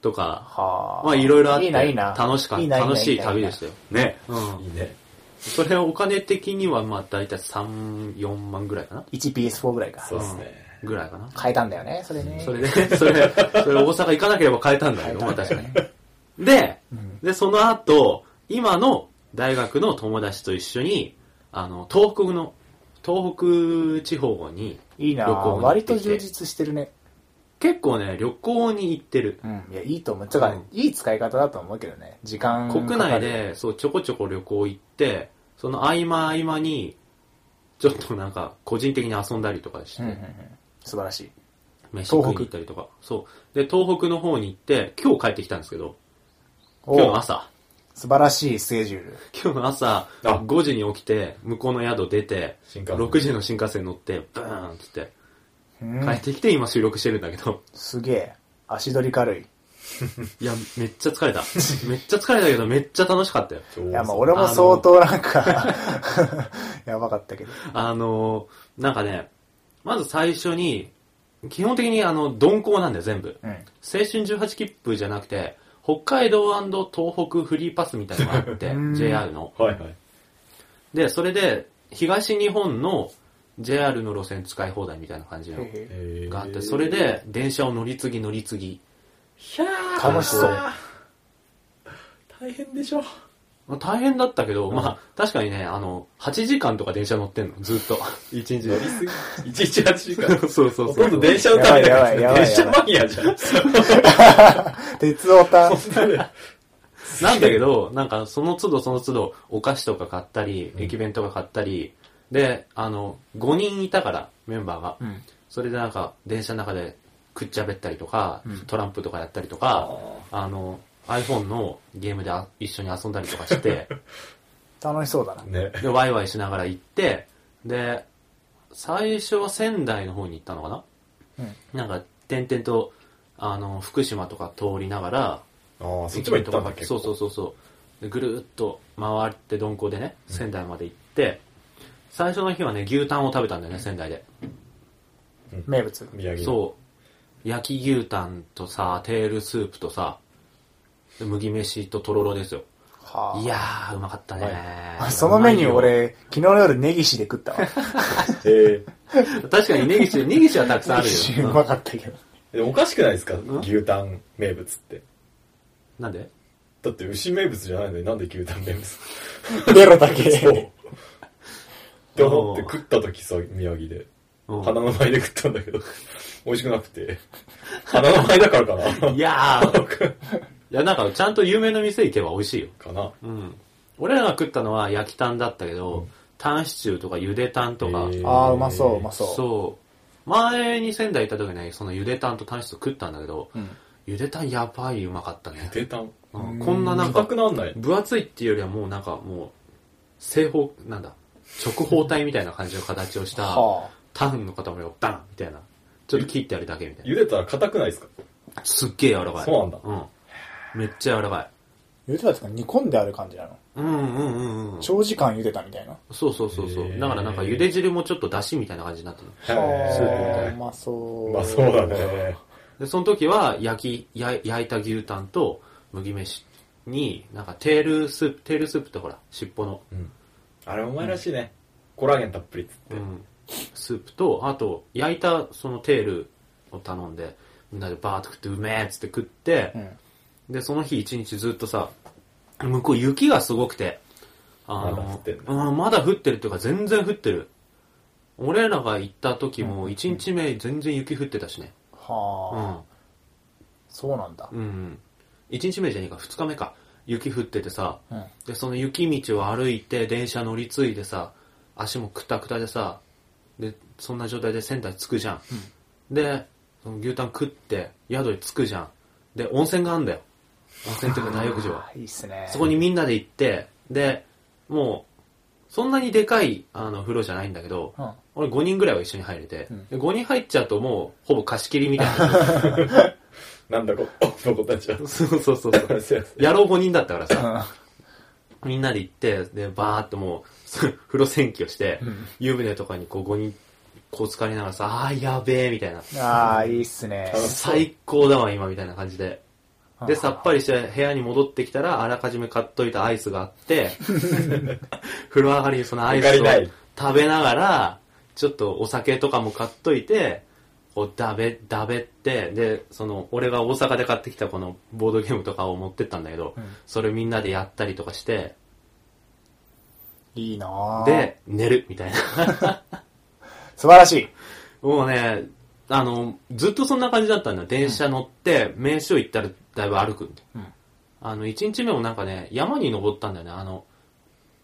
[SPEAKER 2] とか、
[SPEAKER 1] はあ。
[SPEAKER 2] まあいろいろあって、
[SPEAKER 1] いいな、いいな。
[SPEAKER 2] 楽しか
[SPEAKER 1] い
[SPEAKER 2] っ
[SPEAKER 1] いな
[SPEAKER 2] た。
[SPEAKER 1] いいな
[SPEAKER 2] 楽しい旅でしたよ。
[SPEAKER 3] ね
[SPEAKER 2] うん
[SPEAKER 3] いいね
[SPEAKER 2] それはお金的には、まあ大体3、4万ぐらいかな
[SPEAKER 1] 1PS4 ぐらいか。
[SPEAKER 3] そうですね
[SPEAKER 2] ぐらいかな。
[SPEAKER 1] 変えたんだよね、それね。
[SPEAKER 2] それで、それ、それ大阪行かなければ変えたんだけど、まあ確かに。 で、で、その後、今の大学の友達と一緒に、あの、東北の、東北地方に、
[SPEAKER 1] いいな
[SPEAKER 2] 旅行に行って
[SPEAKER 1] 割
[SPEAKER 2] きて
[SPEAKER 1] と充実してるね。
[SPEAKER 2] 結構ね、旅行に行ってる。
[SPEAKER 1] うん。いや、いいと思う。だから、
[SPEAKER 2] うん
[SPEAKER 1] いい使い方だと思うけどね。時間かかる
[SPEAKER 2] 国内。で、そう、ちょこちょこ旅行行って、その合間合間に、ちょっとなんか、個人的に遊んだりとかして、
[SPEAKER 1] うんうんうん。素晴らしい。
[SPEAKER 2] 飯食いに行ったりとか。そう。で、東北の方に行って、今日帰ってきたんですけど、
[SPEAKER 1] お
[SPEAKER 2] 今日の
[SPEAKER 1] う
[SPEAKER 2] 朝。
[SPEAKER 1] 素晴らしいスケジュール。
[SPEAKER 2] 今日の朝、
[SPEAKER 3] あ
[SPEAKER 2] 5時に起きて、向こうの宿出て、
[SPEAKER 3] 新幹線
[SPEAKER 2] 6時の新幹線乗って、ブーンっつって、
[SPEAKER 1] うん
[SPEAKER 2] 帰ってきて今収録してるんだけど、
[SPEAKER 1] すげえ。足取り軽い。
[SPEAKER 2] いや、めっちゃ 疲れた。めっちゃ疲れたけど、めっちゃ楽しかったよ。
[SPEAKER 3] 上手
[SPEAKER 1] いや、まあ俺も相当なんか、やばかったけど。
[SPEAKER 2] あのーなんかね、まず最初に、基本的にあの、鈍行なんだよ、全部。
[SPEAKER 1] うん。
[SPEAKER 2] 青春18切符じゃなくて、北海道東北フリーパスみたいなのがあ って
[SPEAKER 1] う、ん
[SPEAKER 2] JR の。
[SPEAKER 3] はいはい
[SPEAKER 2] で、それで、東日本の JR の路線使い放題みたいな感じの。
[SPEAKER 1] へえ
[SPEAKER 3] えー
[SPEAKER 2] があって、それで電車を乗り継ぎ乗り継ぎ。
[SPEAKER 1] 楽しそう。
[SPEAKER 3] 大変でしょ
[SPEAKER 2] まあ大変だったけど、まあ確かにね、あの、8時間とか電車乗ってんの、ずっ と。1日
[SPEAKER 3] 乗りすぎ一日8時間
[SPEAKER 2] そうそうそう。
[SPEAKER 3] ほとんど電車の旅だか
[SPEAKER 1] や
[SPEAKER 3] ら
[SPEAKER 1] ばいやばいやばい
[SPEAKER 3] 電車マニアじゃん
[SPEAKER 1] 鉄オタ。
[SPEAKER 2] なんだけど、なんかその都度その都度お菓子とか買ったり、
[SPEAKER 3] ん
[SPEAKER 2] 駅弁とか買ったり、で、あの、5人いたから、メンバーが。
[SPEAKER 1] うん。
[SPEAKER 2] それでなんか電車の中でくっちゃべったりとか、
[SPEAKER 1] うん
[SPEAKER 2] トランプとかやったりとか、あの、iPhone のゲームであ一緒に遊んだりとか して、
[SPEAKER 1] 楽しそうだな。
[SPEAKER 3] ね
[SPEAKER 2] で、ワイワイしながら行って、で、最初は仙台の方に行ったのかな
[SPEAKER 1] うん。
[SPEAKER 2] なんか、点々と、あの、福島とか通りながら、
[SPEAKER 3] ああそっちも行ったんだっけ
[SPEAKER 2] そうそうそうそう。でぐるーっと回って鈍行でね、仙台まで行って、最初の日はね、牛タンを食べたんだよね、仙台で。
[SPEAKER 1] 名物。
[SPEAKER 3] 宮城
[SPEAKER 2] そう。焼き牛タンとさ、テールスープとさ、で麦飯ととろろですよ。
[SPEAKER 1] はあ。
[SPEAKER 2] いやー、うまかったね
[SPEAKER 1] あ。そのメニュー俺、昨日の夜ネギシで食ったわ。
[SPEAKER 3] え
[SPEAKER 2] 確かにネギシ、ネギシはたくさんあ
[SPEAKER 1] ネ
[SPEAKER 2] る
[SPEAKER 1] ギ
[SPEAKER 2] よ。
[SPEAKER 1] シうまかったけど。
[SPEAKER 3] ーでもおかしくないですか牛タン名物って
[SPEAKER 2] なんで
[SPEAKER 3] だって牛名物じゃないのになんで牛タン名物
[SPEAKER 1] ベロだけ。
[SPEAKER 3] そうって思って食った時さ宮城で
[SPEAKER 2] うん
[SPEAKER 3] 鼻の前で食ったんだけど美味しくなくて鼻の前だからかない
[SPEAKER 2] やー。いや、なんか、ちゃんと有名な店行けば美味しいよ。
[SPEAKER 3] かな
[SPEAKER 2] うん。俺らが食ったのは焼きタンだったけど、タンシチューとかゆでタンとか、
[SPEAKER 3] へー
[SPEAKER 1] ああ、うまそう、うまそう。
[SPEAKER 2] そう。前に仙台行った時ね、そのゆでタンとタンシチュー食ったんだけど、
[SPEAKER 1] うん
[SPEAKER 2] ゆでタンやばいうまかったね。
[SPEAKER 3] 出たん
[SPEAKER 2] うんこんななん
[SPEAKER 3] 硬
[SPEAKER 2] か、
[SPEAKER 3] くなんない
[SPEAKER 2] 分厚いっていうよりはもうなんかもう、正方、なんだ、直方体みたいな感じの形をした、
[SPEAKER 1] は
[SPEAKER 2] タンの塊をダンみたいな。ちょっと切ってあるだけみたい
[SPEAKER 3] 茹でたら硬くないですか
[SPEAKER 2] な。すっげえ柔らかい。
[SPEAKER 3] そうなんだ
[SPEAKER 2] うん。めっちゃ柔らかい。
[SPEAKER 1] あ。茹でたんですか煮込んである感じなの
[SPEAKER 2] うんうんうんうん。
[SPEAKER 1] 長時間茹でたみたいな。
[SPEAKER 2] そうそうそうそう。
[SPEAKER 3] へー
[SPEAKER 2] だからなんか茹で汁もちょっと出汁みたいな感じになってる。
[SPEAKER 3] へ
[SPEAKER 1] はあ、う
[SPEAKER 3] ー
[SPEAKER 1] まそう。
[SPEAKER 3] まあそうだね
[SPEAKER 2] で、その時は焼き、や焼いた牛タンと麦飯に、なんかテールスープ、テールスープってほら、尻尾の、
[SPEAKER 3] あれお前らしいねコラーゲンたっぷりっつって
[SPEAKER 2] うん、スープと、あと焼いたそのテールを頼んで、みんなでバーッと食ってうめえっつって食って
[SPEAKER 1] う、ん。
[SPEAKER 2] で、その日一日ずっとさ、向こう雪がすごくて、ああ
[SPEAKER 3] まだ降ってん
[SPEAKER 2] の、うん、まだ降ってるっていうか全然降ってる。俺らが行った時も1日目全然雪降ってたしね。う
[SPEAKER 1] はあ、
[SPEAKER 2] ん。
[SPEAKER 1] そうなんだ。
[SPEAKER 2] うんうん。1日目じゃねえか、2日目か。雪降っててさ、
[SPEAKER 1] うん
[SPEAKER 2] で、その雪道を歩いて、電車乗り継いでさ、足もくたくたでさ、で、そんな状態で仙台着くじゃん。で、その牛タン食って、宿に着くじゃん。で、温泉があんだよ。温泉っていうか大浴場。
[SPEAKER 1] あーいいっすね。
[SPEAKER 2] そこにみんなで行って、で、もう、そんなにでかい、あの、風呂じゃないんだけど、
[SPEAKER 1] うん。
[SPEAKER 2] 俺5人ぐらいは一緒に入れて、
[SPEAKER 1] うん
[SPEAKER 2] で5人入っちゃうともう、ほぼ貸し切りみたい
[SPEAKER 3] なんだこ、の子たちは。
[SPEAKER 2] な。 そうそうそうそう。
[SPEAKER 3] すいません
[SPEAKER 2] やろう5人だったからさ、
[SPEAKER 1] うん
[SPEAKER 2] みんなで行って、で、バーってもう、 風呂占拠して、湯船とかにこう5人、こう浸かりながらさ、あーやべえ、みたいな。
[SPEAKER 1] ああ、いいっすね。
[SPEAKER 2] 最高だわ、今、みたいな感じで。
[SPEAKER 1] う
[SPEAKER 2] で、
[SPEAKER 1] ん
[SPEAKER 2] さっぱりして部屋に戻ってきたら、あらかじめ買っといたアイスがあっ て、風呂上がりにそのアイス
[SPEAKER 3] おかえり
[SPEAKER 2] を
[SPEAKER 3] ない
[SPEAKER 2] 食べながら、ちょっとお酒とかも買っといて、こう、だべ、だべって、で、その、俺が大阪で買ってきたこのボードゲームとかを持ってったんだけど、
[SPEAKER 1] うん
[SPEAKER 2] それみんなでやったりとかして、
[SPEAKER 1] いいなあ、
[SPEAKER 2] で、寝る、みたいな。
[SPEAKER 1] 素晴らしい。
[SPEAKER 2] もうね、あの、ずっとそんな感じだったんだ。電車乗って、名所行ったらだいぶ歩くんだよ。
[SPEAKER 1] うん
[SPEAKER 2] あの、一日目もなんかね、山に登ったんだよね。あの、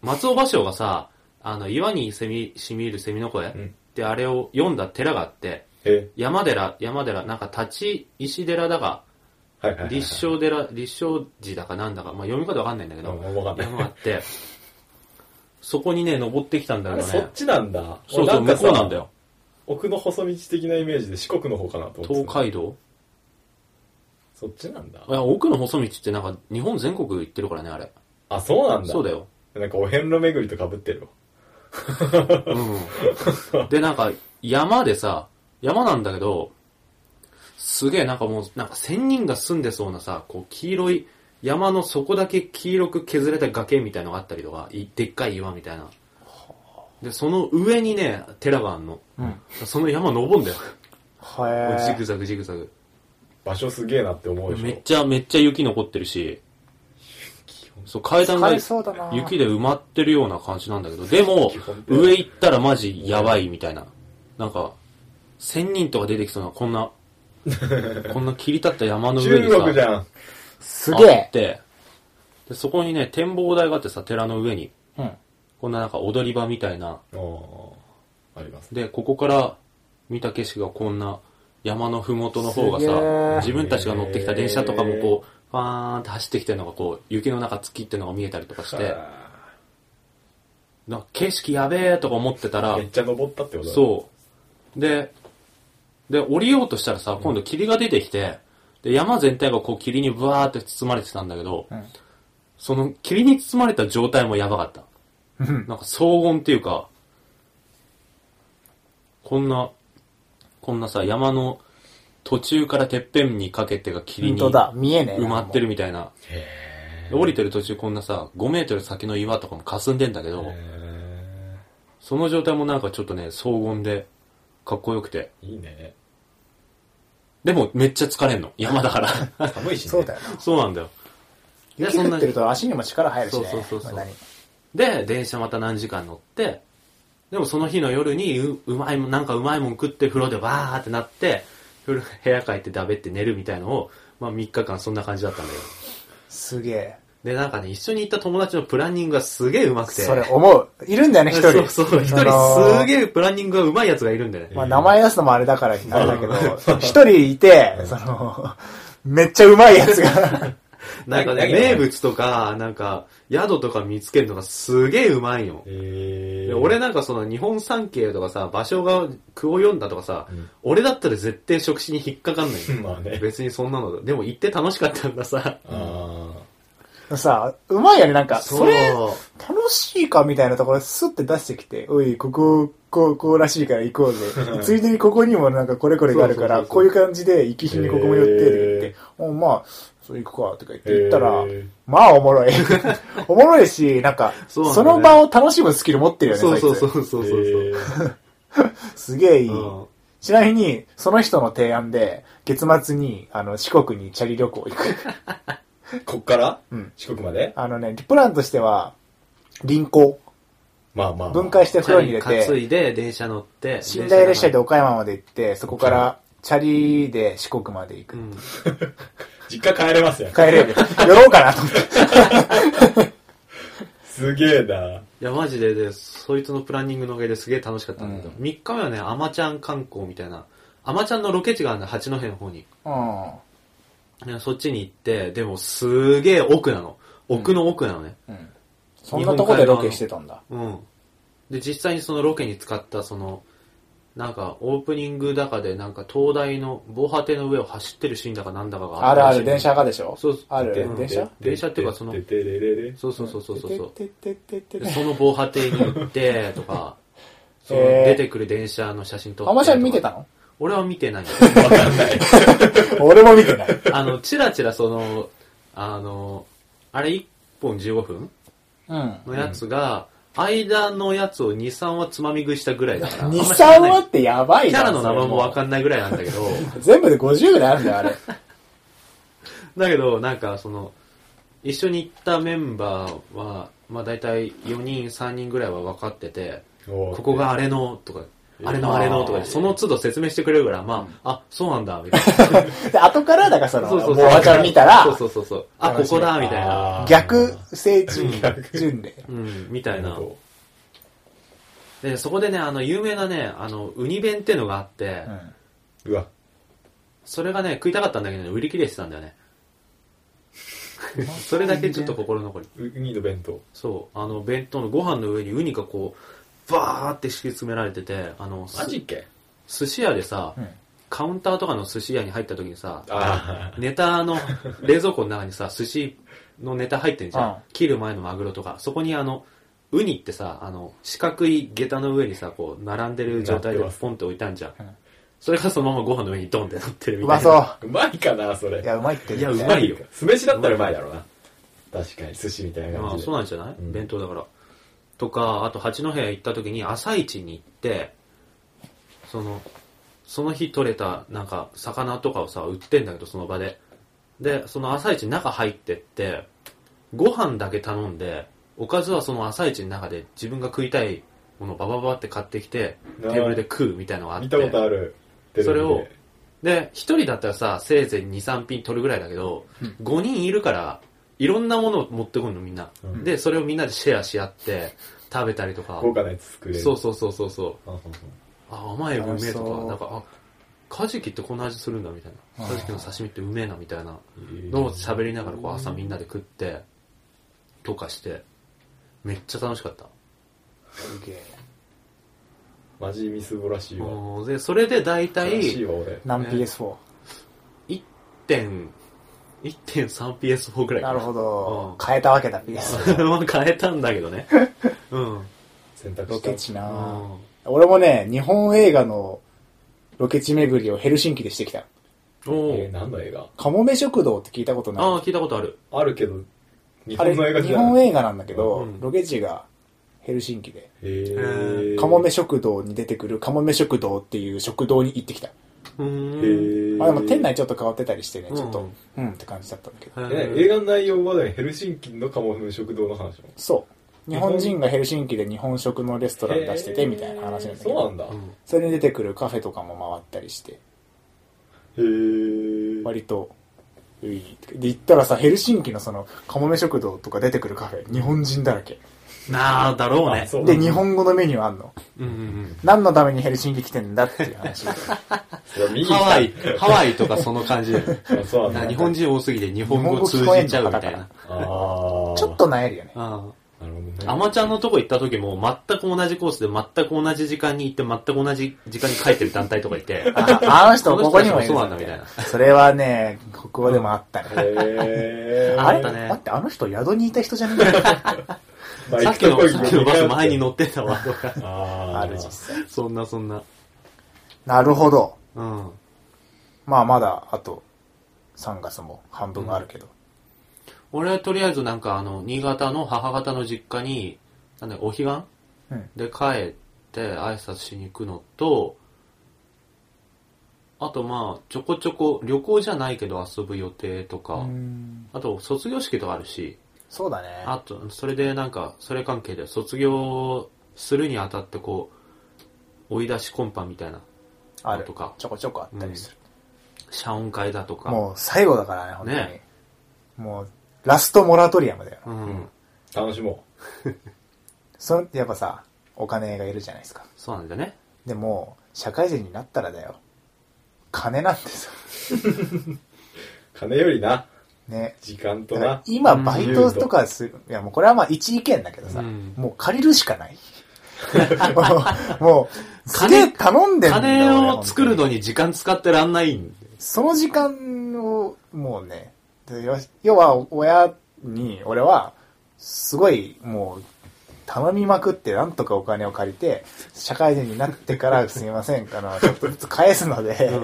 [SPEAKER 2] 松尾芭蕉がさ、あの、岩にせみ、しみるセミの声、
[SPEAKER 3] ん
[SPEAKER 2] で、あれを読んだ寺があって、
[SPEAKER 3] え、
[SPEAKER 2] 山寺、山寺、なんか立ち石寺だが、
[SPEAKER 3] はいはいはい。
[SPEAKER 2] 立正寺、立正寺だかなんだか、まあ読み方わかんないんだけど、
[SPEAKER 3] うんわかんない
[SPEAKER 2] 山があって、そこにね、登ってきたんだ
[SPEAKER 3] あ
[SPEAKER 2] よ
[SPEAKER 3] れ
[SPEAKER 2] ね。
[SPEAKER 3] そっちなんだ。
[SPEAKER 2] そうそう、
[SPEAKER 3] 俺
[SPEAKER 2] 向
[SPEAKER 3] か
[SPEAKER 2] こ
[SPEAKER 3] さ
[SPEAKER 2] うなんだよ。。
[SPEAKER 3] 奥の細道的なイメージで四国の方かなと思ってた。
[SPEAKER 2] 東海道
[SPEAKER 3] そっちなんだ
[SPEAKER 2] い。や、奥の細道ってなんか日本全国行ってるからね、あれ。
[SPEAKER 3] あ、そうなんだ。
[SPEAKER 2] そうだよ。
[SPEAKER 3] なんかお遍路巡りと被ってるわ。
[SPEAKER 2] うん。で、なんか山でさ、山なんだけど、すげえなんかもう、なんか仙人が住んでそうなさ、こう黄色い、山の底だけ黄色く削れた崖みたいのがあったりとか、いでっかい岩みたいな。で、その上にね、寺があんの。
[SPEAKER 1] うん。
[SPEAKER 2] その山登んだよ。
[SPEAKER 1] は
[SPEAKER 2] ジ
[SPEAKER 1] え
[SPEAKER 2] グザグジグザグ。
[SPEAKER 3] 場所すげえなって思うで
[SPEAKER 2] め
[SPEAKER 3] し
[SPEAKER 2] っちゃめっちゃ雪残ってるし、そう階段が
[SPEAKER 1] 疲れそうだな
[SPEAKER 2] 雪で埋まってるような感じなんだけど、でも
[SPEAKER 3] 基本的に
[SPEAKER 2] 上行ったらマジやばいみたいな。なんか、千人とか出てきそうなこん な、こんな切り立った山
[SPEAKER 3] ょ。
[SPEAKER 2] の上にさ、
[SPEAKER 3] 中国じゃん。
[SPEAKER 1] すげ
[SPEAKER 2] あっ
[SPEAKER 1] え。
[SPEAKER 2] てで、そこにね、展望台があってさ、寺の上に、
[SPEAKER 1] うん。
[SPEAKER 2] こんななんか踊り場みたいな、
[SPEAKER 3] おーあります。
[SPEAKER 2] で、ここから見た景色がこんな山のふもとの方が
[SPEAKER 1] すげ
[SPEAKER 2] さ
[SPEAKER 1] ー、
[SPEAKER 2] 自分たちが乗ってきた電車とかもこう、ファーンって走ってきてるのがこう、雪の中突きってのが見えたりとかして、
[SPEAKER 3] あ
[SPEAKER 2] なんか景色やべえとか思ってた
[SPEAKER 3] ー
[SPEAKER 2] ら
[SPEAKER 3] め、っちゃ登ったってことだう。
[SPEAKER 2] そう。で、で、降りようとしたらさ、今度霧が出てきて、で、山全体がこう霧にブワーって包まれてたんだけど、
[SPEAKER 1] うん
[SPEAKER 2] その霧に包まれた状態もやばかった。
[SPEAKER 1] うん。
[SPEAKER 2] なんか荘厳っていうか、こんな、こんなさ、山の途中からてっぺんにかけてが霧
[SPEAKER 1] 本
[SPEAKER 2] に
[SPEAKER 1] 当だ。
[SPEAKER 2] 埋
[SPEAKER 1] 見えねえな。
[SPEAKER 2] まって
[SPEAKER 1] る。
[SPEAKER 2] るみたいな。で降りてる途中こんなさ、5メートル先の岩とかも霞んでんだけど、
[SPEAKER 3] へ
[SPEAKER 2] その状態もなんかちょっとね、荘厳で、かっこよくて。
[SPEAKER 3] ーいいね。
[SPEAKER 2] でもめっちゃ疲れんの。山だから。
[SPEAKER 3] 寒いしね。
[SPEAKER 1] そうだよな。
[SPEAKER 2] そうなんだよ。で、
[SPEAKER 1] 雪
[SPEAKER 2] そん
[SPEAKER 1] 降
[SPEAKER 2] な
[SPEAKER 1] ってると足にも力入るしね。
[SPEAKER 2] そうそうそうそう
[SPEAKER 1] 無駄に
[SPEAKER 2] で、電車また何時間乗って、でもその日の夜にううまいもん、なんかうまいもん食って風呂でわーってなって、風呂部屋帰ってだべって寝るみたいのを、まあ3日間そんな感じだったんだよ。
[SPEAKER 1] すげえ。
[SPEAKER 2] で、なんかね、一緒に行った友達のプランニングがすげえうまくて。
[SPEAKER 1] そ れ思う。いるんだよね、一人。
[SPEAKER 2] そうそう、一
[SPEAKER 1] あの
[SPEAKER 2] 人
[SPEAKER 1] ー
[SPEAKER 2] すげえプランニングがうまいやつがいるんだよね。
[SPEAKER 1] まあ、名前出すのもあれだから、あれだけど、一人いて、その、めっちゃうまいやつが。
[SPEAKER 2] なんかね、
[SPEAKER 3] 何
[SPEAKER 2] 名物とか、なんか、宿とか見つけるのがすげえうまいよ。
[SPEAKER 3] へ
[SPEAKER 2] で
[SPEAKER 3] ー
[SPEAKER 2] 俺なんかその日本三景とかさ、場所が句を読んだとかさ、
[SPEAKER 3] ん
[SPEAKER 2] 俺だったら絶対職種に引っかかんないよ
[SPEAKER 3] まあね。
[SPEAKER 2] 別にそんなの、でも行って楽しかったんださ。
[SPEAKER 3] あ
[SPEAKER 1] さ、うまいよね、なんか、
[SPEAKER 2] そう
[SPEAKER 1] それ、楽しいかみたいなところスッて出してきて、おい、ここ、こう、こうらしいから行こうぜ。ついでにここにもなんかこれこれがあるか
[SPEAKER 2] そ
[SPEAKER 1] ら、
[SPEAKER 2] うそうそうそう
[SPEAKER 1] こういう感じで、行き日にここも寄ってるっ
[SPEAKER 3] へ
[SPEAKER 1] て、おまあ、そう行くか、とか言って行ったら
[SPEAKER 3] へー、
[SPEAKER 1] まあおもろ い。おもろいし、なんか、
[SPEAKER 2] そうなんだ
[SPEAKER 1] そ
[SPEAKER 2] ね
[SPEAKER 1] の場を楽しむスキル持ってるよね、
[SPEAKER 2] そうそうそ
[SPEAKER 1] そう
[SPEAKER 2] そうそう
[SPEAKER 3] あ。
[SPEAKER 2] そう。
[SPEAKER 3] へー
[SPEAKER 1] すげえいい。
[SPEAKER 2] うん
[SPEAKER 1] ちなみに、その人の提案で、月末に、あの、四国にチャリ 旅行行く。
[SPEAKER 3] こっから
[SPEAKER 1] うん
[SPEAKER 3] 四国まで
[SPEAKER 1] あのね、プランとしては、輪行。
[SPEAKER 3] まあまあまあ。
[SPEAKER 1] 分解して
[SPEAKER 2] チ
[SPEAKER 1] 袋
[SPEAKER 2] ャ
[SPEAKER 1] に入
[SPEAKER 2] リ
[SPEAKER 1] れ
[SPEAKER 2] 担
[SPEAKER 1] て、
[SPEAKER 2] いで、電車乗って。
[SPEAKER 1] 寝台列車で
[SPEAKER 2] 電
[SPEAKER 1] 岡山まで行って、そこからチャリで四国まで行く。
[SPEAKER 2] の中で。
[SPEAKER 3] 実家帰れますやん。
[SPEAKER 1] 帰れる。 寄ろうかなと思って。
[SPEAKER 3] すげえな。
[SPEAKER 2] いや、マジで、で、そいつのプランニングのおかげですげえ楽しかったんだけど、
[SPEAKER 1] う
[SPEAKER 2] 3日目はね、アマちゃん観光みたいな、アマちゃんのロケ地があるんだ、八戸の方に。
[SPEAKER 1] う
[SPEAKER 2] ねそっちに行って、でもすげえ奥なの。奥の奥なのね。
[SPEAKER 1] ん。うん。そんなとこでロケしてたんだ。
[SPEAKER 2] うん。で、実際にそのロケに使った、その、なんか、オープニングだかで、なんか、灯台の、防波堤の上を走ってるシーンだかなんだかが
[SPEAKER 1] ある
[SPEAKER 2] ら
[SPEAKER 1] あ
[SPEAKER 2] しい
[SPEAKER 1] る、電車がでしょ
[SPEAKER 2] そうそう
[SPEAKER 1] ある
[SPEAKER 2] で、
[SPEAKER 1] 電車
[SPEAKER 2] 電車っていうかその
[SPEAKER 3] ててれれれ
[SPEAKER 2] そうそうそうそうそうそう。
[SPEAKER 1] てってってってって
[SPEAKER 2] でその防波堤に 行って、とか、その
[SPEAKER 1] へー
[SPEAKER 2] 出てくる電車の写真撮って。
[SPEAKER 1] あまちゃん見てたの
[SPEAKER 2] 俺は見てない。
[SPEAKER 3] わかんない。
[SPEAKER 1] 俺も見てない。
[SPEAKER 2] あの、チラチラその、あの、あれ1本15分
[SPEAKER 1] うん。
[SPEAKER 2] のやつが、間のやつを2、3はつまみ食いしたぐらいだから。
[SPEAKER 1] 二
[SPEAKER 2] あんま知ら
[SPEAKER 1] 三
[SPEAKER 2] ない
[SPEAKER 1] はってやばい
[SPEAKER 2] キ
[SPEAKER 1] な
[SPEAKER 2] ャラの名前もわ
[SPEAKER 1] ん
[SPEAKER 2] かんないぐらいなんだけど、
[SPEAKER 1] 全部で50ぐらいあるんだよ、 あれ。
[SPEAKER 2] だけど、なんかその、一緒に行ったメンバーは、まあ大体4人、3人ぐらいは分かってて、
[SPEAKER 3] こ
[SPEAKER 2] ここがあれの、とか、
[SPEAKER 3] え
[SPEAKER 2] あれのあれの、と
[SPEAKER 1] あー
[SPEAKER 2] か、その都度説明してくれるから、まあ、あ、そうなんだ、みたいな。
[SPEAKER 1] で、後から、だからその、
[SPEAKER 2] そうそうそう。
[SPEAKER 1] もうあちゃん見たら
[SPEAKER 2] そう、そうそうそう。あ、ここだ、みたいな。
[SPEAKER 1] 逆成人巡礼。
[SPEAKER 2] うん、みたいな。
[SPEAKER 3] こ
[SPEAKER 2] で、そこでね、あの、有名なね、あの、ウニ弁ってのがあって、
[SPEAKER 1] うん
[SPEAKER 3] ううわ、
[SPEAKER 2] それがね、食いたかったんだけどね、売り切れてたんだよね。 それだけちょっと心残り。
[SPEAKER 3] ウニの弁当。
[SPEAKER 2] そう、あの、弁当のご飯の上にウニがこう、バーって敷き詰められてて、あの、す
[SPEAKER 3] け
[SPEAKER 2] 寿司屋でさ、
[SPEAKER 1] うん
[SPEAKER 2] カウンターとかの寿司屋に入った時にさ、
[SPEAKER 3] あ
[SPEAKER 2] ネ タの、冷蔵庫の中にさ、寿司のネタ入ってんじゃん。
[SPEAKER 1] うん
[SPEAKER 2] 切る前のマグロとか。そこにあの、ウニってさ、あの、四角い下駄の上にさ、こう、並んでる状態で
[SPEAKER 3] なってます
[SPEAKER 2] ポンって置いたんじゃん
[SPEAKER 1] うん。
[SPEAKER 2] それがそのままご飯の上にドンって乗ってる
[SPEAKER 1] う
[SPEAKER 2] みたい
[SPEAKER 1] ま
[SPEAKER 2] な。
[SPEAKER 1] そう
[SPEAKER 3] まいかな、それ。
[SPEAKER 1] う。いや、うまいって。
[SPEAKER 2] いやうまいよ
[SPEAKER 3] 酢飯だったらうまいだろうな。確かに、寿司みたいな
[SPEAKER 2] ま
[SPEAKER 3] 感
[SPEAKER 2] あ、
[SPEAKER 3] じ
[SPEAKER 2] そう
[SPEAKER 3] で。
[SPEAKER 2] なんじゃない、
[SPEAKER 3] うん
[SPEAKER 2] 弁当だから。とか、あと八戸行った時に朝市に行って、その、その日取れた、なんか、魚とかをさ、売ってんだけど、その場で。で、その朝市の中入ってって、ご飯だけ頼んで、おかずはその朝市の中で自分が食いたいものをバババって買ってきて、テーブルで食うみたいなのがあっ
[SPEAKER 3] 見
[SPEAKER 2] て
[SPEAKER 3] た。ことある。テレビで
[SPEAKER 2] それをで、一人だったらさ、せいぜい2、3品取るぐらいだけど、5人いるから、いろんなものを持ってこるのみんな、
[SPEAKER 3] うん
[SPEAKER 2] で、それをみんなでシェアし合って、食べたりとか。
[SPEAKER 3] 豪華なやつ作れる。
[SPEAKER 2] そうそうそうそうそう。
[SPEAKER 3] うんうんうん
[SPEAKER 2] あ、甘いう
[SPEAKER 1] 楽
[SPEAKER 2] め
[SPEAKER 1] し
[SPEAKER 2] えと
[SPEAKER 1] そ
[SPEAKER 2] か、
[SPEAKER 1] う
[SPEAKER 2] なんか、あ、カジキってこんな味するんだみたいな。カジキの刺身ってうめえなみたいなのを喋りながら、こう朝みんなで食って、とかして、めっちゃ楽しかった。
[SPEAKER 1] すげえ。
[SPEAKER 3] マジみすぼらしいわ。
[SPEAKER 2] うんで、それで大
[SPEAKER 3] 悲しい
[SPEAKER 2] 体、
[SPEAKER 3] わ、俺。
[SPEAKER 1] 何 PS4。
[SPEAKER 2] 1.、1.3PS4 ぐらいか
[SPEAKER 1] なるほど。
[SPEAKER 2] う
[SPEAKER 1] 変えたわけだ、PS。
[SPEAKER 2] まあ変えたんだけどね。うん。
[SPEAKER 3] 選択
[SPEAKER 1] ロ
[SPEAKER 3] した
[SPEAKER 1] ケ地なぁ
[SPEAKER 2] うん
[SPEAKER 1] 俺もね、日本映画のロケ地巡りをヘルシンキでしてきた。
[SPEAKER 2] お
[SPEAKER 3] えー、
[SPEAKER 2] ー
[SPEAKER 3] 何の映画
[SPEAKER 1] カモメ食堂って聞いたことない。
[SPEAKER 2] ああ、聞いたことある。
[SPEAKER 3] あるけど、日
[SPEAKER 1] あ
[SPEAKER 3] 本
[SPEAKER 1] れ、
[SPEAKER 3] の映画じ
[SPEAKER 1] 日
[SPEAKER 3] ゃない。
[SPEAKER 1] 本映画なんだけど、
[SPEAKER 2] うん
[SPEAKER 1] ロケ地がヘルシンキで、
[SPEAKER 3] へー
[SPEAKER 1] カモメ食堂に出てくるカモメ食堂っていう食堂に行ってきた。
[SPEAKER 2] う
[SPEAKER 3] へ
[SPEAKER 2] ーん。
[SPEAKER 3] ー
[SPEAKER 1] あでも店内ちょっと変わってたりしてね、ちょっ
[SPEAKER 2] う
[SPEAKER 1] と
[SPEAKER 2] ん、
[SPEAKER 1] うん、って感じだったんだけど。
[SPEAKER 3] え
[SPEAKER 2] え
[SPEAKER 3] 映画の内容はねヘルシンキのカモフの食堂の話なの
[SPEAKER 1] そう。日本人がヘルシンキで日本食のレストラン出しててみたいな話なんだけ
[SPEAKER 3] そうな
[SPEAKER 1] ど、
[SPEAKER 3] んだ、
[SPEAKER 2] う
[SPEAKER 3] へ
[SPEAKER 2] ん
[SPEAKER 1] それに出てくるカフェとかも回ったりして、
[SPEAKER 3] え
[SPEAKER 1] 割と、いい。で、行ったらさ、ヘルシンキのその、カモメ食堂とか出てくるカフェ、日本人だらけ。
[SPEAKER 2] なあ、だろうね
[SPEAKER 3] あ。そう
[SPEAKER 1] で、日本語のメニューあんの。
[SPEAKER 2] うんうん
[SPEAKER 1] 何のためにヘルシンキ来てんだっていう 話。
[SPEAKER 2] う
[SPEAKER 3] 見
[SPEAKER 2] ん。
[SPEAKER 3] に
[SPEAKER 2] ハ
[SPEAKER 3] 行き
[SPEAKER 2] ワ
[SPEAKER 3] た
[SPEAKER 2] イ
[SPEAKER 3] い、
[SPEAKER 2] ハワイとかその感じだよね
[SPEAKER 3] あそうなん
[SPEAKER 2] な
[SPEAKER 3] だ
[SPEAKER 2] 日本人多すぎて日本語通
[SPEAKER 1] 日本語聞こえん
[SPEAKER 2] じ
[SPEAKER 1] の
[SPEAKER 2] ちゃうみた
[SPEAKER 1] だ
[SPEAKER 2] い
[SPEAKER 1] から
[SPEAKER 2] な。
[SPEAKER 3] ああ
[SPEAKER 1] ちょっとなえるよね。。
[SPEAKER 2] あ
[SPEAKER 3] なるほどね
[SPEAKER 2] あまちゃんのとこ行った時も全く同じコースで全く同じ時間に行って全く同じ時間に帰ってる団体とかいて
[SPEAKER 1] ああの人、ここにもいる
[SPEAKER 2] そう
[SPEAKER 1] ぞ
[SPEAKER 2] なんだみたいな。
[SPEAKER 1] それはね、国語でもあったね。
[SPEAKER 3] へ ー
[SPEAKER 2] あったね
[SPEAKER 1] 待って、あの人宿にいた人じゃねえ
[SPEAKER 3] まあ
[SPEAKER 2] さっきの、
[SPEAKER 3] 行くとこ
[SPEAKER 2] さっきのバス前に
[SPEAKER 3] 行
[SPEAKER 2] 乗ってたわとか。
[SPEAKER 3] くあー
[SPEAKER 1] ある実際。
[SPEAKER 2] そんなそんな。
[SPEAKER 1] なるほど。
[SPEAKER 2] うん。
[SPEAKER 1] まあまだ、あと、3月も半分あるけど。
[SPEAKER 2] 俺はとりあえずなんかあの、新潟の母方の実家に、なんだお彼岸
[SPEAKER 1] うん
[SPEAKER 2] で帰って挨拶しに行くのと、あとまあ、ちょこちょこ旅行じゃないけど遊ぶ予定とか、
[SPEAKER 1] うん
[SPEAKER 2] あと卒業式とかあるし、
[SPEAKER 1] そうだね。
[SPEAKER 2] あと、それでなんか、それ関係で卒業するにあたってこう、追い出しコンパみたいな、
[SPEAKER 1] ある
[SPEAKER 2] とか
[SPEAKER 1] ちょこちょこあったりする。
[SPEAKER 2] 謝恩会だとか。
[SPEAKER 1] もう最後だからね、本当に。
[SPEAKER 2] ね
[SPEAKER 1] もう、ラストモラトリアムだよ。
[SPEAKER 2] うん。
[SPEAKER 3] 楽しも
[SPEAKER 1] そのやっぱさ、お金がいるじゃないですか。
[SPEAKER 2] そうなんだよね。
[SPEAKER 1] でも、社会人になったらだよ。金なんてさ、
[SPEAKER 3] う。金よりな、
[SPEAKER 1] ね。
[SPEAKER 3] 時間と
[SPEAKER 1] だから
[SPEAKER 3] な。
[SPEAKER 1] 今、バイトとかする、いやもうこれはまあ一意見だけどさ、
[SPEAKER 2] うん
[SPEAKER 1] もう借りるしかない。 もう、もう、すげえ頼んでんだよ
[SPEAKER 2] 金を作る
[SPEAKER 1] 俺本当
[SPEAKER 2] の
[SPEAKER 1] に
[SPEAKER 2] に時間使ってらんないん
[SPEAKER 1] その時間を、もうね、でよし要は親に、俺は、すごい、もう、頼みまくって、なんとかお金を借りて、社会人になってから、すみません、あ の、ちょっとずつ返すので、
[SPEAKER 2] だよ。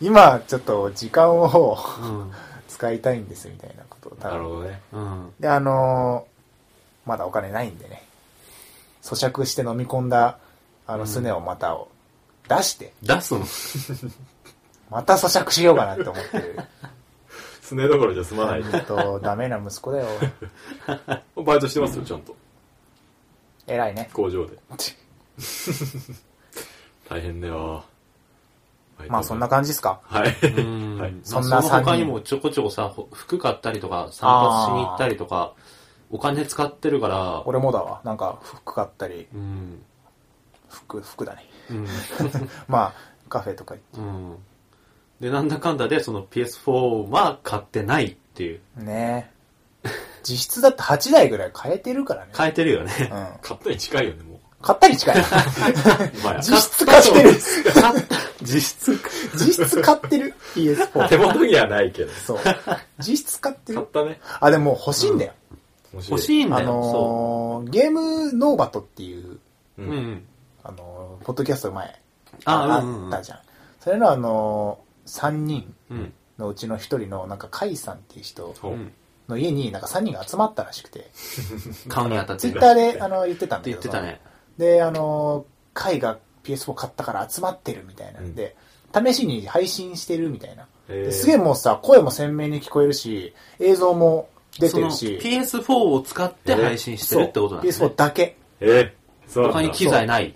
[SPEAKER 1] 今、ちょっと時間を
[SPEAKER 2] うん。
[SPEAKER 1] 使いたいんです、みたいなことを頼む
[SPEAKER 3] なるほどね。
[SPEAKER 2] うん。うん。
[SPEAKER 1] で、あのーまだお金ないんでね、咀嚼して飲み込んだ、あの、すねをまたを出して、
[SPEAKER 2] 出すの
[SPEAKER 1] また咀嚼しようかなって思ってる。
[SPEAKER 3] すねどころじゃ済まない。
[SPEAKER 1] 本当ダメな息子だ よ。
[SPEAKER 3] バイトしてますよ、ちゃんと。
[SPEAKER 1] 偉い ね。
[SPEAKER 3] 工場で。大変だよ。
[SPEAKER 1] まあそんな感じですか。
[SPEAKER 3] はい。
[SPEAKER 2] うん。
[SPEAKER 3] はい
[SPEAKER 2] まあ
[SPEAKER 1] そんな
[SPEAKER 2] その
[SPEAKER 1] 三
[SPEAKER 2] 他
[SPEAKER 1] 人
[SPEAKER 2] にもちょこちょこさ、ほ服買ったりとか、散髪しに行ったりとか、お金使ってるから、
[SPEAKER 1] 俺もだわ。なんか服買ったり、
[SPEAKER 2] うん。
[SPEAKER 1] 服、服 だね。
[SPEAKER 2] うん。
[SPEAKER 1] まあ、カフェとか行っ
[SPEAKER 2] うん。で、なんだかんだで、その PS4 は買ってないっていう。
[SPEAKER 1] てね。実質だって8台ぐらい変えてるからね。
[SPEAKER 2] 変えてるよね。
[SPEAKER 1] うん。
[SPEAKER 3] 買ったに近いよね、も
[SPEAKER 1] 買ったり近 い。
[SPEAKER 3] う。 まあ、
[SPEAKER 1] 実質買ってる。
[SPEAKER 2] 買った実質。
[SPEAKER 1] 実質買ってる。
[SPEAKER 3] 手
[SPEAKER 1] PS4。
[SPEAKER 3] 元にはないけ ど。
[SPEAKER 1] そう。実質買って
[SPEAKER 3] 買
[SPEAKER 1] る
[SPEAKER 3] っ。たね。
[SPEAKER 1] あ、でも欲しいんだよ。
[SPEAKER 2] 欲し
[SPEAKER 3] い。
[SPEAKER 2] いんだ
[SPEAKER 1] あ
[SPEAKER 2] よ、そ
[SPEAKER 1] のーゲームノーバトっていう、
[SPEAKER 3] う。
[SPEAKER 2] う。うんん。
[SPEAKER 1] あのーポッドキャスト前、
[SPEAKER 2] あうんうん
[SPEAKER 1] あったじゃん。それのあのー、3人
[SPEAKER 2] うん。
[SPEAKER 1] のうちの1人の、なんか、カイさんっていう人
[SPEAKER 3] ほう。
[SPEAKER 1] の家になんか3人が集まったらしくて、
[SPEAKER 2] 買うにあたって。
[SPEAKER 1] ツイ
[SPEAKER 2] っ
[SPEAKER 1] ッターであの言ってたんだけ
[SPEAKER 2] て言
[SPEAKER 1] ど
[SPEAKER 2] ってたね。
[SPEAKER 1] で、あの、会が PS4 買ったから集まってるみたいなんで、試しに配信してるみたいな。
[SPEAKER 3] えー
[SPEAKER 1] ですげえもうさ、声も鮮明に聞こえるし、映像も出てるし、
[SPEAKER 2] その PS4 を使って配信してるってことなんです
[SPEAKER 1] そう
[SPEAKER 2] ね
[SPEAKER 1] PS4。だけ。
[SPEAKER 3] えー、そうなんだ
[SPEAKER 2] 他に機材ない。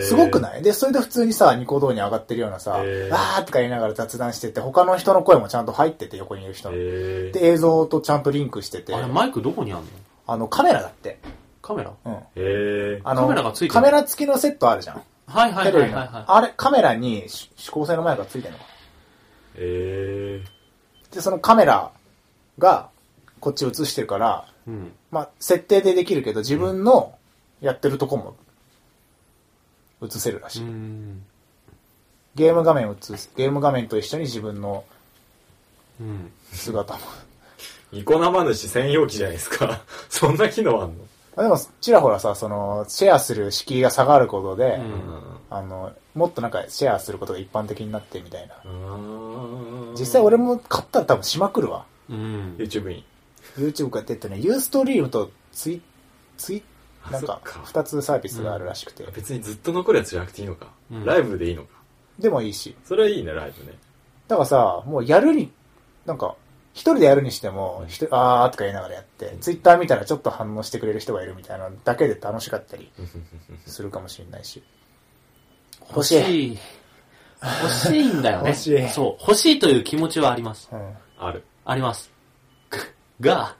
[SPEAKER 1] すごく
[SPEAKER 3] い
[SPEAKER 1] ないで、それで普通にさ、ニコ動に上がってるようなさ、
[SPEAKER 3] えー
[SPEAKER 1] わーとか言いながら雑談してて、他の人の声もちゃんと入ってて、横にいる人の。
[SPEAKER 3] えー、
[SPEAKER 1] で、映像とちゃんとリンクしてて、
[SPEAKER 2] あれ、
[SPEAKER 1] あ
[SPEAKER 2] マイクどこにあんの
[SPEAKER 1] の、カメラだって。
[SPEAKER 2] カメラ
[SPEAKER 1] うん。
[SPEAKER 3] えー、
[SPEAKER 1] あの、
[SPEAKER 2] カメラがついてる
[SPEAKER 1] カメラ付きのセットあるじゃん。
[SPEAKER 2] はいはい
[SPEAKER 1] テ
[SPEAKER 2] は
[SPEAKER 1] レ
[SPEAKER 2] い
[SPEAKER 1] ビの
[SPEAKER 2] はいは
[SPEAKER 1] あれ、カメラに指向性のマイクがついてるのか。
[SPEAKER 3] え
[SPEAKER 1] で、そのカメラがこっち映してるから、
[SPEAKER 2] い。うん。
[SPEAKER 1] まあ、設定でできるけど、自分のやってるとこも映せるら
[SPEAKER 2] う
[SPEAKER 1] しい。
[SPEAKER 2] ん。
[SPEAKER 1] ゲーム画面映す、ゲーム画面と一緒に自分の
[SPEAKER 2] うん。
[SPEAKER 1] 姿も。
[SPEAKER 3] ー、ニコ生主専用機じゃないですか。 そんな機能あんの
[SPEAKER 1] あでも、ちらほらさ、その、シェアする敷居が下がることで、
[SPEAKER 2] う
[SPEAKER 3] うん
[SPEAKER 1] あの、もっとなんかシェアすることが一般的になってみたいな。
[SPEAKER 3] ん。
[SPEAKER 1] 実際俺も買ったら多分しまくるわ。
[SPEAKER 2] うん。
[SPEAKER 3] YouTube に。
[SPEAKER 1] YouTube かってってね、ユーストリームとツイ、ツイ、
[SPEAKER 3] あ
[SPEAKER 1] なんか
[SPEAKER 3] そっ、
[SPEAKER 1] 二つサービスがあるらしくて、
[SPEAKER 3] 別にずっと残るやつじゃなくていいのか。
[SPEAKER 2] うん
[SPEAKER 3] ライブでいいのか。
[SPEAKER 1] でもいいし。
[SPEAKER 3] それはいいね、ライブね。
[SPEAKER 1] だからさ、もうやるに、なんか、一人でやるにしても
[SPEAKER 3] う、ん
[SPEAKER 1] ひとあーとか言いながらやって、ツイッター見たらちょっと反応してくれる人がいるみたいなのだけで楽しかったりするかもしれないし。欲しい。
[SPEAKER 2] い。欲しいんだよね。
[SPEAKER 1] 欲しい
[SPEAKER 2] そう。欲しいという気持ちはあります。
[SPEAKER 1] うん。
[SPEAKER 3] ある。
[SPEAKER 2] あります。 が、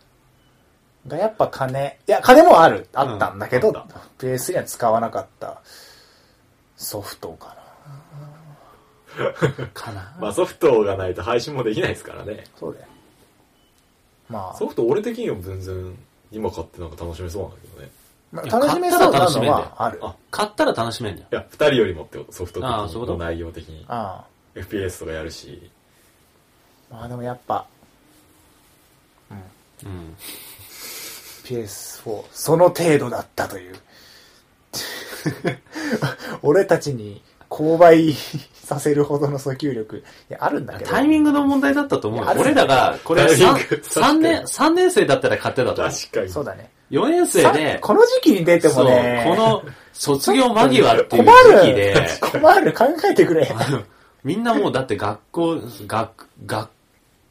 [SPEAKER 1] が、やっぱ金、いや、金もある、あったんだけど、
[SPEAKER 3] うんあっ
[SPEAKER 1] PS には使わなかったソフトかな。
[SPEAKER 2] かな。
[SPEAKER 3] まあソフトがないと配信もできないですからね。
[SPEAKER 1] そうだよ。ま
[SPEAKER 3] ソフト俺的には全然今買ってなんか楽しめそうなんだけどね。
[SPEAKER 1] あ、
[SPEAKER 2] いや
[SPEAKER 1] 楽しめそう
[SPEAKER 2] 買った
[SPEAKER 1] な
[SPEAKER 2] ら楽しめんだ
[SPEAKER 1] の
[SPEAKER 2] よ
[SPEAKER 1] はある。
[SPEAKER 3] あ
[SPEAKER 2] 買ったら楽しめんだよ。
[SPEAKER 3] いや、二人よりもってこと、ソフト的
[SPEAKER 2] ああそうい
[SPEAKER 3] に。
[SPEAKER 2] うこと
[SPEAKER 3] の内容的に。
[SPEAKER 1] あ
[SPEAKER 3] FPS とかやるし。
[SPEAKER 1] あ。まあでもやっぱ、うん、
[SPEAKER 2] うん。
[SPEAKER 1] PS4 その程度だった という俺たちに購買させるほどの訴求力いやあるんだけど
[SPEAKER 2] タイミングの問題だったと思うよ
[SPEAKER 1] いやあ。る
[SPEAKER 2] 俺らが、これ
[SPEAKER 3] タイミング
[SPEAKER 2] 3、三年、三年生だったら買ってたと思う。
[SPEAKER 3] 確かに。
[SPEAKER 1] そうだね
[SPEAKER 2] 4年生
[SPEAKER 1] さ
[SPEAKER 2] で、
[SPEAKER 1] この時期に出て
[SPEAKER 2] そ
[SPEAKER 1] も
[SPEAKER 2] う、
[SPEAKER 1] ね
[SPEAKER 2] この卒業間際っていう
[SPEAKER 1] 困る
[SPEAKER 2] 時期で、
[SPEAKER 1] 困る考えてくれ
[SPEAKER 2] みんなもうだって学校、学、学、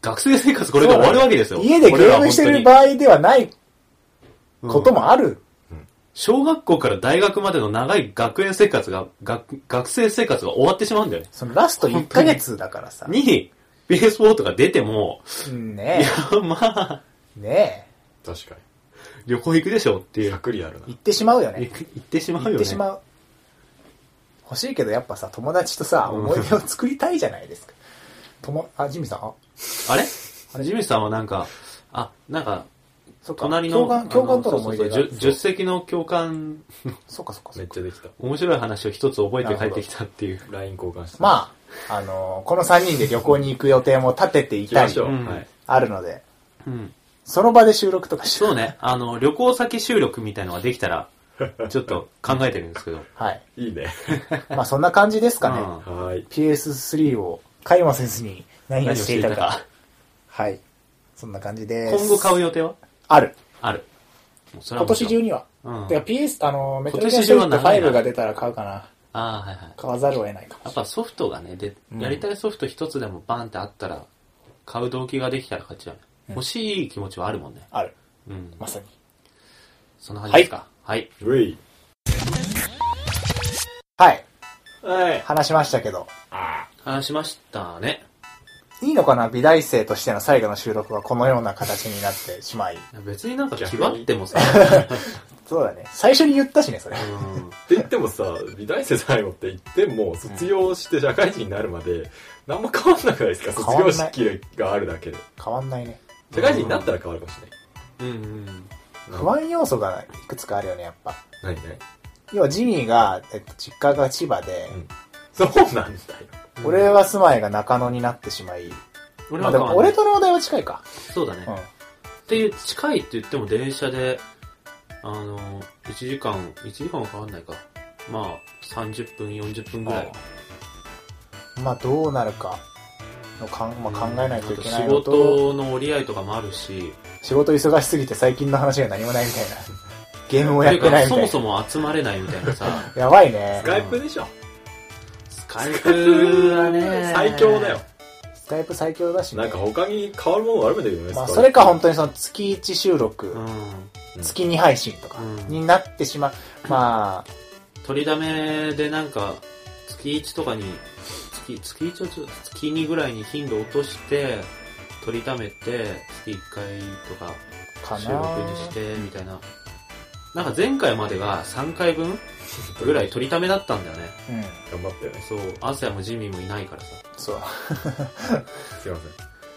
[SPEAKER 2] 学生生活これで終わるわけですよ。
[SPEAKER 1] 家でゲームしてる場合ではないこともある。
[SPEAKER 2] 小学校から大学までの長い学園生活が、学、学生生活が終わってしまうんだよね。
[SPEAKER 1] そのラスト1ヶ月だからさ。
[SPEAKER 2] に、PS4 とか出ても、
[SPEAKER 1] うん
[SPEAKER 2] い
[SPEAKER 1] ね
[SPEAKER 2] や、まあ、
[SPEAKER 1] え。ねえ。
[SPEAKER 3] 確か
[SPEAKER 2] 旅行行くでしょってい
[SPEAKER 3] に。
[SPEAKER 2] う。
[SPEAKER 3] 100リアルな。
[SPEAKER 1] 行ってしまうよ
[SPEAKER 2] 行
[SPEAKER 1] ね。
[SPEAKER 2] く行ってしまう
[SPEAKER 1] 行
[SPEAKER 2] よね。
[SPEAKER 1] ってしまう。欲しいけどやっぱさ、友達とさ、思い出を作りたいじゃないですか。とも、あ、ジミーさんあ
[SPEAKER 2] あれジミーさんはなんか、あ、なんか、
[SPEAKER 1] そっか。
[SPEAKER 2] 隣の、
[SPEAKER 1] 教官、教官との思い出が。
[SPEAKER 2] あのそうそうそうじゅ10席の教官、
[SPEAKER 1] そうかそうかそ
[SPEAKER 3] め
[SPEAKER 1] う
[SPEAKER 3] っ
[SPEAKER 1] か。
[SPEAKER 3] ちゃできた。
[SPEAKER 2] 面白い話を一つ覚えて帰ってきたっていう。
[SPEAKER 3] LINE 交換して。あ、
[SPEAKER 1] まあ、あのーこの3人で旅行に行く予定も立ててい
[SPEAKER 3] 行き
[SPEAKER 1] た
[SPEAKER 3] ま
[SPEAKER 1] り
[SPEAKER 3] しょう。
[SPEAKER 2] うん
[SPEAKER 3] はい。
[SPEAKER 1] あるので、
[SPEAKER 2] うん。
[SPEAKER 1] その場で収録とかし
[SPEAKER 2] そうね、あの、旅行先収録みたいのができ たら、ちょっと考えてるんですけど。
[SPEAKER 1] はい。
[SPEAKER 3] いいね。
[SPEAKER 1] まあそんな感じですかね。
[SPEAKER 2] うん
[SPEAKER 3] はーい。
[SPEAKER 1] PS3 を買いもせずに何
[SPEAKER 2] 何を
[SPEAKER 1] を
[SPEAKER 2] し
[SPEAKER 1] してて
[SPEAKER 2] い
[SPEAKER 1] い
[SPEAKER 2] た
[SPEAKER 1] た
[SPEAKER 2] か
[SPEAKER 1] か。。はい。そんな感じです。
[SPEAKER 2] 今後買
[SPEAKER 1] う
[SPEAKER 2] う予定は
[SPEAKER 1] ある。
[SPEAKER 2] ある。もうそれは
[SPEAKER 1] 今
[SPEAKER 2] もち
[SPEAKER 1] 年
[SPEAKER 2] ろ
[SPEAKER 1] 中
[SPEAKER 2] ん
[SPEAKER 1] には。
[SPEAKER 2] うん
[SPEAKER 1] てか PS、あの、メタルギ
[SPEAKER 2] 今
[SPEAKER 1] ア
[SPEAKER 2] 年中
[SPEAKER 1] ソ
[SPEAKER 2] は
[SPEAKER 1] フト
[SPEAKER 2] 長いな
[SPEAKER 1] 5が出たら買うかな。
[SPEAKER 2] ああ、はいはい。
[SPEAKER 1] 買わざるを得ないか
[SPEAKER 2] や
[SPEAKER 1] も
[SPEAKER 2] っぱソフトがね、で、
[SPEAKER 1] うん
[SPEAKER 2] やりたいソフト一つでもバンってあったら、買う動機ができたら勝ちだね。欲しい気持ちはあるもんね。
[SPEAKER 1] ある。
[SPEAKER 2] うん。
[SPEAKER 1] まさに。
[SPEAKER 2] そんな感じですか。はい。
[SPEAKER 3] うい。
[SPEAKER 1] はい。
[SPEAKER 3] はい。
[SPEAKER 1] 話しましたけど。
[SPEAKER 3] あ
[SPEAKER 2] 話しましたね。
[SPEAKER 1] いいのかな美大生としての最後の収録はこのような形になってしまい。
[SPEAKER 2] 別になんか
[SPEAKER 3] 逆
[SPEAKER 2] 気
[SPEAKER 3] に
[SPEAKER 2] 張って もさ、
[SPEAKER 1] そうだね。最初に言ったしね、それ。
[SPEAKER 2] うん
[SPEAKER 3] って言ってもさ、美大生最後って言っても、卒業して社会人になるまで、何も変わんなくないですか卒
[SPEAKER 1] 変わ
[SPEAKER 3] 業
[SPEAKER 1] んない
[SPEAKER 3] 式があるだけで。
[SPEAKER 1] 変わんないね。
[SPEAKER 3] 社会人になったら変わるかもしれない。
[SPEAKER 2] うんうん。
[SPEAKER 1] 不安要素がいくつかあるよね、やっぱ。
[SPEAKER 3] 何ね
[SPEAKER 1] 要はジミーが、えっと、実家が千葉で、
[SPEAKER 3] うんそうなんだよ。
[SPEAKER 1] 俺は住まいが中野になってしまい、
[SPEAKER 2] 俺
[SPEAKER 1] まあ
[SPEAKER 2] は
[SPEAKER 1] で
[SPEAKER 2] 変わ
[SPEAKER 1] も
[SPEAKER 2] んな
[SPEAKER 1] 俺
[SPEAKER 2] い。
[SPEAKER 1] と農大は近いか。
[SPEAKER 2] そうだね。
[SPEAKER 1] うん
[SPEAKER 2] っ。ていう、近いって言っても電車で、あの、1時間、1時間は変わんないか。まあ、30分、40分ぐらい。
[SPEAKER 1] まあどうなるかのかん、まあ、考えないといけない
[SPEAKER 2] 仕
[SPEAKER 1] のと、
[SPEAKER 2] 事の折り合いとかもあるし、
[SPEAKER 1] 仕事忙しすぎて最近の話が何もないみたい な。ゲームもや
[SPEAKER 2] て
[SPEAKER 1] っ
[SPEAKER 2] い
[SPEAKER 1] て
[SPEAKER 2] う
[SPEAKER 1] ない
[SPEAKER 2] か
[SPEAKER 1] みた
[SPEAKER 2] そ
[SPEAKER 1] いな。
[SPEAKER 2] もそも集まれないみたいなさ、
[SPEAKER 1] やばいね
[SPEAKER 3] ス。カイプでしょ。
[SPEAKER 2] スカイプはね、
[SPEAKER 3] 最強だよ。。
[SPEAKER 1] スカイプ最強だしね。
[SPEAKER 3] なんか他に変わるものがあるみたいじゃないですか。
[SPEAKER 1] まあそれか本当にその月1収録、
[SPEAKER 2] うん。
[SPEAKER 1] 月2配信とか
[SPEAKER 2] うん
[SPEAKER 1] になってしまう。まあ、
[SPEAKER 2] 取りだめでなんか、月1とかに、月、月1をちょ月2ぐらいに頻度落として、取りためて、月1回とか
[SPEAKER 1] か
[SPEAKER 2] 収
[SPEAKER 1] な
[SPEAKER 2] 録にして、みたいな。なんか前回までが3回分ぐらい取りためだったんだよね。
[SPEAKER 1] うん。
[SPEAKER 3] 頑張ったよね。
[SPEAKER 2] そう、アスヤもジミーもいないからさ。
[SPEAKER 1] そう。
[SPEAKER 3] すいません。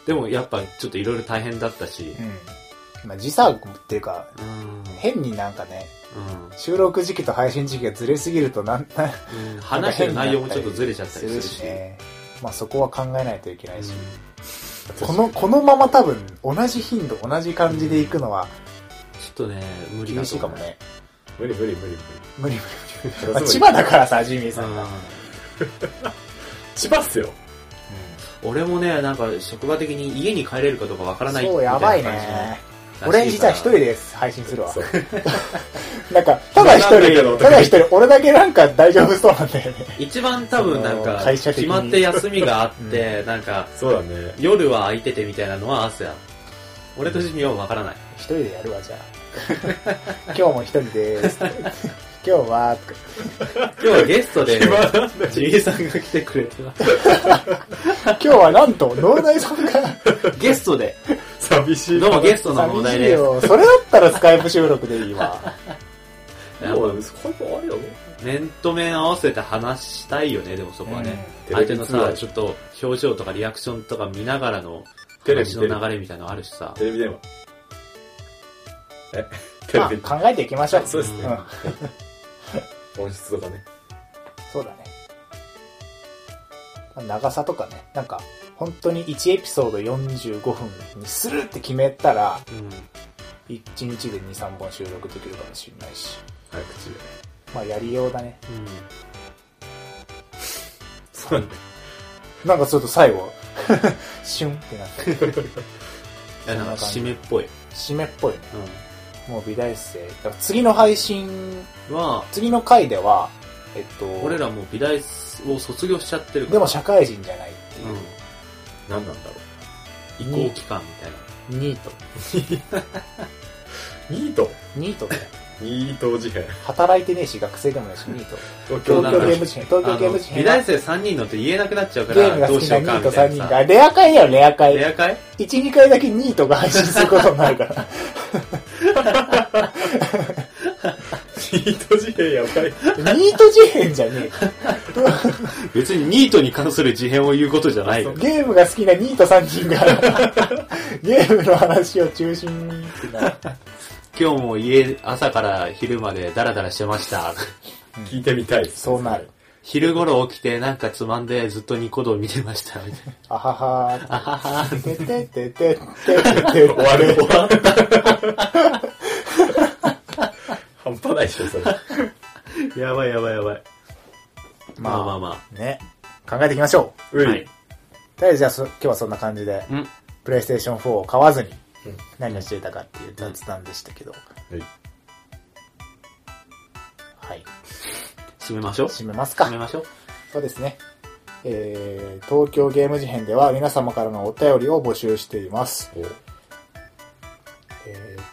[SPEAKER 2] でもやっぱちょっといろいろ大変だったし
[SPEAKER 1] う。ん。まあ時差っていうか、
[SPEAKER 2] うん。
[SPEAKER 1] 変になんかね、
[SPEAKER 2] うん
[SPEAKER 1] 収録時期と配信時期がずれすぎるとなん、なん
[SPEAKER 2] うん。話してる内容もちょっとずれちゃったりするし。
[SPEAKER 1] ね。まあそこは考えないといけないし。
[SPEAKER 2] うん
[SPEAKER 1] この、このまま多分、同じ頻度、同じ感じで行くのは
[SPEAKER 2] ちょっとね、無
[SPEAKER 1] 厳
[SPEAKER 2] 理だと
[SPEAKER 1] しい
[SPEAKER 2] 思
[SPEAKER 1] か
[SPEAKER 2] う
[SPEAKER 1] もね。
[SPEAKER 3] 無理無理無理
[SPEAKER 1] 無理無
[SPEAKER 3] 無
[SPEAKER 1] 理。
[SPEAKER 3] 理。
[SPEAKER 1] まあ千葉だからさ、ジミーさんが。
[SPEAKER 2] うん
[SPEAKER 3] 千葉っすよ。
[SPEAKER 2] 俺もね、なんか職場的に家に帰れるかどうかわからない
[SPEAKER 1] そう、やばいね。俺実は一人で配信するわ
[SPEAKER 3] そう。
[SPEAKER 1] なんか、ただ一
[SPEAKER 3] なんだけど
[SPEAKER 1] 人、ただ一人、俺だけなんか大丈夫そうなんだよね。
[SPEAKER 2] 一番多分なん
[SPEAKER 1] そ
[SPEAKER 2] か
[SPEAKER 1] の会社的
[SPEAKER 2] 決
[SPEAKER 1] に
[SPEAKER 2] まって休みがあって、なんか
[SPEAKER 3] そうだね。
[SPEAKER 2] 夜は空いててみたいなのはアスや俺とジミーはわからない
[SPEAKER 1] 一人でやるわ、 じゃあ。今日も一人です。今日は、とか
[SPEAKER 2] 今日はゲスト で
[SPEAKER 3] 暇なんだよ
[SPEAKER 2] ジミーさんが来てくれてます
[SPEAKER 1] 今日はなんと、農大さんが、
[SPEAKER 2] ゲストで
[SPEAKER 3] 寂しい。
[SPEAKER 2] どうもゲストの問題
[SPEAKER 1] 寂しい
[SPEAKER 2] です
[SPEAKER 1] よ。それだったらスカイプ収録でいいわ。
[SPEAKER 2] やっ
[SPEAKER 3] もう、スカイプあるよ。
[SPEAKER 2] ぱ面と面合わせて話したいよねでもそこはね、
[SPEAKER 3] うん
[SPEAKER 2] 相手の
[SPEAKER 3] テレビ通
[SPEAKER 2] さ
[SPEAKER 3] 話
[SPEAKER 2] ちょっと表情とかリアクションとか見ながらの
[SPEAKER 3] テレビ
[SPEAKER 2] 話の流れみたいなのあるしさ
[SPEAKER 3] テレビ電話。えテ
[SPEAKER 1] まあ
[SPEAKER 3] レ ビ。
[SPEAKER 1] 考えていきましょう。
[SPEAKER 3] そうですね
[SPEAKER 1] うん。
[SPEAKER 3] 音質とかね。
[SPEAKER 1] そうだね。長さとかね、なんか、本当に1エピソード45分にするって決めたら、
[SPEAKER 2] うん
[SPEAKER 1] 1日で2、3本収録できるかもしれないし、
[SPEAKER 3] 早口で。
[SPEAKER 1] まあやりようだね。
[SPEAKER 2] う
[SPEAKER 3] そうなんだよ。
[SPEAKER 1] なんかちょっと最後、 シュンってなって、
[SPEAKER 2] んいやなんか締めっぽい、
[SPEAKER 1] 締めっぽいね。
[SPEAKER 2] うん
[SPEAKER 1] もう美大生。だから次の配信、
[SPEAKER 2] は、
[SPEAKER 1] 次の回では、えっと、
[SPEAKER 2] 俺らもう美大を卒業しちゃってるから。
[SPEAKER 1] でも社会人じゃないっていう。
[SPEAKER 2] う
[SPEAKER 3] 何なんだろ
[SPEAKER 2] ん。移行期間みたいな。
[SPEAKER 1] ニート。
[SPEAKER 3] ニート
[SPEAKER 1] ニートで
[SPEAKER 3] ニート事変
[SPEAKER 1] 働いてねえし学生でもないしニート
[SPEAKER 3] 東
[SPEAKER 1] 東京
[SPEAKER 3] 京な
[SPEAKER 1] ゲ
[SPEAKER 3] んか
[SPEAKER 1] ーム事変東京
[SPEAKER 2] あ
[SPEAKER 1] ゲー
[SPEAKER 2] の
[SPEAKER 1] ム事
[SPEAKER 2] 美
[SPEAKER 1] 変
[SPEAKER 2] 大
[SPEAKER 1] は
[SPEAKER 2] 生3人のって言えなくなっちゃうか
[SPEAKER 1] ゲーム
[SPEAKER 2] ら
[SPEAKER 1] が
[SPEAKER 2] ど
[SPEAKER 1] 好
[SPEAKER 2] う
[SPEAKER 1] き
[SPEAKER 2] し
[SPEAKER 1] な
[SPEAKER 2] よう
[SPEAKER 1] ニ
[SPEAKER 2] か
[SPEAKER 1] ー
[SPEAKER 2] み
[SPEAKER 1] ト
[SPEAKER 2] た
[SPEAKER 1] 3
[SPEAKER 2] い
[SPEAKER 1] 人
[SPEAKER 2] な
[SPEAKER 1] が
[SPEAKER 2] さ
[SPEAKER 1] レア会やレア会
[SPEAKER 2] レア会
[SPEAKER 1] 12回だけニートが配信することになるから
[SPEAKER 3] ニート事変やばい
[SPEAKER 1] ニート事変じゃね
[SPEAKER 2] 別にニートに関する事変を言うことじゃない
[SPEAKER 1] えゲームが好きなニート3人がゲームの話を中心にってなる
[SPEAKER 2] 今日も家朝から昼までダラダラしてました
[SPEAKER 3] 聞いてみたいです
[SPEAKER 1] そうなる
[SPEAKER 2] 昼頃起きてなんかつまんでずっとニコ動見てましたみたいな
[SPEAKER 1] あはは
[SPEAKER 2] あはは
[SPEAKER 1] ーててててててて
[SPEAKER 3] 終わる終わった半端ないでしょそれ
[SPEAKER 2] やばいやばいやばいまあまあ
[SPEAKER 1] ま
[SPEAKER 2] ま
[SPEAKER 1] あね考えていきましょう
[SPEAKER 2] あ
[SPEAKER 3] うい、
[SPEAKER 2] はい
[SPEAKER 1] とりあえずじゃあそ今日はそんな感じで
[SPEAKER 2] うん
[SPEAKER 1] プレイステーション4を買わずに
[SPEAKER 3] うん
[SPEAKER 1] 何をしていたかっていう雑談でしたけど、
[SPEAKER 3] はい
[SPEAKER 1] はい
[SPEAKER 2] 締めましょう
[SPEAKER 1] 締めますか
[SPEAKER 2] 締めましょう
[SPEAKER 1] そうですね。えー、東京ゲーム事変では皆様からのお便りを募集しています。
[SPEAKER 3] お
[SPEAKER 1] えー、っ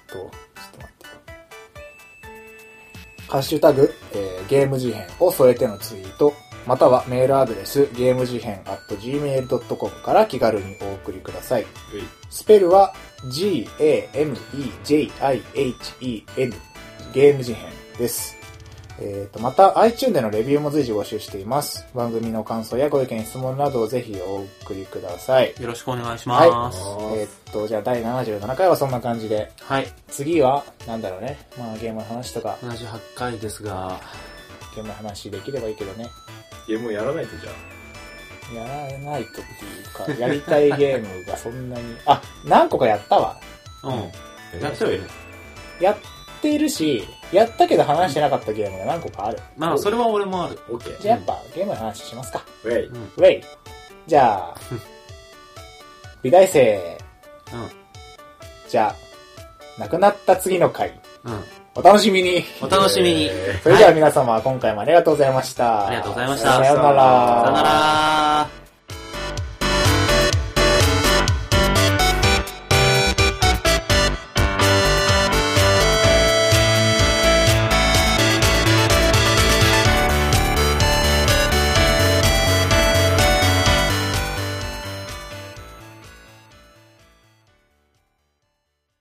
[SPEAKER 1] と、ちょっと待って。ハッシュタグ、えーゲーム事変を添えてのツイート、またはメールアドレス、ゲーム事変 at gmail.com から気軽にお送りください。
[SPEAKER 3] うい
[SPEAKER 1] スペルは G-A-M-E-J-I-H-E-N ゲーム事変です。えー、と、また iTune でのレビューも随時募集しています。番組の感想やご意見、質問などをぜひお送りください。
[SPEAKER 2] よろしくお願いし
[SPEAKER 1] はい
[SPEAKER 2] ます。
[SPEAKER 1] えー、っと、じゃあ第77回はそんな感じで、
[SPEAKER 2] はい。
[SPEAKER 1] 次は、なんだろうね。まあゲームの話とか、
[SPEAKER 2] 同じ8回ですが、
[SPEAKER 1] ゲームの話できればいいけどね。
[SPEAKER 3] いやもうやらないとじゃ
[SPEAKER 1] やらないとっていうか、やりたいゲームがそんなに、あ、何個かやったわ。
[SPEAKER 2] う
[SPEAKER 3] あ
[SPEAKER 2] ん。やってはいる。
[SPEAKER 1] やっているし、やったけど話してなかったゲームが何個かある。
[SPEAKER 2] まあ、それは俺もある。
[SPEAKER 3] オッケー
[SPEAKER 1] じゃあやっぱゲームの話しますか。
[SPEAKER 3] ウェイ
[SPEAKER 2] うん。うん。
[SPEAKER 1] ウェイ。じゃあ、美大生、じゃあ、亡くなった次の回、
[SPEAKER 2] うん。
[SPEAKER 1] お楽しみに。
[SPEAKER 2] お楽しみに。
[SPEAKER 3] え
[SPEAKER 1] それでは皆様、今回もありがとうございました。
[SPEAKER 2] ありがとうございました
[SPEAKER 1] さようなら。
[SPEAKER 2] さよなら。